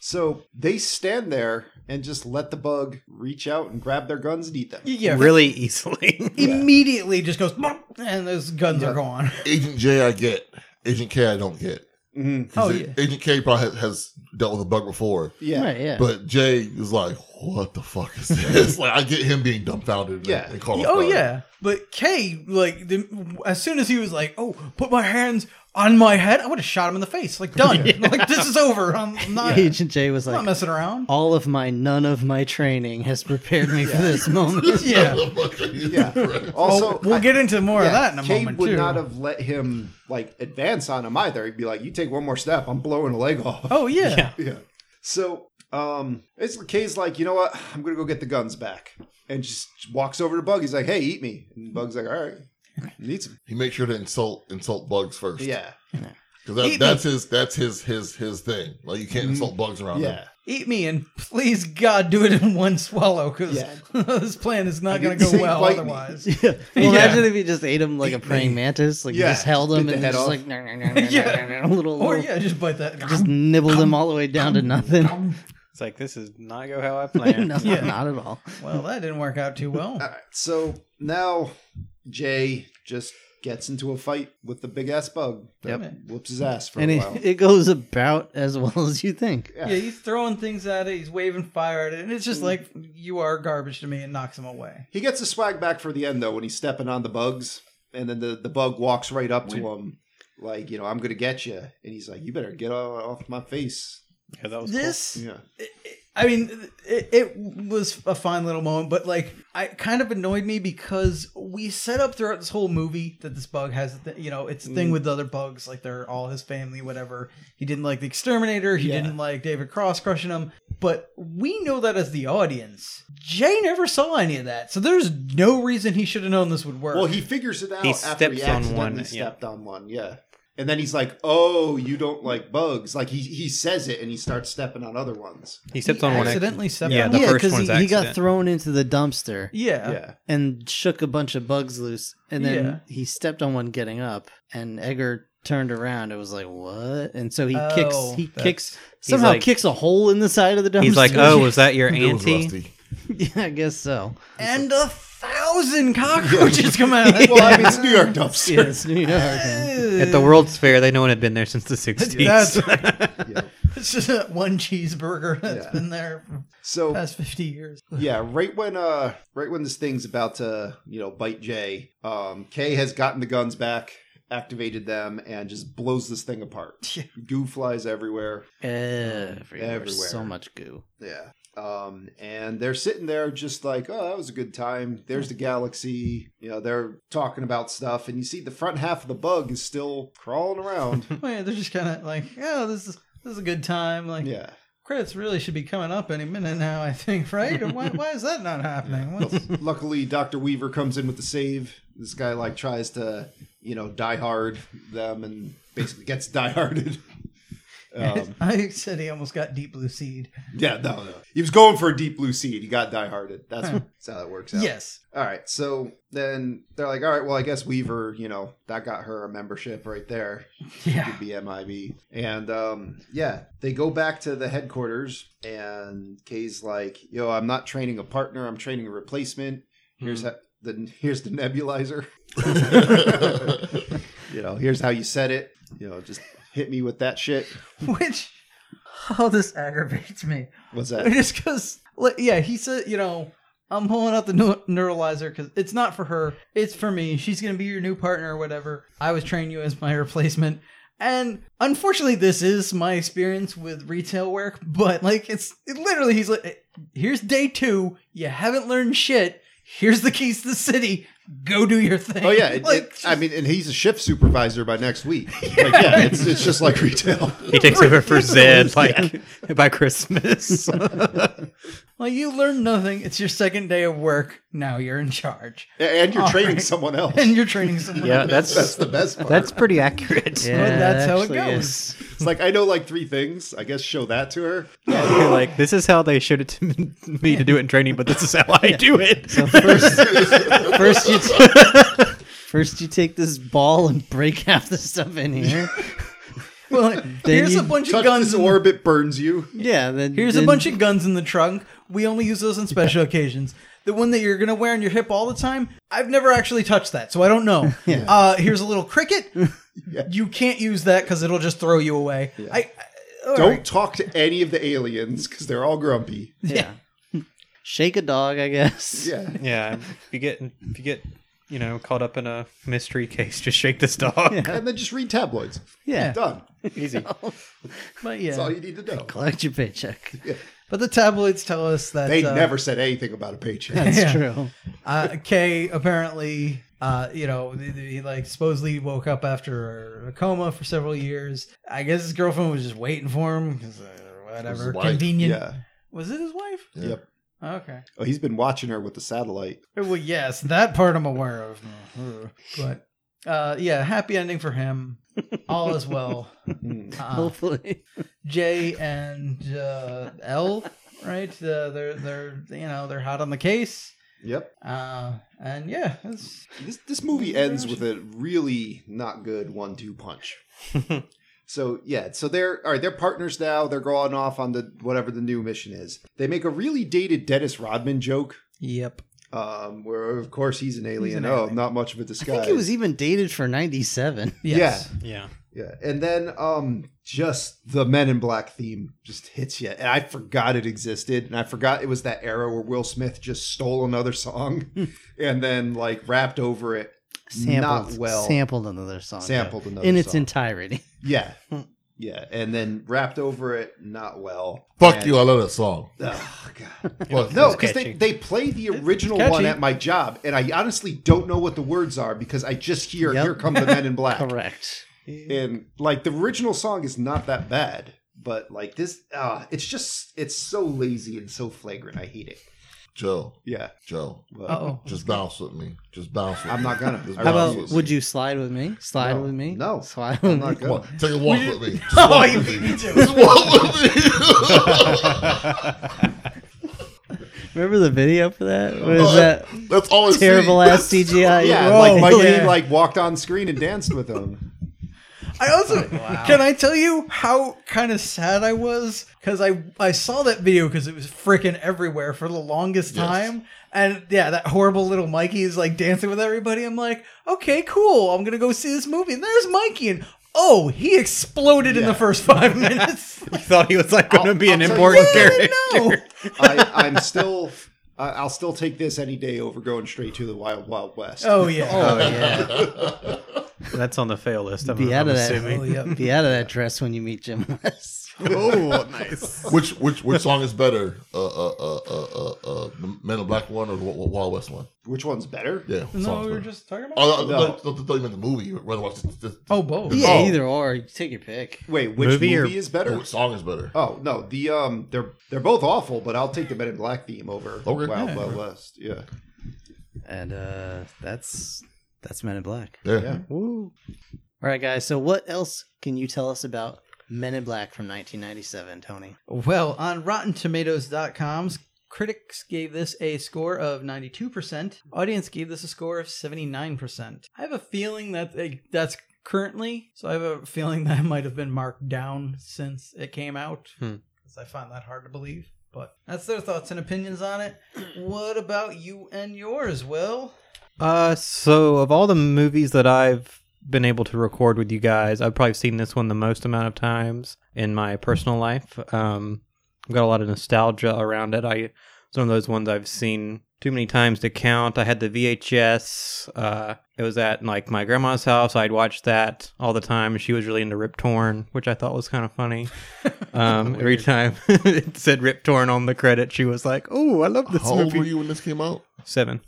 So they stand there and just let the bug reach out and grab their guns and eat them. Yeah, <laughs> Really easily. immediately just goes, "Bonk," and those guns are gone. <laughs> Agent J, I get. Agent K, I don't get. Mhm. 'Cause Oh, A- yeah. Agent K probably has, has dealt with a bug before, Yeah. Right, yeah. but Jay is like, "What the fuck is this?" like, I get him being dumbfounded. and- Yeah. And caught off Oh guard. yeah, but Kay, like, the, as soon as he was like, "Oh, put my hands on my head," I would have shot him in the face. Like, done. <laughs> Like, this is over. I'm, I'm not, Agent J was I'm not like, messing around. all of my none of my training has prepared me for this <laughs> moment. <laughs> <laughs> Yeah. yeah. <laughs> Also, we'll I- get into more yeah, of that in a Cade moment would too. not have let him like advance on him either. He'd be like, "You take one more step, I'm blowing a leg off." Oh yeah. Yeah. <laughs> Yeah. So, um, it's Kay's like, you know what? I'm gonna go get the guns back, and just walks over to Bug. He's like, "Hey, eat me." And Bug's like, "All right, eat some." <laughs> He makes sure to insult insult bugs first. Yeah, because that, Eat that's his that's his his his thing. Like you can't insult bugs around him. Mm-hmm. yeah. Eat me and please God do it in one swallow because Yeah. <laughs> this plan is not I going to didn't go say well bite me. <laughs> otherwise. Yeah. Well, Yeah. imagine if he just ate him like a praying mantis. Like Yeah. he just held Bit him the and head just off. like nah, nah, nah, nah, <laughs> Yeah. nah, nah, nah, little, Or little- yeah, just bite that. just <laughs> nibbled him all the way down to nothing. <laughs> It's like this is not go how I planned. no, Yeah. not at all. well, that didn't work out too well. All right. So now Jay just gets into a fight with the big ass Bug. that Yep. Whoops his ass for and a it, while. it goes about as well <laughs> as you think. yeah. Yeah, he's throwing things at it. He's waving fire at it, and it's just like you are garbage to me, and knocks him away. He gets the swag back for the end though when he's stepping on the bugs, and then the, the bug walks right up to him, like you know I'm gonna get you, and he's like you better get o- off my face. Yeah, that was cool. This Yeah, I mean, it, it was a fine little moment, but like, I it kind of annoyed me because we set up throughout this whole movie that this bug has, a thi- you know, it's a Mm. thing with the other bugs, like they're all his family, whatever. He didn't like the exterminator. He Yeah. didn't like David Cross crushing him. But we know that as the audience, Jay never saw any of that, so there's no reason he should have known this would work. Well, he figures it out He after he steps on accidentally one, yeah. stepped on one. Yeah. And then he's like, "Oh, you don't like bugs." Like he he says it, and he starts stepping on other ones. He He steps on one. Accident. accidentally stepped Yeah, on the one. yeah, first because one's he, he got accident. thrown into the dumpster Yeah. Yeah, and shook a bunch of bugs loose, and then Yeah. he stepped on one getting up, and Egger turned around. It was like what? And so he Oh, kicks. He that's- kicks. Somehow like- kicks a hole in the side of the dumpster. He's like, oh, was that <laughs> your It was auntie? rusty. <laughs> yeah, I guess so. <laughs> And a thousand cockroaches come out of it. Well, I mean, it's New York dumpster. Yeah, it's New York. man. At the World's Fair, they know one had been there since <laughs> the 60s. That's Yeah. <laughs> It's just that one cheeseburger that's Yeah. Oh. been there for the So past 50 years. yeah, right when uh right when this thing's about to you know bite Jay, um, Kay has gotten the guns back, activated them, and just blows this thing apart. Yeah. Goo flies everywhere. Everywhere. Everywhere. So much goo. Yeah. Um, and they're sitting there just like, oh, that was a good time. There's the galaxy. You know, they're talking about stuff, and you see the front half of the bug is still crawling around. <laughs> Oh, yeah, they're just kind of like, oh, this is this is a good time. Like, yeah. credits really should be coming up any minute now, I think, right? Or why, why is that not happening? What's- Luckily, Dr. Weaver comes in with the save. This guy, like, tries to, you know, die hard them and basically gets <laughs> die harded. Um, <laughs> I said he almost got Deep Blue Seed. yeah, no, no. He was going for a deep blue seed. He got die harded. That's, that's <laughs> how that works out. Yes. All right, so then they're like, all right, well, I guess Weaver, you know, that got her a membership right there. Yeah. <laughs> could be MIB. And um, yeah, they go back to the headquarters, and Kay's like, "Yo, I'm not training a partner. I'm training a replacement. Here's Hmm. how, the here's the <laughs> nebulizer. you know, here's how you set it. You know, just hit me with that shit. Which, oh, this aggravates me. What's that? <laughs> Just because, like, yeah, he said, you know, I'm pulling out the neu- neuralizer because it's not for her. It's for me. She's going to be your new partner or whatever. I was training you as my <laughs> replacement. And unfortunately, this is my experience with retail work, but like, it's it literally, he's like, here's day two. You haven't learned shit. Here's the keys to the city. go do your thing. Oh yeah, it, <laughs> like it- I mean, and he's a shift supervisor by next <laughs> week. Like, yeah, it's, it's just like retail. He takes over for Zed like <laughs> by <laughs> Christmas. like you learned nothing. It's your second day of work. Now you're in charge, <laughs> And you're All training right. someone else. and you're training someone. yeah, else. That's that's the best part. that's pretty accurate. Yeah, that's how it actually goes. is. It's like I know like three things. I guess show that to her. <laughs> You're like, this is how they showed it to <laughs> me me to do it in training, but this is how <laughs> I do it. First you, t- <laughs> first you take this ball and break half the stuff in here. well, here's you a bunch of Touch guns. this orb, it burns you. Yeah, then Here's a then- bunch of guns in the trunk. We only use those on special occasions. The one that you're going to wear on your hip all the time, I've never actually touched that, so I don't know. uh, here's a little cricket. You can't use that because it'll just throw you away. I, I- all Don't right. talk to any of the aliens because they're all grumpy. yeah. Shake a dog, I guess. Yeah, Yeah, if you get if you get you know caught up in a mystery case, just shake this dog. and then just read tabloids. Yeah. Done. Easy. But That's all yeah, you need to know. <laughs> Collect your paycheck. but the tabloids tell us that They uh, never said anything about a paycheck. That's Yeah. true. uh, Kay apparently, uh, you know, th- th- he like supposedly woke up after a coma for several years. I guess his girlfriend was just waiting for him 'cause, uh, whatever, his wife. convenient. Yeah. Was it his wife? Yep. Okay. Oh, he's been watching her with the satellite. Well, yes, that part I'm aware of. Mm-hmm. But uh, yeah, happy ending for him. All is well. Uh, Hopefully. J and uh, L, right? Uh, they're they're you know they're hot on the case. <laughs> Yep. Uh, and yeah, it's, This this movie ends with a really not good one-two punch. so yeah, so they're all right. They're partners now. They're going off on the whatever the new mission is. They make a really dated Dennis Rodman joke, yep. um, where of course he's an alien. an oh, alien. not much of a I disguise. think it was even dated for 97. Yes. <laughs> Yeah, Yeah, and then um, just the Men in Black theme just hits you, and I forgot it existed, and I forgot it was that era where Will Smith just stole <laughs> another song and then like rapped over it. Sampled, Not well. sampled another song. though, Sampled another in its song. entirety. Yeah, Hmm. yeah, and then rapped over it not well. <laughs> Fuck And- you! I love that song. Oh god. Fuck No, you. because they, catchy. they play the original catchy. one at my job, and I honestly don't know what the words are because I just hear Yep. "Here Come the Men in Black," Correct. and like the original song is not that bad but like this uh it's just it's so lazy and so flagrant i hate it Joe, yeah Joe, well, Oh, just bounce with me. Just bounce with Mm-hmm. i'm me. not gonna Just I How bounce refuse. about would you slide with me? Slide No. with me? No. Slide i'm with me. not Come on, gonna take a walk with me. Just Oh, walk you with beat me. me to it. Just walk with me. Remember the video for that? What Oh, is that? That's all I see. Terrible ass <laughs> CGI. <laughs> yeah Whoa. like mikey yeah. like walked on screen and danced with him I <laughs> also can I tell you how kind of sad I was because I I saw that video because it was freaking everywhere for the longest Yes. time and yeah that horrible little Mikey is like dancing with everybody I'm like okay cool I'm gonna go see this movie and there's Mikey and oh he exploded in the <laughs> first five minutes you thought he was like going to be an I'll tell you important what. character. <laughs> no <laughs> I, i'm still I i'll still take this any day over going straight to the wild wild west oh yeah Oh yeah. That's on the fail list. <laughs> I'm, Be out I'm of Oh, assuming. that. Be out of that dress when you meet Jim West. Oh, nice. Which which which song is better? Uh uh uh uh uh, uh the Men in Black one or the Wa- Wa- Wild West one? which one's better Yeah. what no song's we were better? just talking about Oh, no, No. no. Don't, don't, don't even the movie. You'd Rather watch this, this, oh both Yeah, Oh. either or. You Take your pick. wait which movie, Movie or- is oh, better which song is better? oh no the um they're they're both awful but i'll take the men in black theme over Okay. wild Yeah. wild west yeah And uh that's that's Men in Black. yeah. yeah. Woo. All right, guys. So what else can you tell us about Men in Black from 1997, Tony? Well, on RottenTomatoes.com's critics gave this a score of 92%. Audience gave this a score of 79%. I have a feeling that they, that's currently, so I have a feeling <laughs> that might have been marked down since it came out. Hmm. Because I find that hard to believe. But that's their thoughts and opinions <clears throat> on it. What about you and yours, Will? Uh, so of all the movies that I've been able to record with you guys, I've probably seen this one the most amount of times in my personal life. Um, I've got a lot of nostalgia around it. I it's one of those ones I've seen too many times to count. I had the VHS. Uh, it was at like my grandma's house. I'd watch that all the time. She was really into Rip Torn, which I thought was kind of funny. Um, every time <laughs> it said Rip Torn on the credit, she was like, "Oh, I love <laughs> this How old movie." were you when this came out? Seven.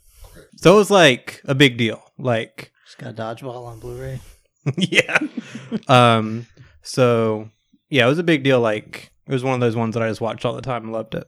So it was like a big deal. Like, Just got dodgeball on Blu-ray. <laughs> yeah. um. So yeah, it was a big deal. Like it was one of those ones that I just watched all the time and loved it.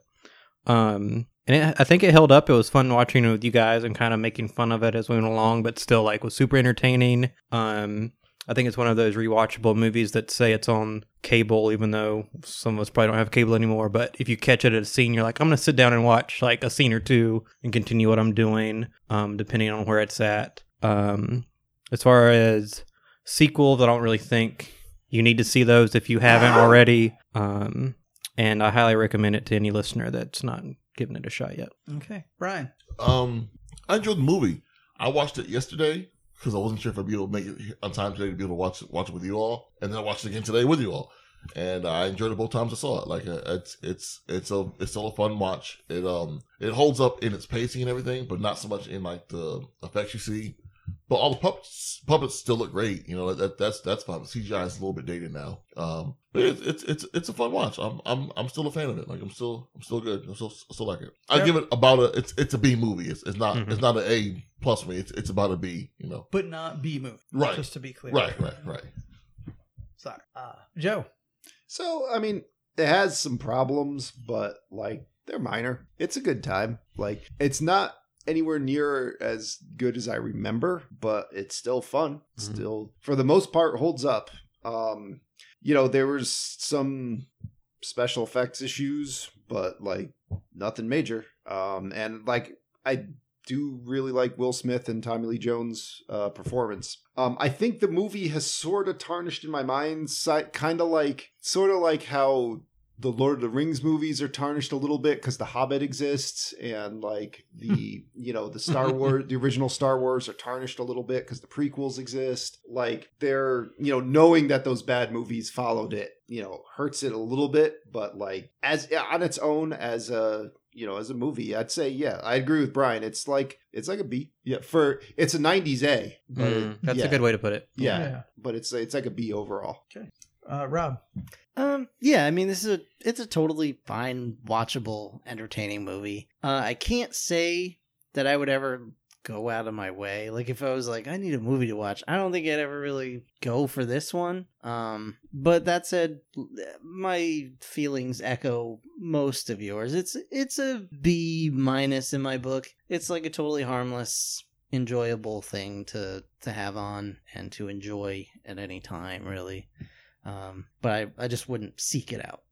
Um. And it, I think it held up. It was fun watching it with you guys and kind of making fun of it as we went along, but still like was super entertaining. Um. I think it's one of those rewatchable movies that say it's on cable, even though some of us probably don't have cable anymore. But if you catch it at a scene, you're like, I'm going to sit down and watch like a scene or two and continue what I'm doing, um, depending on where it's at. Um, as far as sequels, I don't really think you need to see those if you haven't already. Um, and I highly recommend it to any listener that's not giving it a shot yet. Okay, Brian. Um, I enjoyed the movie. I watched it yesterday because I wasn't sure if I'd be able to make it on time today to be able to watch it, watch it with you all, and then I watched it again today with you all, and I enjoyed it both times I saw it. Like uh, it's it's it's a it's still a fun watch. It um it holds up in its pacing and everything, but not so much in like the effects you see. But all the puppets puppets still look great. You know that that's that's fine. The CGI is a little bit dated now. Um, but it's it's it's, it's a fun watch. I'm I'm I'm still a fan of it. Like I'm still I'm still good. I'm still I still like it. I Fair. give it about a it's it's a B movie. It's it's not Mhm. it's not an A plus for me. It's it's about a B. You know. But not B movie. Right. Just to be clear. Right, right, right. Sorry. Uh, Joe. So, I mean, it has some problems, but like they're minor. It's a good time. Like it's not anywhere near as good as I remember, but it's still fun. Mhm. Still for the most part holds up. Um you know, there was some special effects issues, but like nothing major. Um and like I do really like Will Smith and Tommy Lee Jones' uh, performance. Um, I think the movie has sort of tarnished in my mind, si- kind of like sort of like how the Lord of the Rings movies are tarnished a little bit because The Hobbit exists, and like the you know the Star Wars, the original Star Wars are tarnished a little bit because the prequels exist. Like they're you know knowing that those bad movies followed it, you know, hurts it a little bit, but like as on its own as a you know, as a movie, I'd say yeah, I agree with Brian. It's like it's like a B. Yeah, for it's a '90s A. But Mm. it- Mm, that's yeah, a good way to put it. Yeah, but it's it's like a B overall. Uh, Rob. Um, yeah, I mean, this is a it's a totally fine, watchable, entertaining movie. Uh, I can't say that I would ever go out of my way. Like, if I was like, I need a movie to watch, I don't think I'd ever really go for this one. Um, but that said, my feelings echo most of yours. It's it's a B minus in my book. It's like a totally harmless enjoyable thing to to have on and to enjoy at any time really um, but I, I just wouldn't seek it out.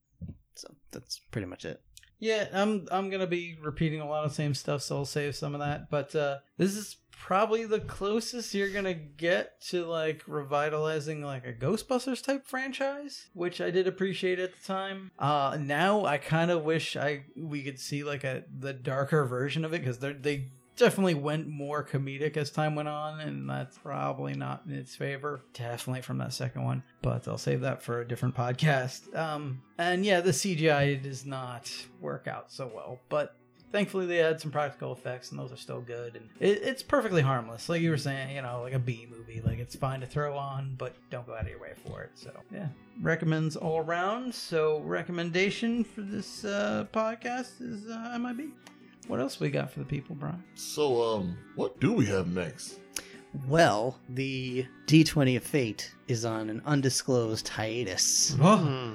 So that's pretty much it. Yeah, I'm I'm gonna be repeating a lot of the same stuff, so I'll save some of that. But uh, this is probably the closest you're gonna get to like revitalizing like a Ghostbusters type franchise, which I did appreciate at the time. Uh, now I kind of wish I we could see like a the darker version of it because they they definitely went more comedic as time went on, and that's probably not in its favor. Definitely from that second one, but I'll save that for a different podcast. Um, and yeah, the CGI does not work out so well, but thankfully they had some practical effects, and those are still good. And it, it's perfectly harmless, like you were saying, you know, like a B movie, like it's fine to throw on, but don't go out of your way for it. So yeah, recommends all around. So recommendation for this uh, podcast is uh, MIB. What else we got for the people, Brian? So um, what do we have next? Well, the D20 of Fate is on an undisclosed hiatus Hmm.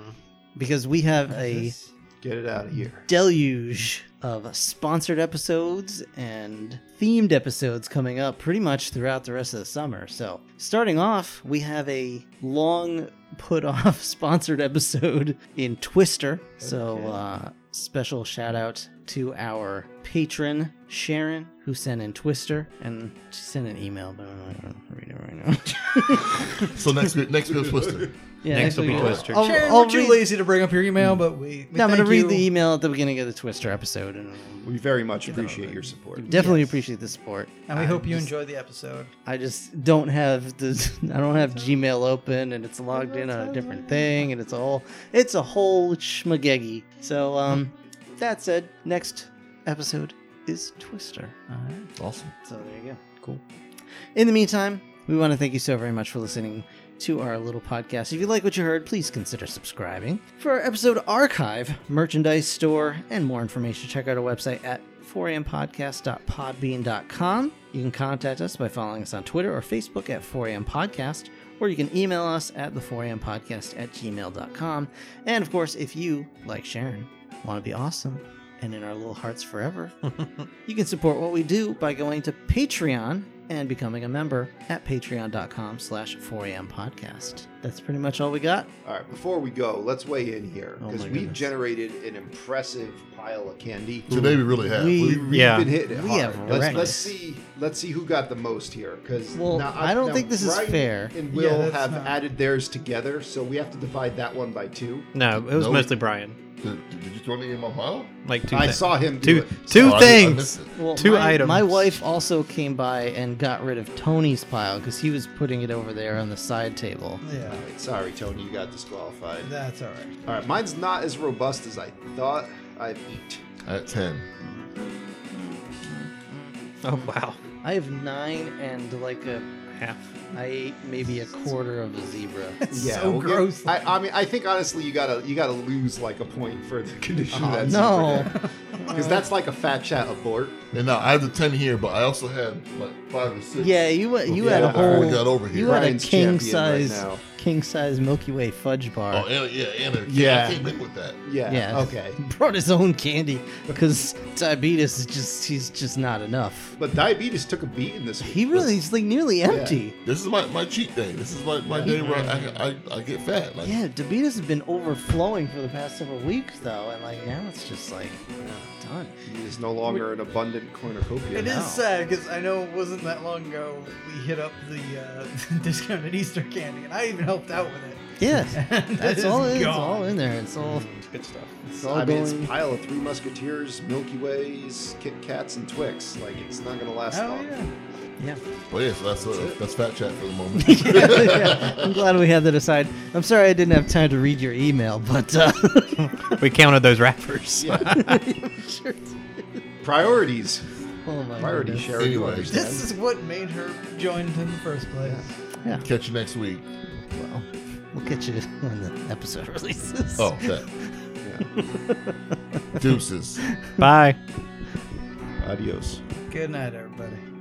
because we have a This- Get it out of here. deluge of sponsored episodes and themed episodes coming up pretty much throughout the rest of the summer. So, starting off, we have a long put off <laughs> sponsored episode in Twister. So, Okay. uh, special shout out to our patron, Sharon, who sent in Twister. And she sent an email, but I don't read it right now. <laughs> So next week, next week's Twister. yeah, Next will be week- Twister. I'll- Sharon, I'll we're too read- lazy to bring up your email, but we. we No, I'm going to thank read you. the email at the beginning of the Twister episode. And We very much appreciate your support. definitely Yes. appreciate the support. and we I hope you just- enjoyed the episode. I just don't have the <laughs> I don't have Gmail open and it's logged in on a different thing and it's a whole it's a whole schmageggy. So um that said, next episode is Twister. Awesome. So there you go. Cool. In the meantime, we want to thank you so very much for listening to our little podcast. If you like what you heard, please consider subscribing. For our episode archive, merchandise store, and more information, check out our website at 4ampodcast.podbean.com. You can contact us by following us on Twitter or Facebook at 4am podcast, or you can email us at the 4am podcast at gmail.com. And of course, if you, like Sharon, want to be awesome and in our little hearts forever, you can support what we do by going to Patreon and becoming a member at patreon.com slash 4am podcast. That's pretty much all we got. All right, before we go, let's weigh in here Oh because my we've goodness. generated an impressive pile of candy. Today we really have. We- We, We've Yeah. been hitting it We hard. have let's, wrecked let's it. see. Let's see who got the most here. Because Well, I don't think this is fair. And Yeah, Will that's have not- added theirs together, so we have to divide that one by two. No, it was No. mostly Brian. did, did you throw any in my pile? Like two. I thi- saw him do two it. two Oh, I did- I things. missed it. Well, Two my, items. My wife also came by and got rid of Tony's pile because he was putting it over there on the side table. Yeah, All right, Sorry, Tony, you got disqualified. that's all right. All right, mine's not as robust as I thought. I At 10. Oh wow, I have nine and like a, half. I ate maybe a quarter of a zebra. <laughs> yeah, so we'll get- gross. I, I mean, I think honestly, you gotta you gotta lose like a point for the condition. of that no, because that's like a fat chat abort. And now I have the 10 here, but I also had like five or six. yeah, you uh, you had a Yeah, I whole finally got over here. you had Brian's a king champion right size now. king size Milky Way fudge bar. Oh, and, yeah, and a, Yeah. I came in with that. Yeah. Yeah. Okay. Brought his own candy because diabetes is just he's just not enough. But diabetes took a beating this week. He really is like nearly empty. This is my, my cheat day. This is my, my day where I, I, I get fat. Like, Yeah, Diabetes has been overflowing for the past several weeks, though, and like now it's just like done. He is no longer an abundant cornucopia. It now. is uh, sad because I know it wasn't that long ago we hit up the uh, <laughs> discounted Easter candy, and I even helped out with it. Yeah, <laughs> <laughs> And that's it all. is It, is. it's gone. all in there. It's all. Good stuff. It's all I going. mean, it's a pile of Three Musketeers, Milky Ways, Kit Kats, and Twix. Like, it's not going to last Oh long. yeah. yeah. <laughs> But yeah, so that's, uh, that's fat chat for the moment. Yeah, I'm glad we had that aside. I'm sorry I didn't have time to read your email, but uh, <laughs> We counted those wrappers. I'm <laughs> sure it's- Priorities. oh my Priorities, goodness. Sherry. You Anyway. understand? This is what made her join in the first place. Catch you next week. Well, we'll catch you <laughs> when the episode <laughs> releases. Oh, that. Deuces. Bye. Adios. Good night, everybody.